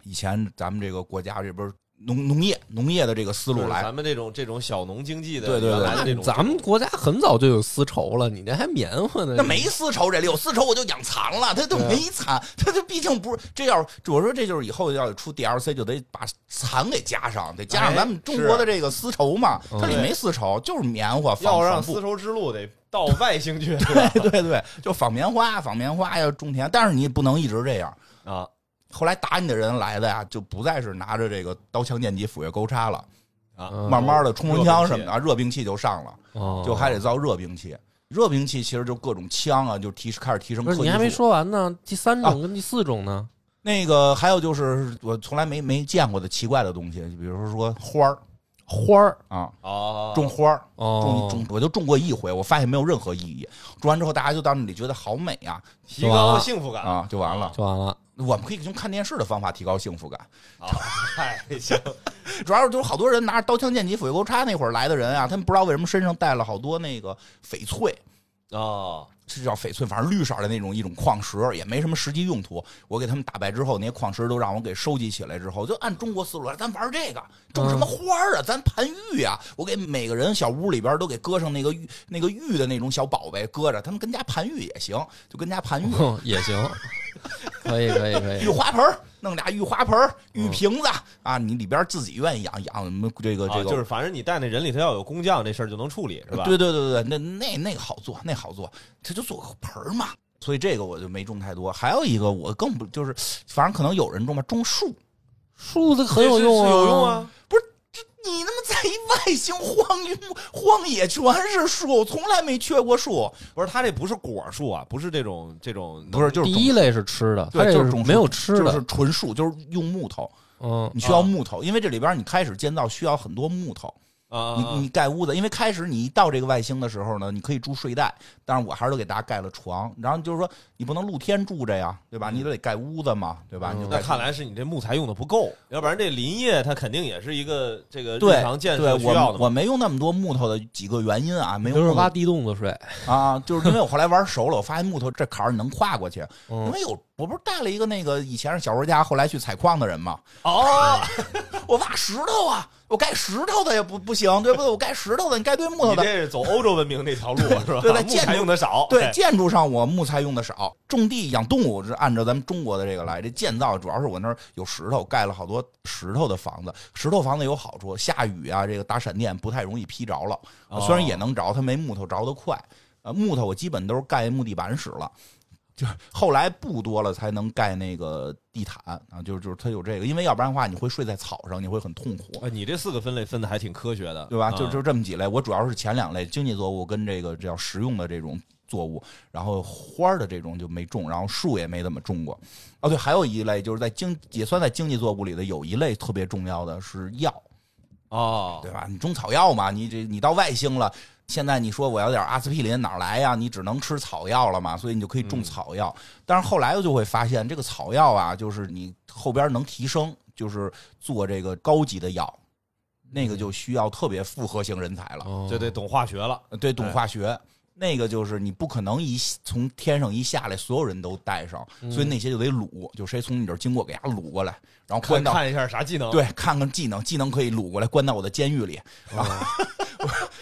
S3: 以前咱们这个国家这边农农业农业的这个思路
S4: 就是
S3: 来
S4: 咱们这种这种小农经济的，
S3: 对对对
S4: 原来的这种，
S1: 咱们国家很早就有丝绸了，你这还棉花呢？
S3: 那没丝绸这里有丝绸我就养蚕了，它都
S1: 对啊
S3: 没蚕，它这毕竟不是这要我说这就是以后要出 DLC 就得把蚕给加上，得加上
S4: 哎
S3: 咱们中国的这个丝绸嘛，
S1: 嗯
S3: 它里没丝绸，就是棉花，纺
S4: 要让
S3: 纺布
S4: 丝绸之路得到外
S3: (laughs)
S4: 星去
S3: 对对对，就纺棉花，纺棉花要种田，但是你不能一直这样。
S4: 啊！
S3: 后来打你的人来的呀，就不再是拿着这个刀枪剑戟斧钺钩叉了，
S1: 嗯，
S3: 慢慢的冲锋枪什么的，热兵器就上了，
S1: 哦
S3: 就还得造热兵器。热兵器其实就各种枪啊，就提开始提升
S1: 不
S3: 科技
S1: 是
S3: 啊术。
S1: 你还没说完呢，第三种跟第四种呢？
S3: 那个还有就是我从来没没见过的奇怪的东西，比如说花儿，花儿啊，
S4: 哦
S3: 种花儿，种
S1: 哦，
S3: 种我就种过一回，我发现没有任何意义。种完之后，大家就到那里觉得好美呀
S4: 提高了幸福感！
S3: 啊，就完了。
S1: 就完了。
S3: 我们可以用看电视的方法提高幸福感。
S4: 啊，太行，
S3: 主要是就是好多人拿着刀枪剑戟斧钺钩叉那会儿来的人啊，他们不知道为什么身上带了好多那个翡翠，
S4: 哦，
S3: 是叫翡翠，反正绿色的那种一种矿石，也没什么实际用途。我给他们打败之后，那些矿石都让我给收集起来之后，就按中国思路来，咱玩这个，种什么花儿啊，咱盘玉啊。我给每个人小屋里边都给搁上那个玉那个玉的那种小宝贝，搁着，他们跟家盘玉也行，就跟家盘玉。
S1: 哼，哦也行，可以可以可
S3: 玉
S1: 以，
S3: 花盆儿，弄俩玉花盆儿、玉瓶子啊，你里边自己愿意养养什么这个
S4: 嗯啊
S3: 这个
S4: 就是反正你带那人里头要有工匠，这事儿就能处理，是吧？
S3: 对对对对，那那那个好做，那好做，他就做个盆儿嘛。所以这个我就没种太多。还有一个我更不就是，反正可能有人种吧，种树。
S1: 树子
S4: 这
S1: 很
S4: 是，
S1: 有用
S4: 是
S1: 啊，
S4: 有用啊！
S3: 你他妈在一外星荒原 (laughs) 荒野全是树，我从来没缺过树。
S4: 不是，它这不是果树啊，不是这种这种，
S3: 不是，就是
S1: 第
S3: 种
S1: 一类是吃的，它
S3: 对，
S1: 这
S3: 就是
S1: 是
S3: 种树
S1: 没有吃
S3: 就
S1: 的，
S3: 是纯树，就是用木头。
S1: 嗯，
S3: 你需要木头，因为这里边你开始建造需要很多木头。
S4: 啊，
S3: 你你盖屋子，因为开始你一到这个外星的时候呢，你可以住睡袋，但是我还是都给大家盖了床。然后就是说，你不能露天住着呀，对吧？你得盖屋子嘛，对吧？你就
S4: 嗯那
S3: 盖
S4: 看来是你这木材用的不够，要不然这林业它肯定也是一个这个日
S3: 对
S4: 常建
S3: 对
S4: 设，需要
S3: 我
S4: 的嘛。
S3: 我没用那么多木头的几个原因啊，没有
S1: 就是
S3: 木头
S1: 挖地洞子睡，
S3: 啊，就是因为我后来玩熟了，我发现木头这坎儿你能跨过去，因
S1: (laughs) 嗯，
S3: 为有我不是带了一个那个以前是小说家，后来去采矿的人嘛，
S4: 哦，
S3: 哎我挖石头啊，我盖石头的也不不行，对不对？我盖石头的，你盖堆木头
S4: 你
S3: 的
S4: 这，是走欧洲文明这条路是吧？
S3: 对在
S4: 木
S3: 建
S4: 材
S3: 筑
S4: 用的少，
S3: 对
S4: 哎，
S3: 建筑上我木材用的少，种地养动物是按照咱们中国的这个来。这建造主要是我那儿有石头，盖了好多石头的房子。石头房子有好处，下雨啊，这个打闪电不太容易劈着了。
S4: 哦
S3: 虽然也能着，它没木头着的快。呃，木头我基本都是盖木地板使了。就是后来布多了才能盖那个地毯啊，就是就是它有这个，因为要不然的话你会睡在草上，你会很痛苦。
S4: 啊，你这四个分类分的还挺科学的，
S3: 对吧？
S4: 啊
S3: 就就这么几类，我主要是前两类经济作物跟这个叫食用的这种作物，然后花儿的这种就没种，然后树也没怎么种过。哦，对，还有一类就是在经也算在经济作物里的，有一类特别重要的是药，
S4: 哦
S3: 对吧？你种草药嘛，你这你到外星了。现在你说我要点阿司匹林哪儿来呀？你只能吃草药了嘛，所以你就可以种草药。但是后来就会发现，这个草药啊，就是你后边能提升，就是做这个高级的药，那个就需要特别复合型人才了。
S1: 哦
S4: 就得懂化学了。
S3: 呃对，懂化学。那个就是你不可能一从天上一下来，所有人都带上，所以那些就得掳，就谁从你这儿经过，给他掳过来，然后关
S4: 看
S3: 到
S4: 看一下啥技能？
S3: 对，看看技能，技能可以掳过来，关到我的监狱里，
S1: 哦
S3: (laughs)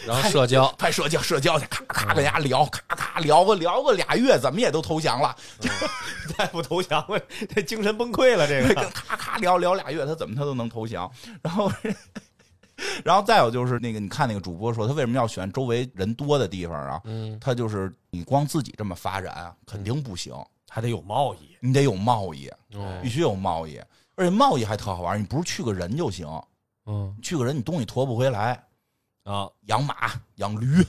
S1: 然后社交，
S3: 拍社交社交去，咔咔跟大家聊，咔咔聊个聊个俩月，怎么也都投降了，
S4: 再不投降了，这精神崩溃了。这
S3: 跟
S4: 个
S3: 咔咔聊聊俩月，他怎么他都能投降，然后。 (laughs) 然后再有就是那个，你看那个主播说他为什么要选周围人多的地方啊？
S1: 嗯，
S3: 他就是你光自己这么发展啊，肯定不行，
S4: 还得有贸易，
S3: 你得有贸易，
S1: 哦
S3: 必须有贸易，而且贸易还特好玩，你不是去个人就行，
S1: 嗯，
S3: 去个人你东西驮不回来，
S4: 啊，
S3: 养马、养驴，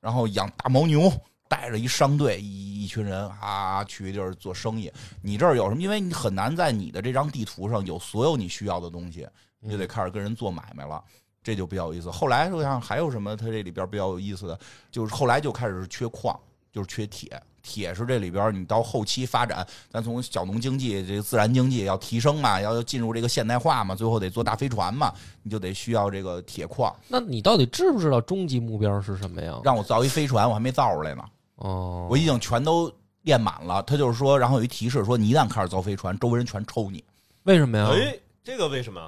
S3: 然后养大牦牛，带着一商队一一群人啊去就是做生意。你这儿有什么？因为你很难在你的这张地图上有所有你需要的东西，你就得开始跟人做买卖了。这就比较有意思。后来我想还有什么？它这里边比较有意思的，就是后来就开始缺矿，就是缺铁。铁是这里边你到后期发展，咱从小农经济、这个自然经济要提升嘛，要进入这个现代化嘛，最后得做大飞船嘛，你就得需要这个铁矿。
S1: 那你到底知不知道终极目标是什么呀？
S3: 让我造一飞船，我还没造出来呢，
S1: 哦，
S3: 我已经全都练满了。他就是说，然后有一提示说，你一旦开始造飞船，周围人全抽你。
S1: 为什么
S3: 嗯
S1: 呀？
S4: 哎，这个为什么？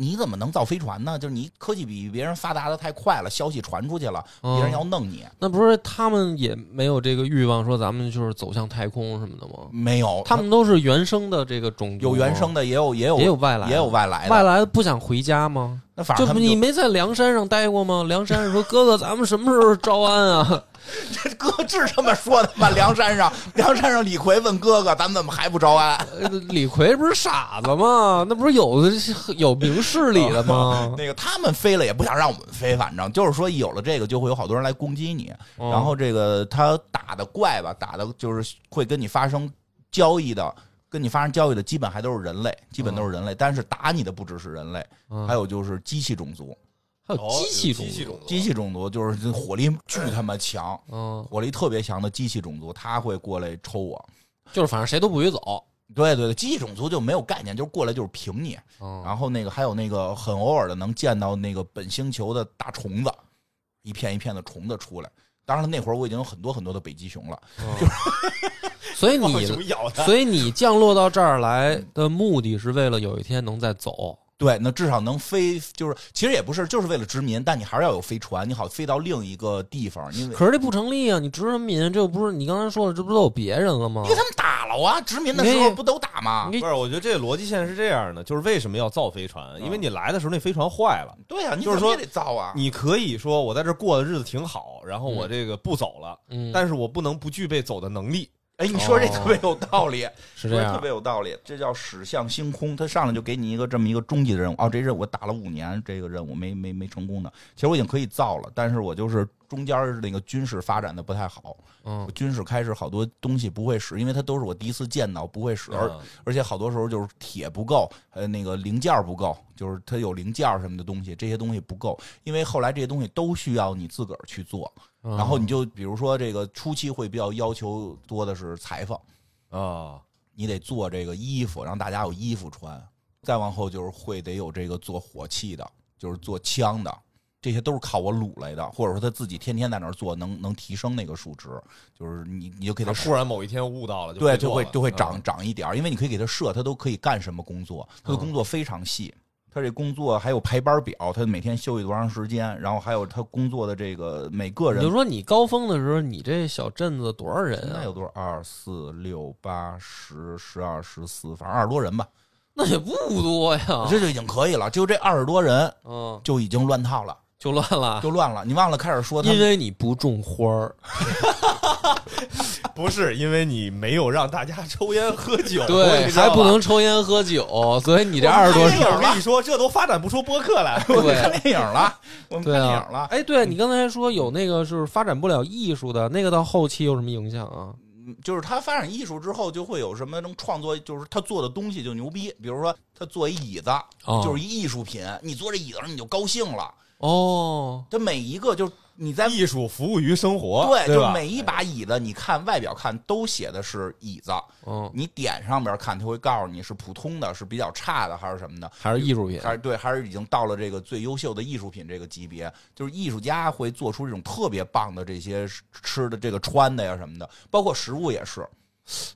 S3: 你怎么能造飞船呢？就是你科技比别人发达的太快了，消息传出去了，
S1: 嗯
S3: 别人要弄你。
S1: 那不是他们也没有这个欲望，说咱们就是走向太空什么的吗？
S3: 没有，
S1: 他们都是原生的这个种族，
S3: 有原生的，也有也有
S1: 也有外来的
S3: 也有外来的。
S1: 外来的不想回家吗？
S3: 那反正
S1: 就
S3: 他们
S1: 你
S3: 就 (laughs)
S1: 没在梁山上待过吗？ (laughs) 梁山上说：“哥哥，咱们什么时候招安啊 (laughs)
S3: 哥是这么说的吧？梁山上，梁山上，李逵问哥哥：“咱们怎么还不招安？”？”
S1: 呃李逵不是傻子吗？那不是有有明事理的吗？
S3: 那个他们飞了也不想让我们飞，反正就是说有了这个就会有好多人来攻击你，
S1: 哦
S3: (laughs) 然后这个他打的怪吧，打的就是会跟你发生交易的，跟你发生交易的基本还都是人类，基本都是人类，但是打你的不只是人类，
S1: 嗯
S3: 哦还有就是机器种族，
S1: 还
S4: 哦
S1: 有机器
S5: 机器
S1: 种
S5: 种
S1: 族，
S3: 机器种族就是这火力巨他妈强，
S1: 嗯，
S3: 火力特别强的机器种族，他会过来抽我。
S1: 就是反正谁都不许走，
S3: 对对对，机器种族就没有概念，就是过来就是平你。
S1: 嗯，
S3: 然后那个还有那个很偶尔的能见到那个本星球的大虫子，一片一片的虫子出来。当然了，那会儿我已经有很多很多的北极熊了，
S1: 嗯 (laughs) 所以
S3: (laughs)
S1: 你，
S5: 咬他？
S1: 所以你降落到这儿来的目的是为了有一天能再走，
S3: 对，那至少能飞，就是其实也不是，就是为了殖民，但你还是要有飞船，你好飞到另一个地方，因为
S1: 可是这不成立啊！你殖什么民？这又不是你刚才说了，这不都有别人了吗
S3: 因？为他们打了啊，殖民的时候不都打吗
S1: 你？
S4: 不是，我觉得这个逻辑线是这样的，就是为什么要造飞船？
S3: 嗯
S4: 因为你来的时候那飞船坏了，
S3: 对啊，你
S4: 就是
S3: 怎么
S4: 说
S3: 也得造啊。
S4: 你可以说我在这儿过的日子挺好，然后我这个不走了，
S1: 嗯，
S4: 但是我不能不具备走的能力。
S3: 哎，你说这
S1: 哦
S3: 特别有道理，
S1: 是这
S3: 说这特
S1: 样
S3: 别，有道理，这叫驶向星空。他上来就给你一个这么一个终极的任务哦，这任务我打了五年，这个任务没没没成功的。其实我已经可以造了，但是我就是中间儿那个军事发展的不太好，
S1: 嗯
S3: 我军事开始好多东西不会使，因为它都是我第一次见到，不会使，而
S4: 嗯
S3: 而且好多时候就是铁不够，呃，那个零件儿不够，就是它有零件儿什么的东西，这些东西不够，因为后来这些东西都需要你自个儿去做，
S1: 嗯，
S3: 然后你就比如说这个初期会比较要求多的是裁缝。
S4: 啊，
S3: 你得做这个衣服，让大家有衣服穿。再往后就是会得有这个做火器的，就是做枪的，这些都是靠我卤来的，或者说他自己天天在那儿做，能能提升那个数值，就是你你就给
S4: 他
S3: 他
S4: 突然某一天悟到了，
S3: 对
S4: 就
S3: 就
S4: 会
S3: 会
S4: 做了
S3: 就会
S4: 嗯 (laughs)
S3: 长长一点儿，因为你可以给他设，他都可以干什么工作，他的工作非常细。他这工作还有排班表，他每天休息多长时间，然后还有他工作的这个每
S1: 你
S3: 个人
S1: 就说你高峰的时候，你这小镇子多少人
S3: 现在有
S1: 啊？
S3: 多少？二四六八十十二十四，反正二十多人吧。
S1: 那也不多呀，
S3: 这就已经可以了。就这二十多人
S1: 嗯，
S3: 就已经乱套了，
S1: 就乱了，
S3: 就乱了。你忘了开始说他
S1: 啊因
S3: 们
S1: 为你不种花儿，
S4: 不是因为你没有让大家抽烟喝酒，
S1: 对，
S4: 你知道吧
S1: 还不。能抽烟喝酒，所以你这二十多
S4: 我
S1: 人
S4: 看电影跟你说，这都发展不出播客
S3: (laughs)
S4: 来。
S1: 对。
S3: 看电影
S1: (laughs)
S3: 了，我们看
S1: 对
S3: 电
S1: 啊
S3: 影，了。嗯
S1: 哎，对你刚才说有那个就是发展不了艺术的那个，到后期有什么影响啊？
S3: 就是他发展艺术之后，就会有什么能创作，就是他做的东西就牛逼。比如说，他做一椅子，
S1: 哦
S3: 就是一艺术品。你坐这椅子上你就高兴了。
S1: 哦，
S3: 他每一个就是你在
S4: 艺术服务于生活，
S3: 对，
S4: 对
S3: 就
S4: 吧？
S3: 每一把椅子，你看外表看都写的是椅子，
S1: 嗯，
S3: 你点上边看，他会告诉你是普通的，是比较差的还是什么的。
S1: 还是艺术品，
S3: 还是对，还是已经到了这个最优秀的艺术品这个级别，就是艺术家会做出这种特别棒的这些吃的、这个穿的呀什么的，包括食物也是。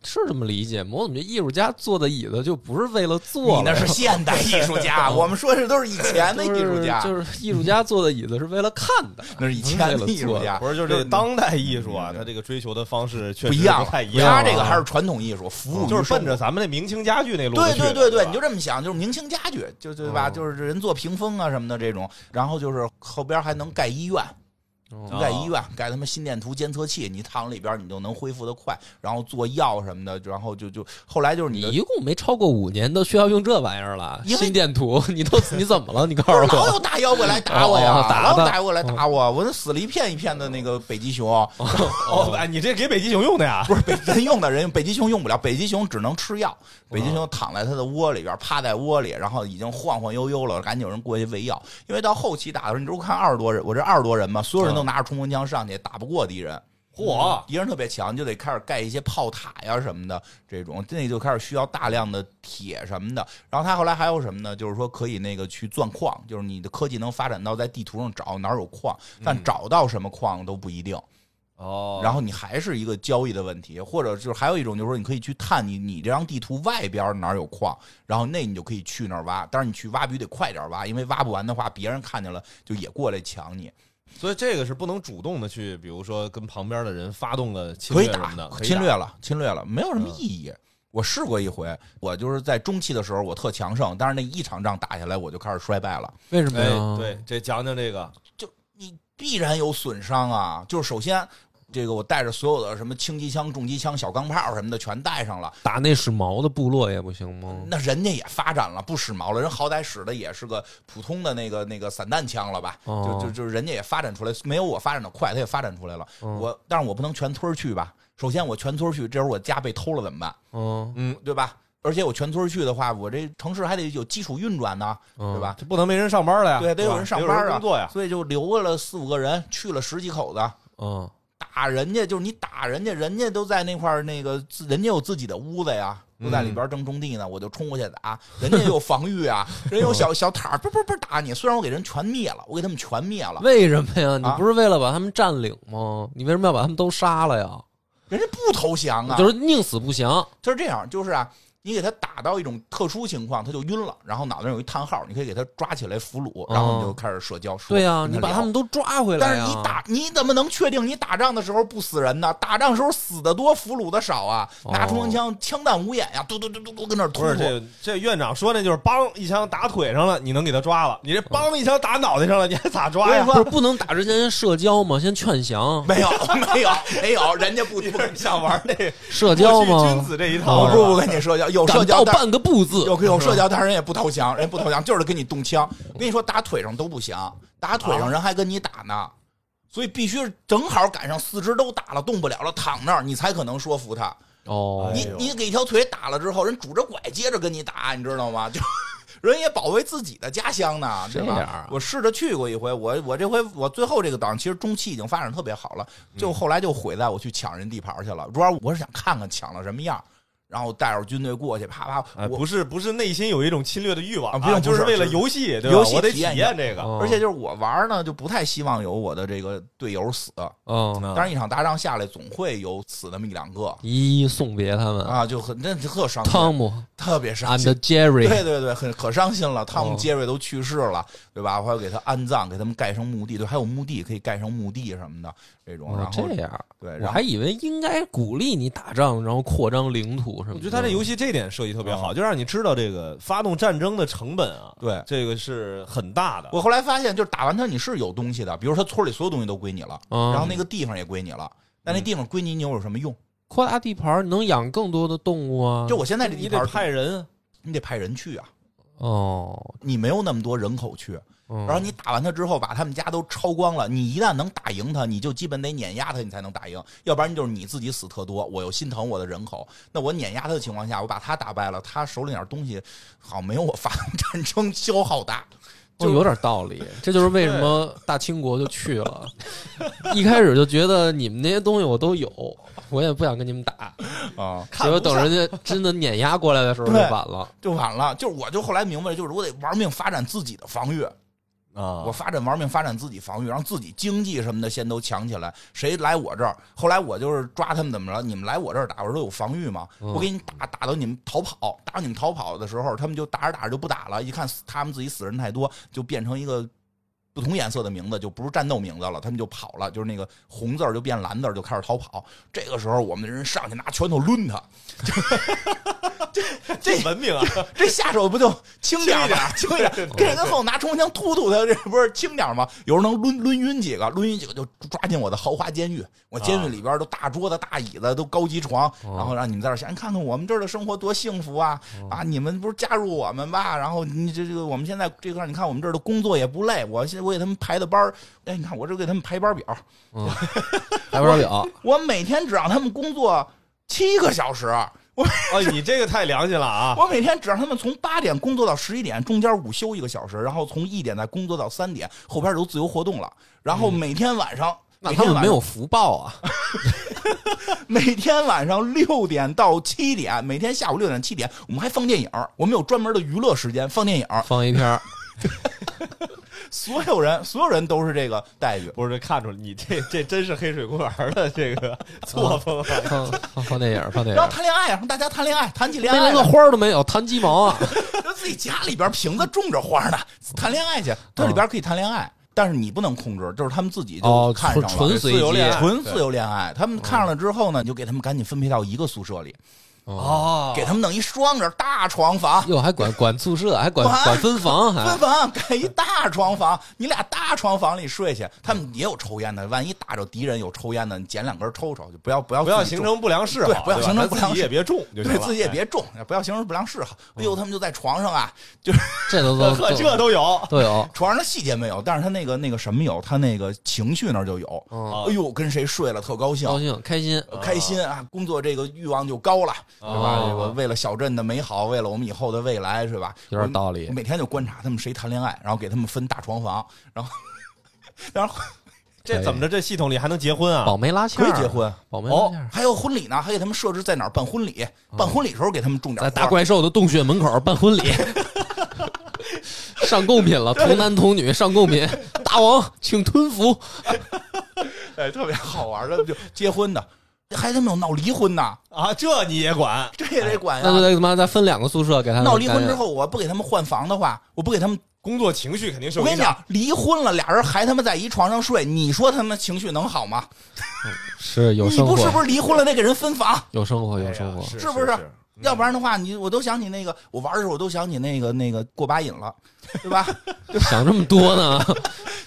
S1: 是这么理解吗？我怎么觉得艺术家坐的椅子就不是为了坐了？
S3: 你那是现代艺术
S4: (laughs)
S3: 家，
S4: 嗯
S3: 我们说的都是以前的艺术家，
S1: 就是就是艺术家坐的椅子是为了看
S3: (laughs)
S1: 的，
S3: 那是以
S4: 嗯
S3: 前的艺术家，
S4: 不是，就是这当代艺术啊，
S3: 嗯
S4: 它这个追求的方式确
S3: 不
S4: 实
S3: 一样
S4: 不太一
S1: 不一
S4: 样
S3: 他
S1: 样
S4: 了，
S3: 这个还是传统艺术，服务于
S4: 就是
S3: 生
S4: 奔着
S3: 活。
S4: 咱们那明清家具那路
S3: 对
S4: 子去
S3: 对
S4: 的
S3: 对对，
S4: 吧嗯
S3: 你就这么想，就是明清家具，就对吧？
S1: 哦
S3: 就是人做屏风啊什么的这种，然后就是后边还能盖医院，
S1: 嗯
S3: 不盖医院，盖他妈心电图监测器，你躺里边你就能恢复的快，然后做药什么的，然后就就后来就是
S1: 你
S3: 你的
S1: 一共没超过五年，都需要用这玩意儿了。
S3: (laughs) 因为
S1: 心电图， (laughs) 你都你怎么了？你告诉
S3: 老
S1: 我，
S3: 有大妖怪来打我呀，
S1: 哦打
S3: 老有
S1: 的
S3: 大妖怪来打我，我那死了一片一片的那个北极熊，
S4: 哦，哎，你这给北极熊用的呀？
S3: 不是北人用的人，北极熊用不了，北极熊只能吃药，北极熊躺在它的窝里边，趴在窝里，然后已经晃晃悠悠了，赶紧有人过去喂药，因为到后期打的时候，你如果看二十多人，我这二十多人嘛，所有人都拿着冲锋枪上去，打不过敌人。嗯
S4: 嚯，
S3: 敌人特别强，就得开始盖一些炮塔呀什么的，这种那就开始需要大量的铁什么的。然后他后来还有什么呢？就是说可以那个去钻矿，就是你的科技能发展到在地图上找哪儿有矿，但找到什么矿都不一定。
S4: 哦
S3: 然后你还是一个交易的问题，或者就是还有一种就是说你可以去探你你这张地图外边哪儿有矿，然后那你就可以去那儿挖。但是你去挖必须得快点挖，因为挖不完的话，别人看见了就也过来抢你。
S4: 所以这个是不能主动的去，比如说跟旁边的人发动了侵
S3: 可以
S4: 略什么的
S3: 打，，
S4: 可以
S3: 侵略啊
S4: 打
S3: 了，侵略了，没有什么意义。我试过一回，我就是在中期的时候我特强盛，但是那一场仗打下来我就开始衰败了。
S1: 为什么呀？
S4: 哎，对，这讲讲这个，
S3: 就你必然有损伤啊。就是首先，这个我带着所有的什么轻机枪、重机枪、小钢炮什么的全带上了，
S1: 打那是毛的部落也不行吗？
S3: 那人家也发展了，不使毛了，人好歹使的也是个普通的那个那个散弹枪了吧？
S1: 哦
S3: (laughs) 就就就是人家也发展出来，没有我发展的快，他也发展出来了。
S4: 哦
S1: 嗯
S3: 我但是我不能全村儿去吧？首先我全村儿去，这时候我家被偷了怎么办？
S1: 嗯，
S4: 嗯，
S3: 对吧？而且我全村去的话，我这城市还得有基础运转呢，
S1: 嗯
S3: 对吧？
S4: 这不能没人上班了呀，
S3: 对得有
S4: 哦吧
S3: 人上班啊
S4: 得有人工作呀，
S3: 所以就留下了四五个人，去了十几口子，
S1: 嗯，
S3: 打人家就是你打人家，人家都在那块儿那个自，人家有自己的屋子呀，都在里
S1: 嗯
S3: 边正种地呢，我就冲过去打，人家有防御啊，人有
S1: 哦
S3: 小小塔儿，不不不打你，虽然我给人全灭了，我给他们全灭了，
S1: 为什么呀？你
S3: 啊
S1: 不是为了把他们占领吗？你为什么要把他们都杀了呀？
S3: 人家不投降啊，
S1: 就是宁死不降。
S3: 就是这样，就是啊，你给他打到一种特殊情况，他就晕了，然后脑袋上有一叹号，你可以给他抓起来俘虏，然后你就开始社交。
S1: 哦
S3: 说
S1: 对呀、
S3: 跟
S1: 你把
S3: 聊
S1: 他们都抓回来
S3: 但是
S1: 呀、
S3: 你打，你怎么能确定你打仗的时候不死人呢？打仗时候死的多，俘虏的少啊！
S1: 哦
S3: 拿冲锋枪，枪弹无眼呀、嘟嘟嘟嘟嘟跟那儿突
S4: 不是这这院长说那就是梆一枪打腿上了，你能给他抓了？你这梆一枪打脑袋上了，你还咋
S3: (laughs)
S4: 抓呀？
S1: 不是不能打之前先社交吗？先劝降，
S3: 没有 (laughs) 没有没有，人家不不
S4: 不是
S1: (laughs)
S4: 想玩那
S1: 社交
S4: 过去君
S1: 吗？
S4: 子这一套
S3: 我
S4: 是
S3: 不
S4: 吧？
S3: 不跟你社交，有社
S1: 敢
S3: 交
S1: 到
S3: 但
S1: 半个不字，
S3: 有有社交，但是人也不投降，人不投降就是跟你动枪。我跟你说，打腿上都不行，打腿上人还跟你打呢，所以必须是正好赶上四肢都打了，动不了了，躺那儿你才可能说服他。
S1: 哦，
S3: 你
S4: 哎呦
S3: 你给一条腿打了之后，人拄着拐接着跟你打，你知道吗？就 (laughs) 人也保卫自己的家乡呢，对吧？
S1: 这样啊
S3: 我试着去过一回，我我这回我最后这个档其实中期已经发展得特别好了，就后来就毁在我去抢人地盘去了。主要我是想看看抢了什么样，然后带着军队过去，啪啪，
S4: 哎，
S3: 我
S4: 不是不是内心有一种侵略的欲望
S3: 啊不用
S4: 就
S3: 不是
S4: 为了游戏，对吧？
S3: 游戏
S4: 我得体
S3: 体验一下
S4: 验这个。
S1: 哦
S3: 而且就是我玩呢，就不太希望有我的这个队友死。
S1: 嗯，
S4: 嗯
S3: 当然，一场大仗下来，总会有死那么一两个
S1: 一一送别他们。
S3: 啊，就很那特伤
S1: 汤
S3: 心，
S1: 姆
S3: 特别伤
S1: ，I'm
S3: 心
S1: the。Jerry，
S3: 对对对，很可伤心了。汤姆
S1: 哦
S3: ·杰瑞都去世了，对吧？我还要给他安葬，给他们盖上墓地，对，还有墓地可以盖上墓地什么的这种。然
S1: 哦，
S3: 后
S1: 这样，
S3: 对，
S1: 我
S3: 然后
S1: 还以为应该鼓励你打仗，然后扩张领土什么的。
S4: 我觉得他这游
S1: 戏
S4: 戏这点设计特别
S3: 嗯
S4: 好，就让你知道这个发动战争的成本啊，
S3: 对
S4: 这个是很大的。
S3: 我后来发现，就是打完他你是有东西的，比如说他村里所有东西都归你了，
S1: 嗯
S3: 然后那个地方也归你了。但那地方归你，你又有什么用？
S1: 扩大地盘能养更多的动物啊。
S3: 就我现在这
S4: 你
S3: 地
S4: 得
S3: 盘，
S4: 派人啊，
S3: 你得派人去啊，
S1: 哦，
S3: 你没有那么多人口去。
S1: 嗯
S3: 然后你打完他之后，把他们家都抄光了。你一旦能打赢他，你就基本得碾压他，你才能打赢。要不然就是你自己死特多。我又心疼我的人口，那我碾压他的情况下，我把他打败了，他手里那点东西好像没有我发动战争消耗大。
S1: 就哦
S3: 哦
S1: 有点道
S3: (laughs)
S1: 理，这就是为什么大清国就去了。 (laughs) 一开始就觉得你们那些东西我都有，我也不想跟你们打，
S3: 啊，
S1: 结果等人家真的碾压过来的时候就
S3: 对
S1: 晚了。
S3: 就完了。就是我就后来明白，就是我得玩命发展自己的防御，我
S4: (laughs) 我
S3: 发展玩命发展自己防御，让自己经济什么的先都强起来。谁来我这儿？后来我就是抓他们怎么着？你们来我这儿打，我说有防御吗？我给你打，打到你们逃跑，打到你们逃跑的时候，他们就打着打着就不打了。一看死他们自己死人太多，就变成一个。不同颜色的名字就不是战斗名字了，他们就跑了，就是那个红字儿就变蓝字儿，就开始逃跑。这个时候，我们的人上去拿拳头抡他，这
S4: 文明啊，
S3: 这下手不就轻点儿吗？轻一点儿，跟人跟后拿冲锋枪突突他，这不是轻点儿吗？有时候能抡抡晕几个，抡晕几个就抓进我的豪华监狱。我监狱里边都大桌子、大椅子，都高级床，然后让你们在这儿想，你看看我们这儿的生活多幸福啊！啊，你们不是加入我们吧？然后你这这个我们现在这块儿，你看我们这儿的工作也不累，我现在我给他们排的班儿，哎，你看我这给他们排班表，
S1: 还玩表，
S3: 我每天只让他们工作七个小时。
S4: (laughs) 哦，你这个太良心了啊！
S3: (laughs) 我每天只让他们从八点工作到十一点，中间午休一个小时，然后从一点再工作到三点，后边都自由活动了。然后每天晚上，
S1: 那
S3: 每
S1: 他
S3: 天
S1: 们哎
S3: 晚
S1: 没有福报啊！
S3: 每天晚上六点到七点，每天下午六点七点，我们还放电影儿，我们有专门的娱乐时间放电影儿。
S1: 放一片儿， (laughs)
S3: 所有人，所有人都是这个待遇。
S4: 不是看出来，你这这真是黑水公园的这个作风啊！
S1: 放放放电影，放电
S3: 然后
S1: 影，
S3: 谈恋爱，让大家谈恋爱，谈起恋
S1: 那
S3: 爱
S1: 连个
S3: 来，
S1: 花儿都没有，弹鸡毛
S3: (laughs)
S1: 啊！
S3: 就自己家里边瓶子种着花呢，谈恋爱去，这里边可以谈恋爱，但是你不能控制，就是他们自己就
S1: 哦，
S3: 看上
S1: 纯
S3: 了，
S1: 纯随
S4: 自由
S1: 机
S4: 恋爱
S3: 纯自由恋爱。他们看上了之后呢，你就给他们赶紧分配到一个宿舍里，
S1: 哦，
S4: 哦
S3: 给他们弄一双人大床 (laughs) 房，
S1: 哟，还管管宿舍，还管
S3: 管
S1: 管分房，还
S3: 分房盖一大床房，你俩大床房里睡去。他们也有抽烟的，万一打着敌人有抽烟的，你捡两根抽抽，就不要不要
S4: 不要
S3: 自己
S4: 形
S3: 种
S4: 成不良嗜
S3: 对
S4: 好，
S3: 不要
S4: 对吧
S3: 形成
S4: 咱
S3: 不良
S4: 自己也
S3: 嗜
S4: 别中就行
S3: 对
S4: 了，
S3: 自己也别种，不要形成不良嗜好。哎呦，他们就在床上啊，就是
S1: 这
S3: (laughs)
S1: 都
S4: 哎
S1: 都
S4: 呵，这
S1: 都
S4: 都有。
S1: 都有。
S3: 床上的细节没有，但是他那个那个什么有，他那个情绪那儿就有。哎
S1: 嗯，
S4: 啊
S3: 哎呦，跟谁睡了特高兴，
S1: 高兴开心，
S3: 开心啊，工作这个欲望就高了，对吧？
S1: 哦
S3: 这个为了小镇的美好，为了我们以后的未来，是吧？
S1: 有点道理
S3: 我每天就观察他们谁谈恋爱，然后给他们分大床房，然后，然后
S4: 这怎么着？这系统里还能结婚啊？
S1: 保媒拉纤
S3: 可
S1: 儿
S3: 以结，婚，哦
S1: 保媒拉纤儿，
S3: 还有婚礼呢，还给他们设置在哪儿办婚礼，办婚礼时候给他们种点
S1: 哦在
S3: 花
S1: 大怪兽的洞穴门口办婚礼，
S3: (laughs)
S1: 上贡品了，童男童女上贡品，大王请吞服，
S3: 哎，特别好玩的，就 (laughs) 结婚的，还他们有闹离婚的，
S4: 啊，这你也管？
S3: (laughs) 这也得哎管呀、啊
S1: 那就得他妈再分两个宿舍给他们
S3: 闹离婚
S1: 干
S3: 之后，我不给他们换房的话，我不给他们，
S4: 工作情绪肯定
S3: 我
S4: 受
S3: 跟
S4: 影
S3: 你
S4: 响。
S3: 讲，离婚了，俩人还他妈在一床上睡，你说他们情绪能好吗？
S1: 是有
S3: 你
S1: 生
S3: 不
S1: 活，
S3: 是不是离婚了得给人分房？
S1: 有生活有
S4: 哎
S1: 生
S4: 呀
S1: 活，
S4: 是
S3: 是不是
S4: 嗯
S3: 要不然的话，你我都想起那个，我玩的时候我都想起那个那个过把瘾了，对
S4: (laughs)
S3: 吧？
S1: 想这么多呢？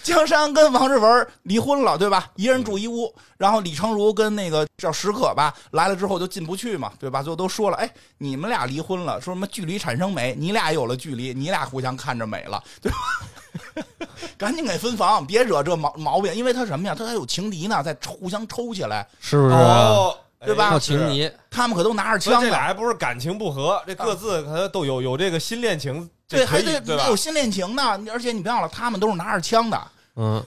S3: 江山跟王志文离婚了，对吧？一人住一屋，然后李成儒跟那个叫石可吧，来了之后就进不去嘛，对吧？最后都说了，哎，你们俩离婚了，说什么距离产生美，你俩有了距离，你俩互相看着美了，对吧？ (laughs) 赶紧给分房，别惹这毛毛病，因为他什么呀？他还有情敌呢，在抽互相抽起来，
S1: (laughs) 是啊不是？
S4: 哦，哎
S3: 对吧
S1: 靠情敌，
S3: 他们可都拿着
S4: 所以
S3: 枪
S4: 这俩
S3: 呢。
S4: 还不是感情不和，这各自可能都有有这个新恋情，这
S3: 对，
S4: 可
S3: 还
S4: 以
S3: 得
S4: 啊对吧
S3: 有？新恋情呢，而且你别忘了，他们都是拿着枪的。
S1: 嗯，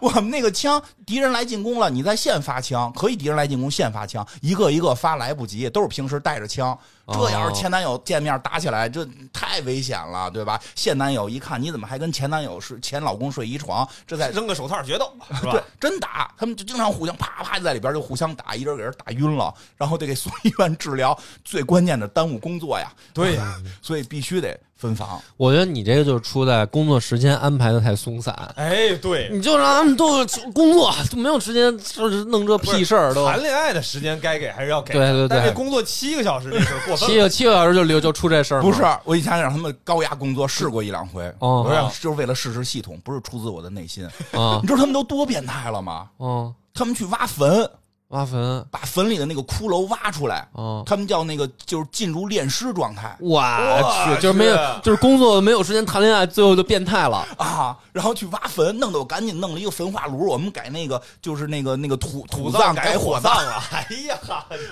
S3: 我们那个枪，敌人来进攻了，你在现发枪，可以敌人来进攻现发枪，一个一个发来不及，都是平时带着枪。这
S4: 哦
S3: 要是前男友见面打起来，这太危险了，对吧？现男友一看你怎么还跟前男友睡前老公睡一床，这在
S4: 扔个手套决斗是
S3: 对
S4: 吧？
S3: 真打，他们就经常互相啪啪就在里边就互相打，一人给人打晕了，然后得给送 (laughs) 医院治疗。最关键的耽误工作呀，
S4: 对呀，
S3: 所以必须得分房。
S1: 我觉得你这个就是出在工作时间安排的太松散， (laughs)
S4: 哎对，
S1: 你就让他们都工作，都没有时间就是弄这屁事儿都。
S4: 谈恋爱的时间该给还是要给，啊
S1: 对对对
S4: 但这工作七个小时这事儿过
S1: 七
S4: 分了，
S1: 个七个小时就留就出这事儿吗
S3: 不是，我以前让他们高压工作试过一两回，
S1: 哦
S3: 我让就是为了试试系统，不是出自我的内心。
S1: 啊
S3: 你知道他们都多变态了吗？
S1: 嗯，
S3: 他们去挖坟，
S1: 挖坟
S3: 把坟里的那个骷髅挖出来，
S1: 哦
S3: 他们叫那个就是进入炼尸状态
S1: 我
S4: 哇
S1: 去，就是没有
S4: 是
S1: 就是工作没有时间谈恋爱，最后就变态
S3: (laughs)
S1: 了。
S3: 啊，然后去挖坟，弄得我赶紧弄了一个坟化炉，我们改那个就是那个那个土
S4: 土
S3: 葬
S4: 改
S3: 火
S4: 葬。了，哎呀，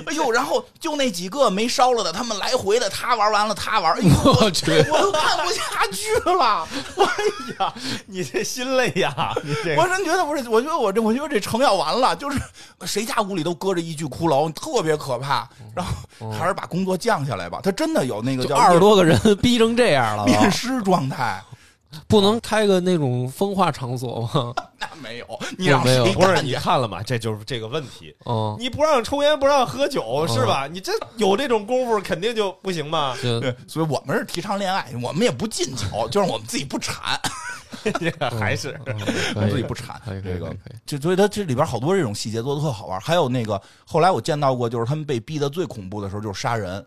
S3: 哎呦，然后就那几个没烧了的，他们来回的，他玩完了，他玩，哎呦，
S1: (laughs) 我去，
S3: 我都看不下去了。
S4: 你这心累呀，你这
S3: 我
S4: 个
S3: 真觉得不是，我觉得我这，我觉得这城要完了，就是谁家屋里都搁着一具骷髅，特别可怕。然后还是把工作降下来吧。他真的有那个
S1: 嗯就
S3: 叫
S1: 二十多个人逼成这样
S3: (laughs)
S1: 了，
S3: 面试状态，
S1: 不能开个那种风化场所吗？
S3: 那没有，你让谁
S1: 没有
S4: 不是
S3: 干
S4: 你
S1: (laughs)
S3: 呀？
S4: 看了吗？这就是这个问题。
S1: 嗯，
S4: 你不让抽烟，不让喝酒，是吧？你这有这种功夫，肯定就不行嘛。
S1: 就哦
S3: (laughs) 对，所以我们是提倡恋爱，我们也不进酒，就是我们自己不馋，
S4: 还是
S3: 我
S1: 可
S3: 们自
S1: 以
S3: 己不馋
S1: 可以。可以
S3: 这个
S1: 可以可以，
S3: 就所以它这里边好多这种细节做的特好玩。还有那个后来我见到过，就是他们被逼的最恐怖的时候就是杀人，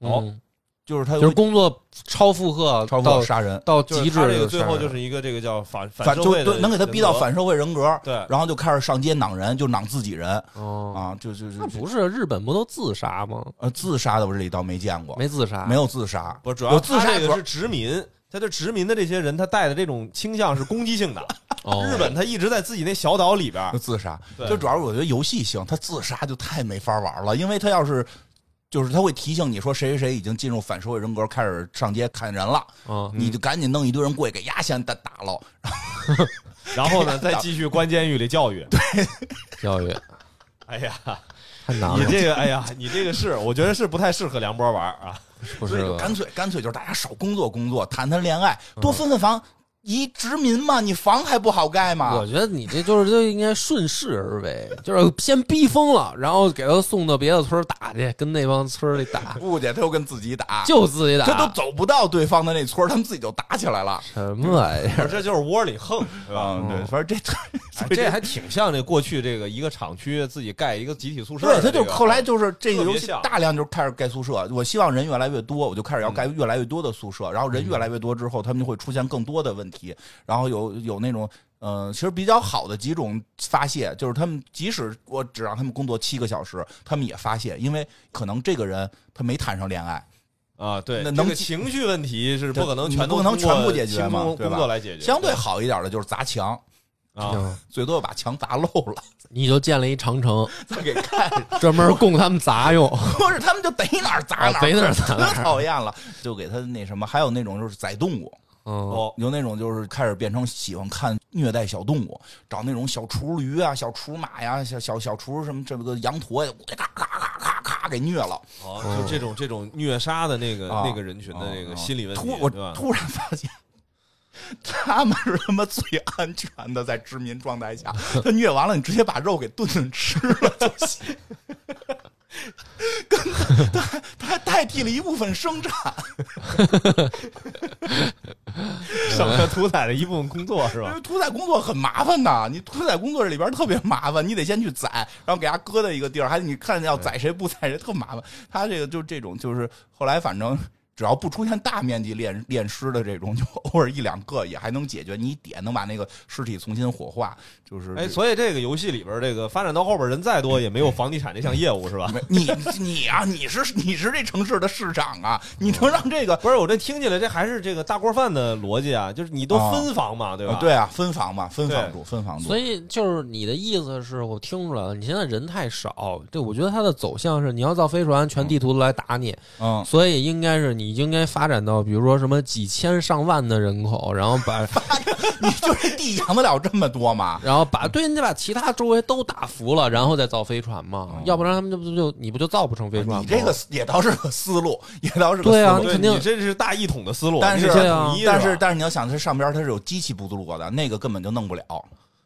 S4: 哦
S1: 嗯
S3: 就是他
S1: 就是工作超负荷
S3: 超
S1: 到
S3: 过杀人，
S1: 到
S4: 就是
S1: 极致
S4: 他这
S1: 的
S4: 个最
S1: 事
S4: 后
S1: 儿啊
S4: 就是一个这个叫反
S3: 反
S4: 社
S3: 就
S4: 会的，
S3: 对能给他逼到。反社会人格，
S4: 对
S3: 然后就开始上街攮人，就攮自己人
S1: 哦，
S3: 啊，就就就
S1: 那不是日本不都自杀吗？
S3: 呃自杀的我这里倒没见过，
S1: 没自杀，
S3: 没有自杀，
S4: 不是主
S3: 有
S4: 要
S3: 自杀
S4: 他这
S3: 主
S4: 个
S3: 要
S4: 是殖民，他对殖民的这些人，他带的这种倾向是攻击性的。
S1: 哦
S4: 日本他一直在自己那小岛里边儿
S3: (laughs) 就，自杀。
S4: 对
S3: 就主要是我觉得游戏性，他自杀就太没法玩了，因为他要是就是他会提醒你说谁谁谁已经进入反社会人格，开始上街砍人了，
S1: 啊，
S3: 你就赶紧弄一堆人过去给压先打打了。
S4: 然
S3: (laughs)
S4: 后呢再继续关监狱里教育。
S1: 教育
S4: 哎呀，
S3: 啊
S1: 太难
S4: 你
S1: 了，
S4: 这个哎呀，你这个是我觉得是不太适合梁波玩儿
S3: (laughs)
S4: 啊。
S1: 不
S3: 所
S1: 是嗯
S3: 以就
S1: 了
S3: 干脆干脆就是大家少工作工作，谈谈恋爱，多分分房。移殖民嘛，你房还不好盖
S1: 我
S3: 吗？
S1: 觉得你这就是就应该顺势而为，就是先逼疯了，然后给他送到别的村儿打去，跟那帮村儿里打，
S3: 不去，他又跟自己打，
S1: 就自己打，
S3: 他都走不到对方的那村儿，他们自己就打起来了。
S1: 什么玩意儿？
S4: 这就是窝里横，对吧？
S3: 嗯，对，反正这 (laughs)
S4: 哎，这还挺像这过去这个一个厂区自己盖一个集体宿舍
S3: 对，
S4: 的这
S3: 他就
S4: 个。
S3: 是后来就是啊这个嗯
S4: 特别
S3: 游戏
S4: 像
S3: 大量就开始盖宿舍，我希望人越来越多，我就开始要盖越来越多的宿舍，然后人越来越多之后，他们就会出现更多的问题，然后有有那种。嗯，其实比较好的几种发泄，就是他们即使我只让他们工作七个小时，他们也发泄，因为可能这个人他没谈上恋爱，
S4: 啊，对，
S3: 那
S4: 这
S3: 能
S4: 个情绪问题是不可能
S3: 对
S4: 全都
S3: 你不可能
S4: 通过
S3: 全部解决
S4: 轻
S3: 嘛
S4: 松
S3: 对吧
S4: 工作来解决，
S3: 相对好一点的就是砸墙，
S4: 啊，
S1: 嗯
S3: 最多把墙砸漏了，
S1: 你就建了一长城，
S3: 再给盖上。
S1: 专门供他们砸用。
S3: 不是，他们就逮哪儿砸哪
S1: 啊
S3: 儿，
S1: 逮哪儿砸哪儿
S3: 可讨厌了。就给他那什么，还有那种就是宰动物，
S1: 嗯，
S4: 哦，
S3: 有那种就是开始变成喜欢看虐待小动物，找那种小雏驴啊、小雏马呀、小小小雏什么这个羊驼呀，咔咔咔咔咔给虐了。
S4: 哦，就这种这种虐杀的那个
S3: 啊
S4: 那个人群的那
S3: 啊
S4: 个
S3: 啊
S4: 心理问题
S3: 突，我
S4: 对吧？
S3: 突然发现。他们是他妈最安全的，在殖民状态下， (laughs) 他虐完了，你直接把肉给炖炖吃了就行。 (laughs) 跟他他还代替了一部分生产，
S4: 省了屠宰的一部分工作是
S3: 因
S4: 吧？
S3: 为屠宰工作很麻烦的，你屠宰工作这里边特别麻烦，你得先去宰，然后给它搁在一个地儿，还得你看要宰谁不宰谁，特麻烦。他这个就这种，就是后来反正只要不出现大面积炼炼尸的这种，就偶尔一两个也还能解决，你一点能把那个尸体重新火化，就是
S4: 哎，所以这个游戏里边，这个发展到后边人再多，也没有房地产这项业务是吧？
S3: 没你你啊，你是你是这城市的市长啊，你能让这个。
S4: 不是，我这听起来这还是这个大锅饭的逻辑啊，就是你都分房嘛，对吧？
S3: 啊对啊，分房嘛，分
S4: 对
S3: 房住，分房住
S1: 所。以就是你的意思是我听出来了，你现在人太少，对我觉得它的走向是你要造飞船，全地图都来打你，
S3: 嗯，
S1: 所以应该是你应该发展到比如说什么几千上万的人口，然后
S3: (laughs)
S1: 把
S3: 你就这地养得了这么多吗？
S1: 然后把对你得把其他周围都打服了，然后再造飞船嘛，要不然他们就不就你不就造不成飞船吗？
S3: 哦你这个也倒是个思路，也倒是个
S1: 对啊
S3: 思路
S1: 你
S4: 对，
S1: 肯定
S4: 你这是大一统的思路，
S3: 但是
S4: 你这
S1: 对啊
S4: 统一
S3: 但
S4: 是
S3: 是
S4: 吧
S3: 但是你要想，它上边它是有机器部落的，那个根本就弄不了，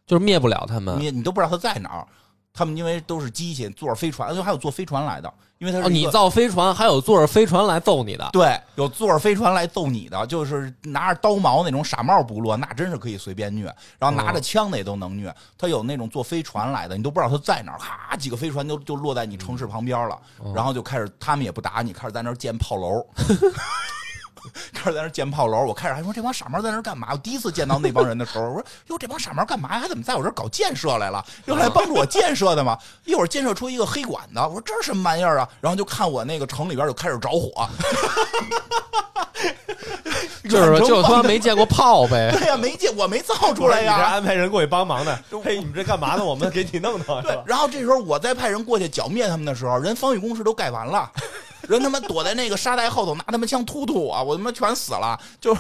S1: 就是灭不了他
S4: 嗯
S1: 们。
S3: 你你都不知道它在哪儿。他们因为都是机器，坐着飞船，就还有坐飞船来的，因为它
S1: 哦，
S3: 是一
S1: 你
S3: 个、
S1: 造飞船还有坐着飞船来揍你的，
S3: 对有坐着飞船来揍你的，就是拿着刀矛那种傻帽部落，那真是可以随便虐，然后拿着枪的也都能虐。他有那种坐飞船来的，你都不知道他在哪儿，咔几个飞船就就落在你城市旁边了，然后就开始他们也不打你，开始在那儿 (laughs) 建炮楼。开始在那儿建炮楼。我开始还说这帮傻帽在那儿干嘛？我第一次见到那帮人的时候，我说哟，这帮傻帽干嘛呀？还怎么在我这儿搞建设来了？又来帮助我建设的嘛？一会儿建设出一个黑管子，我说这是什么玩意儿啊？然后就看我那个城里边就开始着火，
S1: 就是
S3: 远程
S1: 就
S3: 炮
S1: 他妈没见
S3: (laughs)
S1: 过炮呗。
S3: 对呀、没见我没造出来
S4: 你这
S3: 呀。
S4: 安排人过去帮
S3: (laughs)
S4: 忙的，嘿，你们这干嘛呢？我们给你弄弄，是
S3: 对
S4: 吧，？
S3: 然后这时候我再派人过去剿灭他们的时候，人防御工事都盖完了，人他妈躲在那个沙袋后头拿他们枪突突我，我他妈全死了。就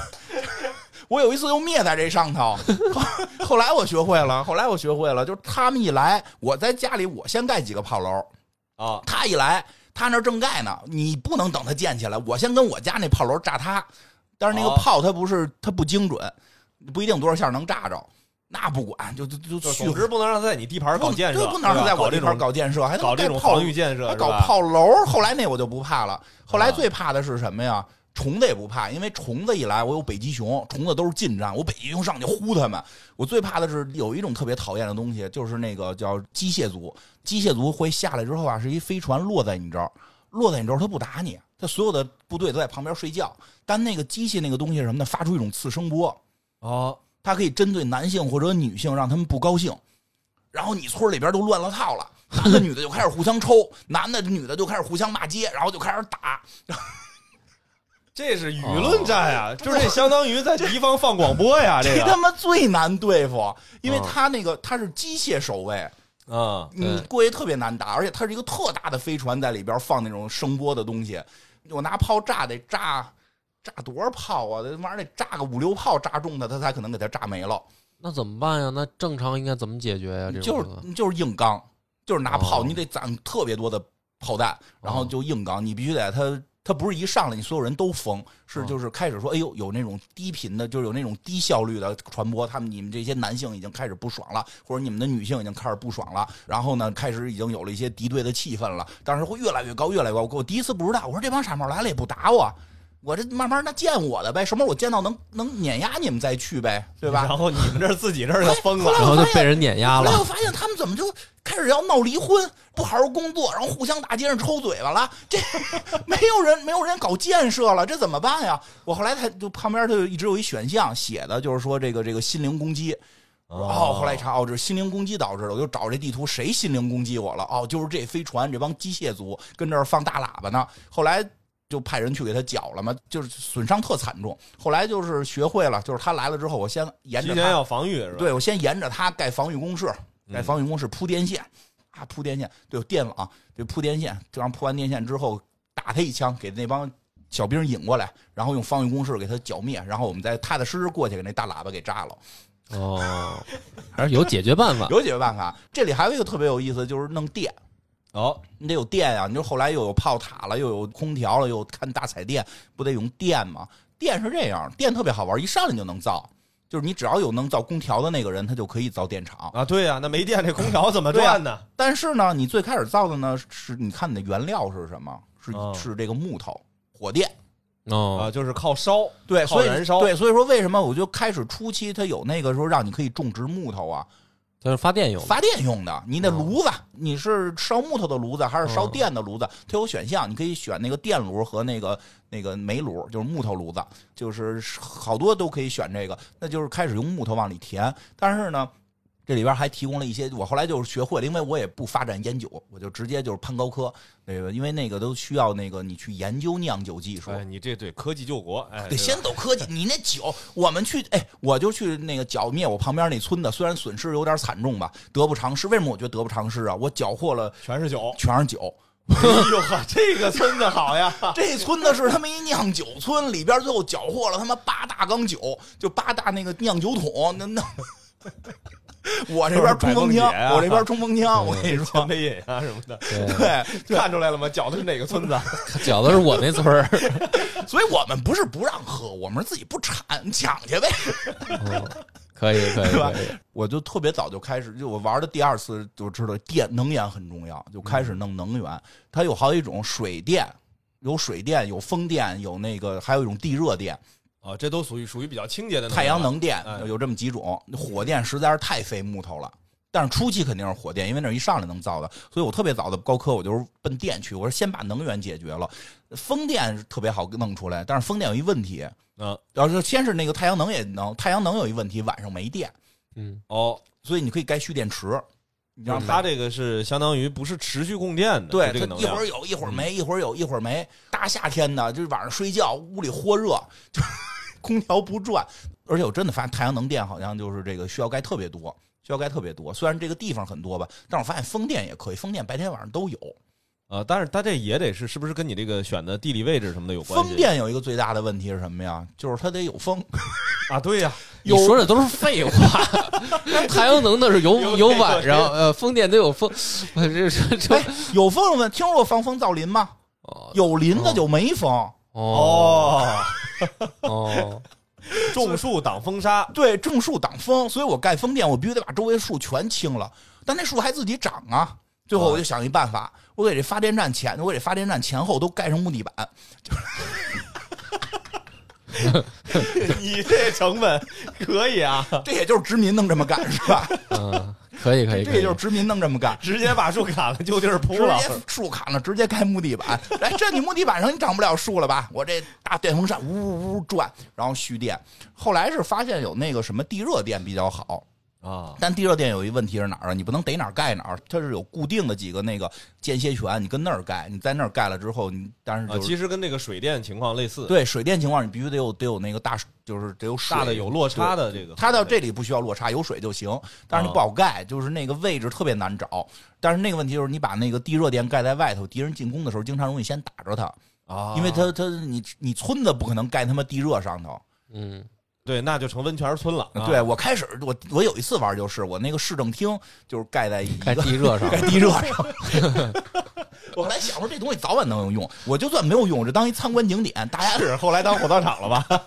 S3: 我有一次又灭在这上头，后后来我学会了，后来我学会了，就是他们一来，我在家里我先盖几个炮楼， (laughs)
S4: 啊，
S3: 他一来，他那儿正盖呢，你不能等他建起来，我先跟我家那炮楼炸他。但是那个
S4: 哦
S3: 炮它不是它不精准，不一定多少下能炸着，那不管就就就
S4: 就
S3: 就
S4: 总之不能让他在你地盘
S3: 不
S4: 搞建设，
S3: 对不能让他在我
S4: 这
S3: 这块
S4: 种
S3: 儿搞建设，还他妈
S4: 搞这
S3: 盖
S4: 种
S3: 炮
S4: 防御建设，
S3: 还
S4: 是
S3: 搞
S4: 吧？
S3: 炮楼。后来那我就不怕了，后
S4: 啊
S3: 来最怕的是什么呀？虫子也不怕，因为虫子一来，我有北极熊，虫子都是近战，我北极熊上去呼它们。我最怕的是有一种特别讨厌的东西，就是那个叫机械族。机械族会下来之后啊，是一飞船落在你这儿，落在你这儿它不打你，它所有的部队都在旁边睡觉。但那个机器那个东西是什么呢？发出一种次声波，
S1: 哦，
S3: 它可以针对男性或者女性，让他们不高兴。然后你村里边都乱了套了， (laughs) 男的女的就开始互相抽， (laughs) 男的女的就开始互相骂街，然后就开始打。
S4: 这是舆论战呀，就是这相当于在敌方放广播呀，这
S3: 哦 (laughs) 这他
S4: 个
S3: 妈最难对付，因为
S1: 啊嗯
S3: 他那个他是机械守卫，
S4: 啊，
S3: 你
S1: 对
S3: 过去特别难打，而且它是一个特大的飞船，在里边放那种声波的东西，我拿炮炸得炸炸多少炮啊？这玩意儿得炸个五六炮炸中它，它才可能给它炸没了。
S1: 那怎么办呀？那正常应该怎么解决呀？这种
S3: 就
S1: 情况
S3: 是就是硬刚，就是拿炮，
S1: 哦
S3: 你得攒特别多的炮弹，然后就硬刚，你必须得他。他不是一上来你所有人都疯，
S1: 哦
S3: 是就是开始说，哎呦，有那种低频的，就是有那种低效率的传播，他们你们这些男性已经开始不爽了，或者你们的女性已经开始不爽了，然后呢，开始已经有了一些敌对的气氛了，当时会越来越高，越来越高。我第一次不知道，我说这帮傻帽来了也不打我，我这慢慢那见我的呗，什么时候我见到能能碾压你们再去呗，对吧？哎
S4: 然后你们这儿自己这儿就疯了，
S1: 然后就被人碾压
S3: 后来
S1: 了。
S3: 我发现他们怎么就开始要闹离婚，不好好工作，然后互相大街上抽嘴巴了。 (laughs) 这没有人没有人搞建设了，这怎么办呀？我后来他就旁边他就一直有一选项写的就是说这个这个心灵攻击。
S4: 啊
S3: 哦，后来一查，哦，这是心灵攻击导致的，我就找这地图谁心灵攻击我了？哦，就是这飞船这帮机械族跟这儿放大喇叭呢。后来就派人去给他搅了嘛，就是损伤特惨重。后来就是学会了，就是他来了之后，我先沿
S4: 提
S3: 着
S4: 前
S3: 他，
S4: 要防御是吧？嗯
S3: 对我先沿着他盖防御工事，盖防御工事铺电线啊，铺电线，对，有电网，对，铺电线，这样铺完电线之后打他一枪，给那帮。小兵引过来，然后用防御工事给他剿灭，然后我们再踏踏实实过去给那大喇叭给炸了。
S1: 哦，还是有解决
S4: 啊
S1: 办法。
S3: 有解决办法。这里还有一个特别有意思，就是弄电，
S4: 哦，
S3: 你得有电啊呀、你就后来又有炮塔了，又有空调了，又有看大彩电，不得用电吗？电是这样，电特别好玩，一上来就能造，就是你只要有能造空调的那个人，他就可以造电厂。
S4: 啊，对呀、那没电这空调怎么
S3: 对啊
S4: 转呢？
S3: 但是呢，你最开始造的呢，是你看你的原料是什么？是、
S4: 哦
S3: 是这个木头、火电。
S1: 哦
S4: 啊，，就是靠烧，
S3: 对，
S4: 靠
S3: 所以
S4: 燃烧，
S3: 对，所以说为什么我就开始初期它有那个时候让你可以种植木头啊，
S1: 它是发电用的。
S3: 发电用的，你那
S1: 嗯
S3: 炉子，你是烧木头的炉子还是烧
S1: 嗯
S3: 电的炉子？它有选项，你可以选那个电炉和那个那个煤炉，就是木头炉子，就是好多都可以选这个。那就是开始用木头往里填，但是呢。这里边还提供了一些，我后来就是学会了，因为我也不发展烟酒，我就直接就是攀高科，那个因为那个都需要那个你去研究酿酒技术，
S4: 哎，你这对科技救国，哎，
S3: 得
S4: 对吧
S3: 先走科技。你那酒，我们去，哎，我就去那个剿灭我旁边那村的，虽然损失有点惨重吧，得不偿失。为什么我觉得得不偿失啊？我缴获了。
S4: (laughs) 全是酒 (laughs)
S3: 全是酒，
S4: 哎呦呵，这个村子好 (laughs) 呀！
S3: 这村子是他妈一酿酒村，里边最后缴获了他妈八大缸酒，就八大那个酿酒桶，那那。我这边冲锋
S4: 就是
S3: 枪，
S4: 百公里啊
S3: 我这边冲锋枪，我跟你
S4: 前
S3: 说，
S4: 辈饮啊什么的，
S1: 对，
S3: 对，
S4: 看出来了吗？搅的是哪个村子？啊 (laughs)
S1: 饺子是我那村儿。
S4: 嗯
S3: 所以我们不是不让喝，我们是自己不产，抢去呗。
S1: 嗯 (laughs) 可以，可以，
S3: 是吧
S1: 可以。
S3: 我就特别早就开始，就我玩的第二次就知道电能源很重要，就开
S4: 嗯
S3: 始弄能源。它有好几种，水电有水电，有风电，有那个还有一种地热电、
S4: 啊，这都属于属于比较清洁的
S3: 太阳能电
S4: 哎，
S3: 有这么几种。火电实在是太费木头了。但是初期肯定是火电，因为那是一上来能造的，所以我特别早的高科我就是奔电去，我说先把能源解决了。风电是特别好弄出来，但是风电有一问题，
S4: 嗯，
S3: 要是先是那个太阳能也能，太阳能有一问题，晚上没电，
S1: 嗯，
S4: 哦。
S3: 所以你可以该蓄电池。你
S4: 然
S3: 让
S4: 后它这个是相当于不是持续供电的，
S3: 对，
S4: 就
S3: 它
S4: 这个能
S3: 一会
S4: 量嗯
S3: 儿有一会儿没，一会儿有一会儿没。大夏天的，就是晚上睡觉，屋里豁热，就是 (laughs) 空调不转。而且我真的发现太阳能电好像就是这个需要盖特别多，需要盖特别多。虽然这个地方很多吧，但是我发现风电也可以，风电白天晚上都有。
S4: 啊，但是它这也得是是不是跟你这个选的地理位置什么的有关系？
S3: 风电有一个最大的问题是什么呀？就是它得有
S4: (laughs)
S3: 风。
S4: 啊，对呀，
S1: 你说的都是废 (laughs) 话。太阳能那是有有晚上，呃，风电得有风， (laughs) 我这这这，
S3: 哎有风问，听说过防风造林吗？
S1: 哦
S3: 有林的就没风。
S1: 哦
S4: 哦，
S1: 哦，
S4: 种树挡风沙，
S3: 对，种树挡风，所以我盖风电，我必须得把周围树全清了。但那树还自己长啊。最后我
S1: 哦
S3: 就想一办法，我给这发电站前，我给这发电站前后都盖上木地板。
S4: 你这成本可以 (laughs) 啊，
S3: 这也就是殖民能这么干是吧？
S1: 嗯，可 (laughs) 以可以，
S3: 这
S1: 可
S3: 也
S1: 以
S3: 就是殖民能这么干。
S4: 直接把树砍了就地儿铺
S3: 直
S4: 了。
S3: 接树砍了，直接盖木地板。哎，这你木地板上你长不了树了吧？我这大电风扇呜呜呜转，然后蓄电。后来是发现有那个什么地热电比较好，
S4: 啊，
S3: 但地热电有一问题是哪儿啊？你不能逮哪儿盖哪儿，它是有固定的几个那个间歇泉，你跟那儿盖，你在那儿盖了之后，你但是
S4: 啊，
S3: 就是、
S4: 其实跟这个水电情况类似，
S3: 对水电情况，你必须得有得有那个大，就是得有水
S4: 大的有落差的这个，哦
S3: 它到这里不需要落差，有水就行，但是你不好盖，就是那个位置特别难找。但是那个问题就是，你把那个地热电盖在外头，敌人进攻的时候，经常容易先打着它，
S4: 啊，
S3: 因为它它你你村子不可能盖他妈地热上头。
S1: 嗯
S4: 对，那就成温泉村了。啊
S3: 对我开始我我有一次玩就是我那个市政厅就是盖在一
S1: 盖
S3: 个
S1: 地热上
S4: (laughs)
S3: 盖地热上。 (laughs) 我后来想说这东西早晚能有用，我就算没有用，我就当一参观景点，大家
S4: 是后来当火葬场了吧？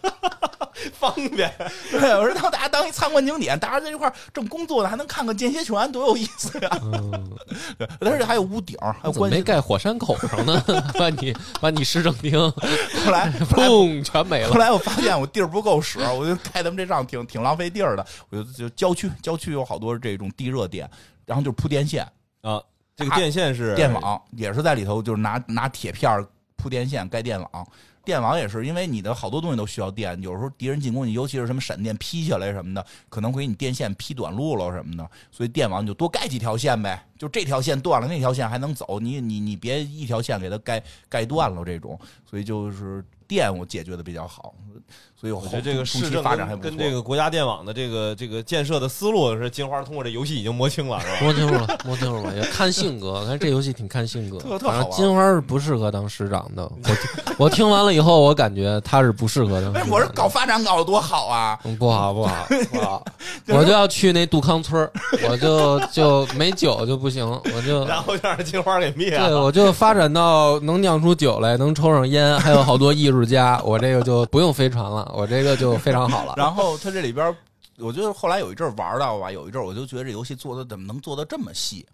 S4: 方便，
S3: (laughs) 对，我说当大家当一参观景点，大家在一块儿正工作呢，还能看看间歇泉，多有意思呀、 (laughs)
S1: 嗯，
S3: 而且还有屋顶儿，还有
S1: 怎么
S3: 关
S1: 没
S3: 系。
S1: 盖火山口上呢？ (laughs) 把你把你市政 (laughs) 厅，
S3: 后
S4: (laughs)
S3: 来后来
S1: 砰，全没
S3: 后
S1: 了。
S3: 来我发现我地儿不够使，我就盖他们这帐挺挺浪费地儿的。我就就郊区，郊区有好多这种地热电，然后就铺电线、
S4: 啊，这个电线是
S3: 电网，也是在里头，就是拿拿铁片儿铺电线盖电网。电网也是，因为你的好多东西都需要电，有时候敌人进攻你，尤其是什么闪电劈下来什么的，可能会给你电线劈短路了什么的，所以电网你就多盖几条线呗，就这条线断了，那条线还能走，你你你别一条线给它盖盖断了这种，所以就是电我解决的比较好，所以我
S4: 我觉得这个
S3: 后
S4: 市
S3: 期
S4: 政
S3: 发展还
S4: 跟
S3: 不错。
S4: 跟这个国家电网的这个这个建设的思路是金花通过这游戏已经摸清了，是吧？
S1: 摸清楚了，摸清楚了，也看性格。看这游戏挺看性格，
S3: 特特好
S1: 反
S3: 玩
S1: 正金花是不适合当市长的。我听我听完了以后，我感觉他是不适合当市
S3: 哎
S1: 长，的。
S3: 我是搞发展搞得多好啊！
S1: 嗯不好不好不好，我就要去那杜康村儿，我就就没酒就不行，我
S3: 嗯
S1: 就
S4: 然后就让金花给灭
S1: 对，
S4: 了。
S1: 我就发展到能酿出酒来，能抽上烟，还有好多艺术家，我这个就不用飞船了，我这个就非常好了。
S3: (laughs) 然后它这里边儿，我觉得后来有一阵儿玩到吧，有一阵儿我就觉得这游戏做的怎么能做的这么细？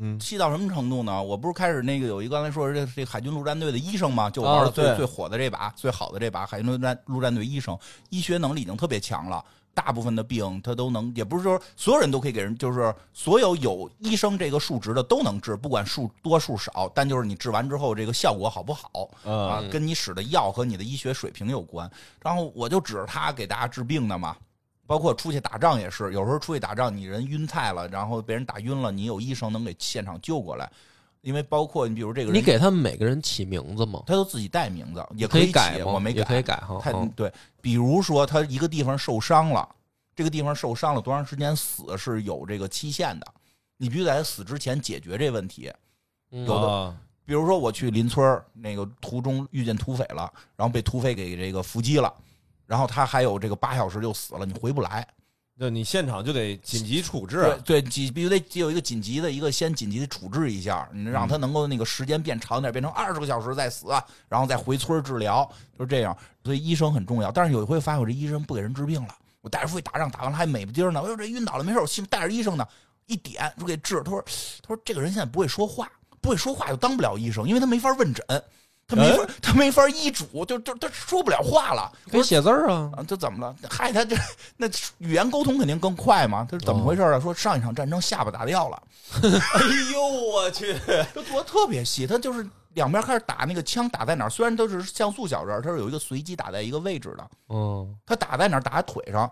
S4: 嗯
S3: 细到什么程度呢？我不是开始那个有一个刚才说的这这海军陆战队的医生吗？就我玩
S1: 哦
S3: 的最、
S1: 对
S3: 最火的这把最好的这把海军陆战陆战队医生，医学能力已经特别强了。大部分的病他都能，也不是说所有人都可以给人，就是所有有医生这个数值的都能治，不管数多数少，但就是你治完之后这个效果好不好，
S4: 嗯，
S3: 啊，跟你使的药和你的医学水平有关。然后我就指着他给大家治病的嘛，包括出去打仗也是，有时候出去打仗你人晕菜了，然后被人打晕了，你有医生能给现场救过来。因为包括你比如这个人，
S1: 你给他们每个人起名字吗？
S3: 他都自己带名字，也
S1: 可
S3: 以
S1: 改
S3: 起
S1: 吗？
S3: 我没
S1: 也可以
S3: 改。
S1: 改哈。
S3: 他
S1: 嗯
S3: 对，比如说他一个地方受伤了，这个地方受伤了多长时间死是有这个期限的，你必须在他死之前解决这问题。
S1: 嗯
S3: 有的
S4: 啊
S3: 比如说我去邻村儿那个途中遇见土匪了，然后被土匪给这个伏击了，然后他还有这个八小时就死了，你回不来。
S4: 就你现场就得紧急处置。啊
S3: 对对，紧必须得有一个紧急的一个先紧急的处置一下，你让他能够那个时间变长点，变成二十个小时再死，啊然后再回村儿治疗，就是这样。所以医生很重要。但是有一回发现我这医生不给人治病了，我带着出去打仗，打完了还美不丁儿呢，我哎说这晕倒了没事儿，我去带着医生呢，一点就给治。他说他说这个人现在不会说话，不会说话就当不了医生，因为他没法问诊。他没法，他没法医嘱，就就他说不了话了。
S1: 可以写字儿啊。
S3: 啊，这怎么了？嗨，他这那语言沟通肯定更快嘛。他是怎么回事啊？说上一场战争下巴打掉了，
S4: (laughs) 哎呦
S3: (laughs)
S4: 我去！
S3: 这做的特别细，他就是两边开始打那个枪打在哪儿，虽然都是像素小人儿，它是有一个随机打在一个位置的，
S1: 嗯，
S3: 他打在哪儿？打在腿上，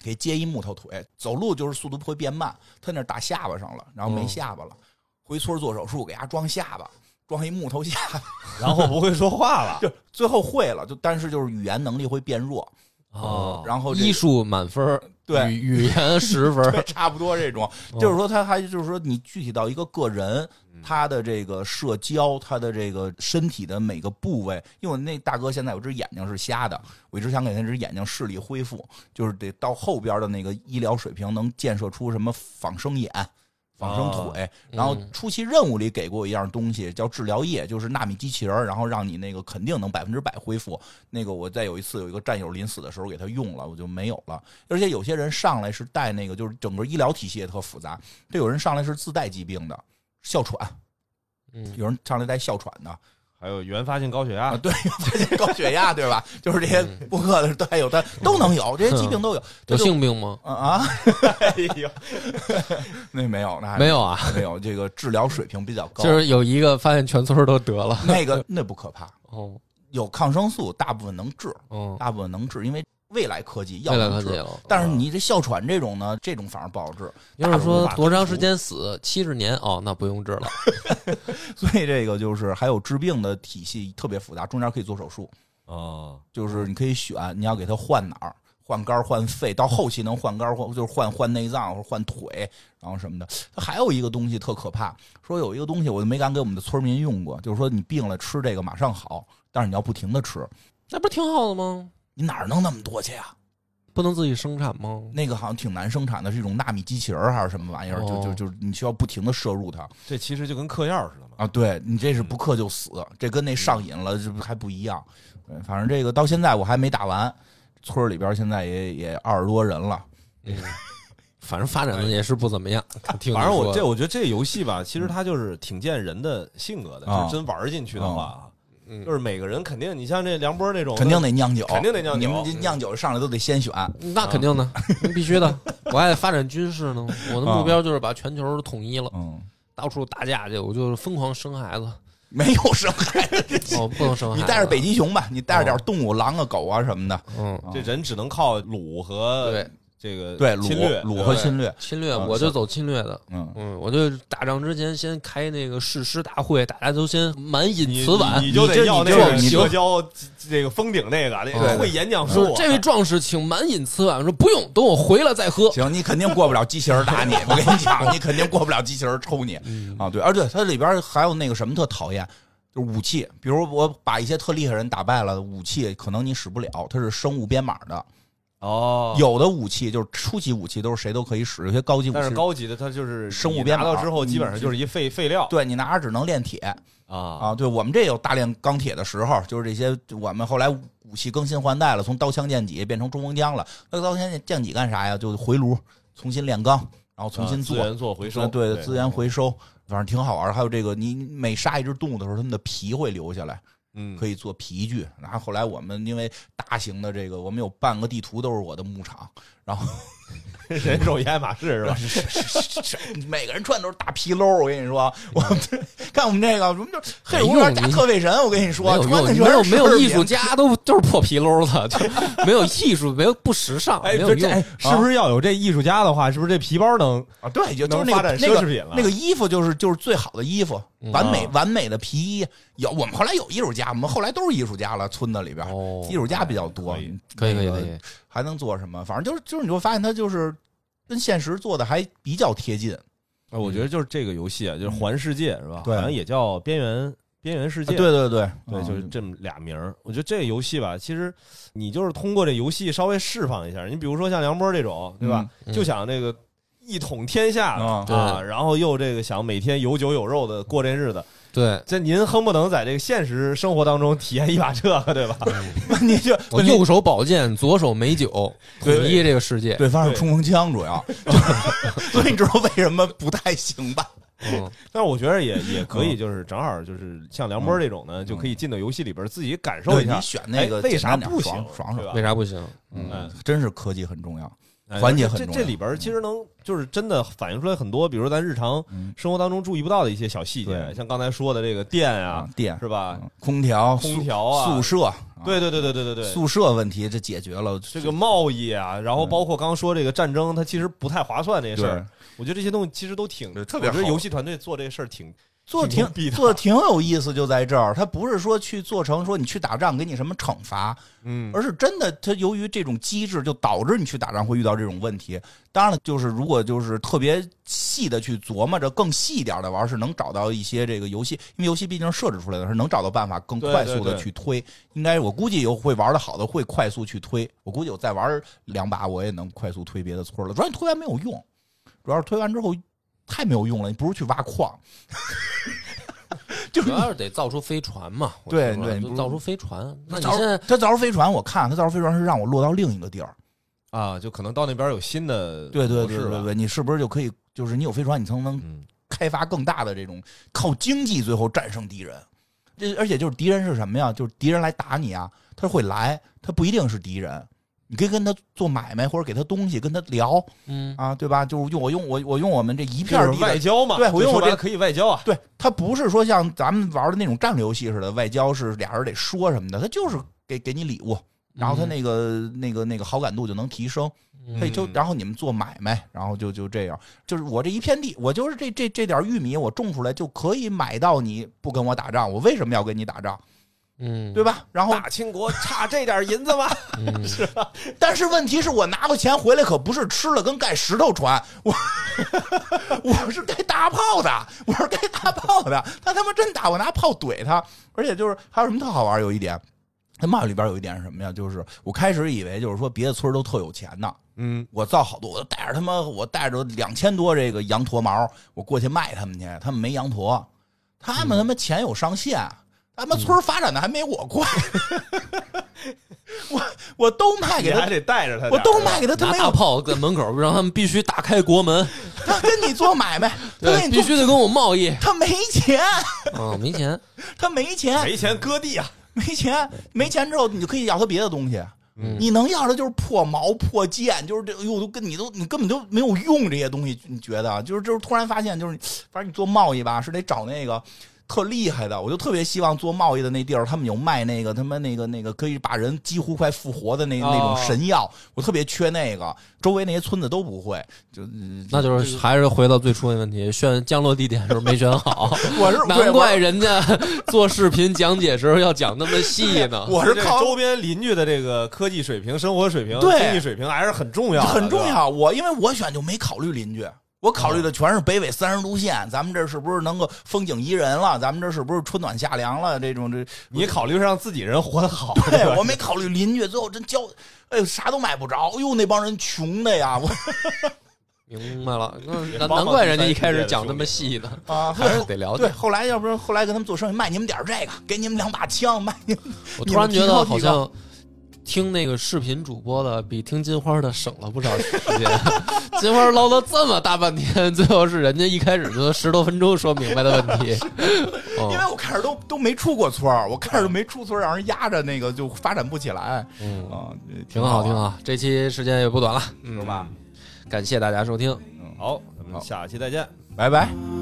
S3: 给接一木头腿，走路就是速度会变慢，他那儿打下巴上了，然后没
S1: 嗯
S3: 下巴了，回村儿做手术给他装下巴，装一木头下巴， (laughs)
S4: 然后不会说话了。
S3: 就最后会了，就但是就是语言能力会变弱，
S1: 哦，
S3: 然后这个
S1: 艺术满分儿，
S3: 对
S1: 语 (laughs) 语言十分儿
S3: 对，， (laughs) 差不多这种。
S1: 哦
S3: 就是说，他还就是说，你具体到一个个人，他的这个社交，他的这个身体的每个部位，因为我那大哥现在有只眼睛是瞎的，我一直想给那只眼睛视力恢复，就是得到后边的那个医疗水平能建设出什么仿生眼。仿生腿，然后
S1: 嗯
S3: 初期任务里给过一样东西叫治疗液，就是纳米机器人儿，然后让你那个肯定能百分之百恢复。那个我在有一次有一个战友临死的时候给他用了，我就没有了。而且有些人上来是带那个，就是整个医疗体系也特复杂。这有人上来是自带疾病的，哮喘；
S1: 嗯，
S3: 有人上来带哮喘的，
S4: 还有原发性高血
S3: 啊，
S4: 压，
S3: 对，高血压，对吧？ (laughs) 就是这些
S1: 嗯
S3: 顾客的都还有，他都能有，这些疾病都有。
S1: 有
S3: 这就
S1: 性病吗？
S3: 啊啊，
S4: 哎
S3: (laughs)
S4: 呦，
S3: 那没有，那还
S1: 没有啊，
S3: 没有，这个治疗水平比较高。
S1: 就是有一个发现全村儿都得了。
S3: 那个那不可怕，
S1: 哦，
S3: 有抗生素，大部分能治，
S1: 嗯，
S3: 大部分能治，因为未来科技药
S1: 未来
S3: 能
S1: 科技
S3: 治。
S1: 了。
S3: 但是你这哮喘这种呢，这种反而不好治。
S1: 要是说多长时间死？七十年哦，那不用治了。
S3: 所以这个就是还有治病的体系特别复杂，中间可以做手术，
S4: 哦，
S1: 嗯
S3: 就是你可以选你要给他换哪儿，换肝儿、换肺，到后期能换肝儿，换就是换换内脏或者换腿，然后什么的。它还有一个东西特可怕，说有一个东西我都没敢给我们的村民用过，就是说你病了吃这个马上好，但是你要不停的吃，
S1: 那不是挺好的吗？
S3: 你哪儿能那么多去呀、
S1: 不能自己生产吗？
S3: 那个好像挺难生产的，是一种纳米机器人儿还是什么玩意儿？就
S1: 哦
S3: 就就是你需要不停的摄入它
S4: 这其实就跟嗑药似的嘛。
S3: 啊！对你这是
S4: 嗯
S3: 不克就死，这跟那上瘾了这不还不一样。对，反正这个到现在我还没打完，村儿里边儿现在也也二十多人了。
S1: 嗯， (laughs) 反正发展的也是不怎么样。听你
S4: 反正我
S1: 说
S4: 这，我觉得这游戏吧，其实它就是挺见人的性格的，
S3: 嗯啊
S4: 就是真玩进去的话，
S1: 嗯
S4: 就是每个人肯定，你像这梁波这种，
S3: 肯定得酿酒，
S4: 哦肯定得酿酒嗯
S3: 你们这酿酒上来都得先选，
S1: 那肯定的，必须的。 (laughs) 我还得发展军事呢，我的目标就是把全球统一了，
S3: 嗯，
S1: 到处打架去，我就疯狂生孩子，
S3: 没有生孩子，
S1: 哦，不能生孩子。
S3: 你带着北，极熊吧，你带着点
S4: 哦
S3: 动物，狼啊、狗啊什么的，
S1: 嗯，
S4: 这人只能靠掳和
S1: 对
S4: 这个
S3: 对，
S4: 侵略
S3: 掳掳和侵略，
S1: 侵略，
S3: 嗯
S1: 我就走侵略的。
S3: 嗯，
S1: 嗯，我就打仗之前先开那个誓师大会，大家都先满饮
S4: 你
S1: 瓷碗
S4: 你。就
S3: 你
S4: 得
S3: 这
S4: 要
S3: 你
S4: 那
S3: 这
S4: 个
S3: 你这
S4: 社交这个封顶那个那
S1: 对
S4: 个会演讲
S1: 说
S4: 术，
S1: 这位壮士，请满饮瓷碗。说不用，等我回来再喝。
S3: (laughs) 行，你肯定过不了机器人打
S4: (laughs)
S3: 你，我跟你讲，你肯定过不了机器人抽你
S1: 嗯
S3: 啊！对，而且它里边还有那个什么特讨厌，就是武器，比如我把一些特厉害人打败了，武器可能你使不了，它是生物编码的，
S4: (laughs) 哦，
S3: 有的武器就是初级武器都是谁都可以使，有些高级武
S4: 但是
S3: 器。
S4: 高级的它就是
S3: 生物
S4: 你
S3: 编
S4: 拿到
S3: 码
S4: 之后，基本
S3: 嗯
S4: 上就是一废废料
S3: 对你拿着只能炼铁
S4: 啊。
S3: 啊！对我们这有大炼钢铁的时候，就是这些我们后来武器更新换代了，从刀枪剑戟变成冲锋枪了。那刀枪剑戟干啥呀？就回炉，重新炼钢，然后重新
S4: 啊资
S3: 做，
S4: 源做回收，
S3: 呃对资源回收，反正挺好玩儿。还有这个，你每杀一只动物的时候，它们的皮会留下来，
S4: 嗯，
S3: 可以做皮具。然后后来我们因为大型的这个，我们有半个地图都是我的牧场， (laughs) 然后
S4: (laughs) 人手一爱马
S3: (laughs)
S4: 仕是吧？
S3: 每个人穿的都是大皮褛儿。我跟你
S4: 嗯
S3: 说，我们这看我们这个，我们就黑
S1: 没
S3: 水公园
S1: 用
S3: 大
S1: 你
S3: 特费神。我跟你
S1: 没
S3: 说，
S1: 有
S3: 穿的
S1: 用，
S3: 全
S1: 没有
S3: 是
S1: 没有艺
S3: 棉
S1: 术家都就是破皮褛的，就没有艺术，没有不时尚，没有
S4: 就哎这
S1: 用。
S4: 是不是要有这艺术家的话，是不是这皮包能
S3: 啊，对，就就
S4: 能
S3: 是
S4: 发
S3: 那个那
S4: 展奢侈
S3: 个
S4: 品了？
S3: 那个衣服就是就是最好的衣服，
S1: 嗯
S3: 完美
S4: 啊
S3: 完美的皮衣。有我们后来有艺术家，我们后来都是艺术家了，村子里边儿。
S1: 哦
S3: 艺术家比较多
S4: 可以，
S1: 可以可以
S3: 那
S1: 可
S3: 个
S1: 以，
S3: 还能做什么？反正就是就是，你会发现它就是跟现实做的还比较贴近。
S4: 啊，我觉得就是这个游戏啊，就是环世界是吧？
S3: 对啊
S4: 好像也叫边缘边缘世界。
S3: 对嗯对，
S4: 啊对，就是这么俩名儿。我觉得这个游戏吧，其实你就是通过这游戏稍微释放一下。你比如说像梁波这种，对吧？
S1: 嗯嗯
S4: 就想这个一统天下的
S3: 啊
S4: 啊，
S1: 对
S4: 然后又这个想每天有酒有肉的过这日子。
S1: 对，
S4: 这您哼不能在这个现实生活当中体验一把这个，对吧？
S3: 问题就
S1: 我右手宝剑，左手美酒，统
S4: 对
S1: 一这个世界。
S3: 对方是冲锋枪，主
S4: (laughs)
S3: 要，就是 (laughs) 所以你知道为什么不太行
S4: (laughs)
S3: 吧？
S1: 嗯，
S4: (laughs) 但是我觉得也也可以，就是正好就是像梁波这种呢，就可以进到游戏里边自己感受
S3: 对
S4: 一下
S3: 你。选那个
S4: 哎为啥
S3: 简单点
S4: 不行
S3: 爽？爽
S4: 对
S3: 爽，
S4: 吧
S1: 为？啥不行？
S4: 嗯
S3: 嗯，真是科技很重要。
S4: 哎
S3: 环节
S4: 这
S3: 很
S4: 这
S3: 重
S4: 这
S3: 要
S4: 里边其实能就是真的反映出来很多，比如咱日常
S3: 嗯
S4: 生活当中注意不到的一些小细节，
S3: 对
S4: 像刚才说的这个电啊
S3: 啊，，电
S4: 是吧？
S3: 嗯空调、
S4: 空
S3: 宿
S4: 调啊
S3: 宿舍，啊
S4: 对对对对对对对，
S3: 宿舍问题这解决了。
S4: 这个贸易啊，然后包括刚刚说这个战争，它其实不太划算这些事儿。我觉得这些东西其实都挺
S3: 对特别
S4: 我觉得
S3: 好
S4: 游戏团队做这事儿挺
S3: 做挺
S4: 挺牛逼的
S3: 做挺有意思，就在这儿，他不是说去做成说你去打仗给你什么惩罚，
S4: 嗯
S3: 而是真的，它由于这种机制，就导致你去打仗会遇到这种问题。当然了，就是如果就是特别细的去琢磨着，更细一点的玩，是能找到一些这个游戏，因为游戏毕竟是设置出来的，是能找到办法更
S4: 对
S3: 快速
S4: 对
S3: 的
S4: 对
S3: 去推。应该我估计有会玩的好的会快速去推，我估计我再玩两把，我也能快速推别的村了。主要你推完没有用，主要是推完之后太没有用了，你不如去挖矿。就是
S1: 主要是得造出飞船嘛。我
S3: 对
S1: 听说
S3: 对
S1: 就
S3: 不是
S1: 造出飞船。那你
S3: 造
S1: 现在
S3: 他造飞船，我看他造飞船是让我落到另一个地儿。
S4: 啊，就可能到那边有新的
S3: 对对
S4: 模
S3: 对
S4: 式
S3: 对
S4: 呃吧，
S3: 对，你是不是就可以，就是你有飞船，你才能
S4: 嗯
S3: 开发更大的这种靠经济最后战胜敌人。这而且就是敌人是什么呀？就是敌人来打你啊，他会来，他不一定是敌人，你可以跟他做买卖或者给他东西，跟他聊
S1: 嗯，
S3: 啊，对吧？就是用我用我我用我们这一
S4: 这
S3: 片
S4: 是
S3: 地的
S4: 外交嘛，
S3: 对我用我
S4: 就说白
S3: 这
S4: 了可以外
S3: (laughs)
S4: 交啊，
S3: 对，它不是说像咱们玩的那种战略游戏似的，外交是俩人得说什么的，它就是给给你礼物，然后它那个、那个那个好感度就能提升，它就
S4: 嗯
S3: 然后你们做买卖，然后就就这样，就是我这一片地，我就是这这这点玉米，我种出来就可以买到你不跟我打仗，我为什么要跟你打仗，
S1: 嗯，
S3: 对吧？然后
S4: 大清国差这点银子吗？
S1: 嗯
S3: 但是问题是我拿过钱回来，可不是吃了跟盖石头船，我我是该打炮的， (laughs) 我是该打炮的。他他妈真打，我拿炮怼他。而且就是还有什么特好玩？有一点，他骂里边有一点是什么呀？就是我开始以为就是说别的村都特有钱呢，
S4: 嗯，
S3: 我造好多，我带着他妈我带着两千多这个羊驼毛，我过去卖他们去，他们没羊驼，他
S1: 嗯
S3: 们他妈钱有上限。他们村发展的还没我快， (laughs) 我我都卖给
S4: 你
S3: 他
S4: 还得带着他点儿，
S3: 我都卖给他，他
S1: 拿
S3: 没
S1: 大
S3: 有，
S1: 炮在门口，让他们必须打开国
S3: (laughs)
S1: 门，
S3: 他跟你做买
S1: (laughs)
S3: 卖，他跟
S1: 对，
S3: 你
S1: 必
S3: 做，
S1: 须得跟我贸易。
S3: 他没钱，
S1: 啊，没钱。
S3: 他没钱，
S4: 没钱割地啊，
S3: 没钱，没钱之后你就可以要他别的东西，
S1: 嗯
S3: 你能要的就是破毛破剑，就是这，哎呦，都跟你都你根本都没有用这些东西，你觉得啊就是就是突然发现，就是反正你做贸易吧，是得找那个特厉害的，我就特别希望做贸易的那地儿，他们有卖那个他妈那个那个可以把人几乎快复活的那
S1: 哦
S3: 那种神药，我特别缺那个。周围那些村子都不会，就嗯
S1: 那就是还是回到最初的问题，选降落地点的时候没选好，
S3: 我是
S1: 难怪
S3: 对
S1: 人家做视频讲解时候要讲那么细呢。
S3: 我我是
S4: 这
S3: 靠
S4: 周边邻居的这个科技水平、生活水平、
S3: 对
S4: 经济水平还是很重
S1: 啊
S4: 要的，
S3: 很重
S4: 对吧。
S3: 要。我因为我选就没考虑邻居，我考
S1: 嗯
S3: 虑的全是北纬三十度线，咱们这是不是能够风景宜人了？咱们这是不是春暖夏凉了？这种这
S4: 你考虑是让自己人活得好，
S3: 对
S4: 吧
S3: 我没考虑邻居，最后真交，哎呦啥都买不着，哎呦那帮人穷的呀，我
S1: 明白了，那
S4: 也
S1: 难
S4: 帮
S1: 难
S4: 帮
S1: 怪人家
S4: 第三
S1: 一开
S4: 世界
S1: 始
S4: 的
S1: 讲
S4: 兄
S1: 那么
S4: 弟
S1: 细
S3: (laughs)
S1: 呢，
S3: 啊
S1: 还是得了
S3: 对，
S1: 解。
S3: 后来要不然后来跟他们做生意，卖你们点儿这个，给你们两把
S1: 哦
S3: 枪，卖你们
S1: 我
S3: 你
S1: 突然
S3: 们
S1: 觉
S3: 提
S1: 得
S3: 高
S1: 好
S3: 提高
S1: 像听那个视频主播的比听金花的省了不少时间。 (laughs) 金花唠了这么大半天，最后是人家一开始就十多分钟说明白的问
S3: (laughs)
S1: 题。哦
S3: 因为我开始都都没出过村儿，我开始都没出村儿，让人压着那个就发展不起来
S1: 嗯，
S3: 啊，
S1: 挺好，嗯挺
S3: 好
S1: 好。这期时间也不短了，
S3: 玩，是吧？
S1: 感谢大家收听。
S4: 好，咱们下期再见。
S3: 拜拜。
S6: 啊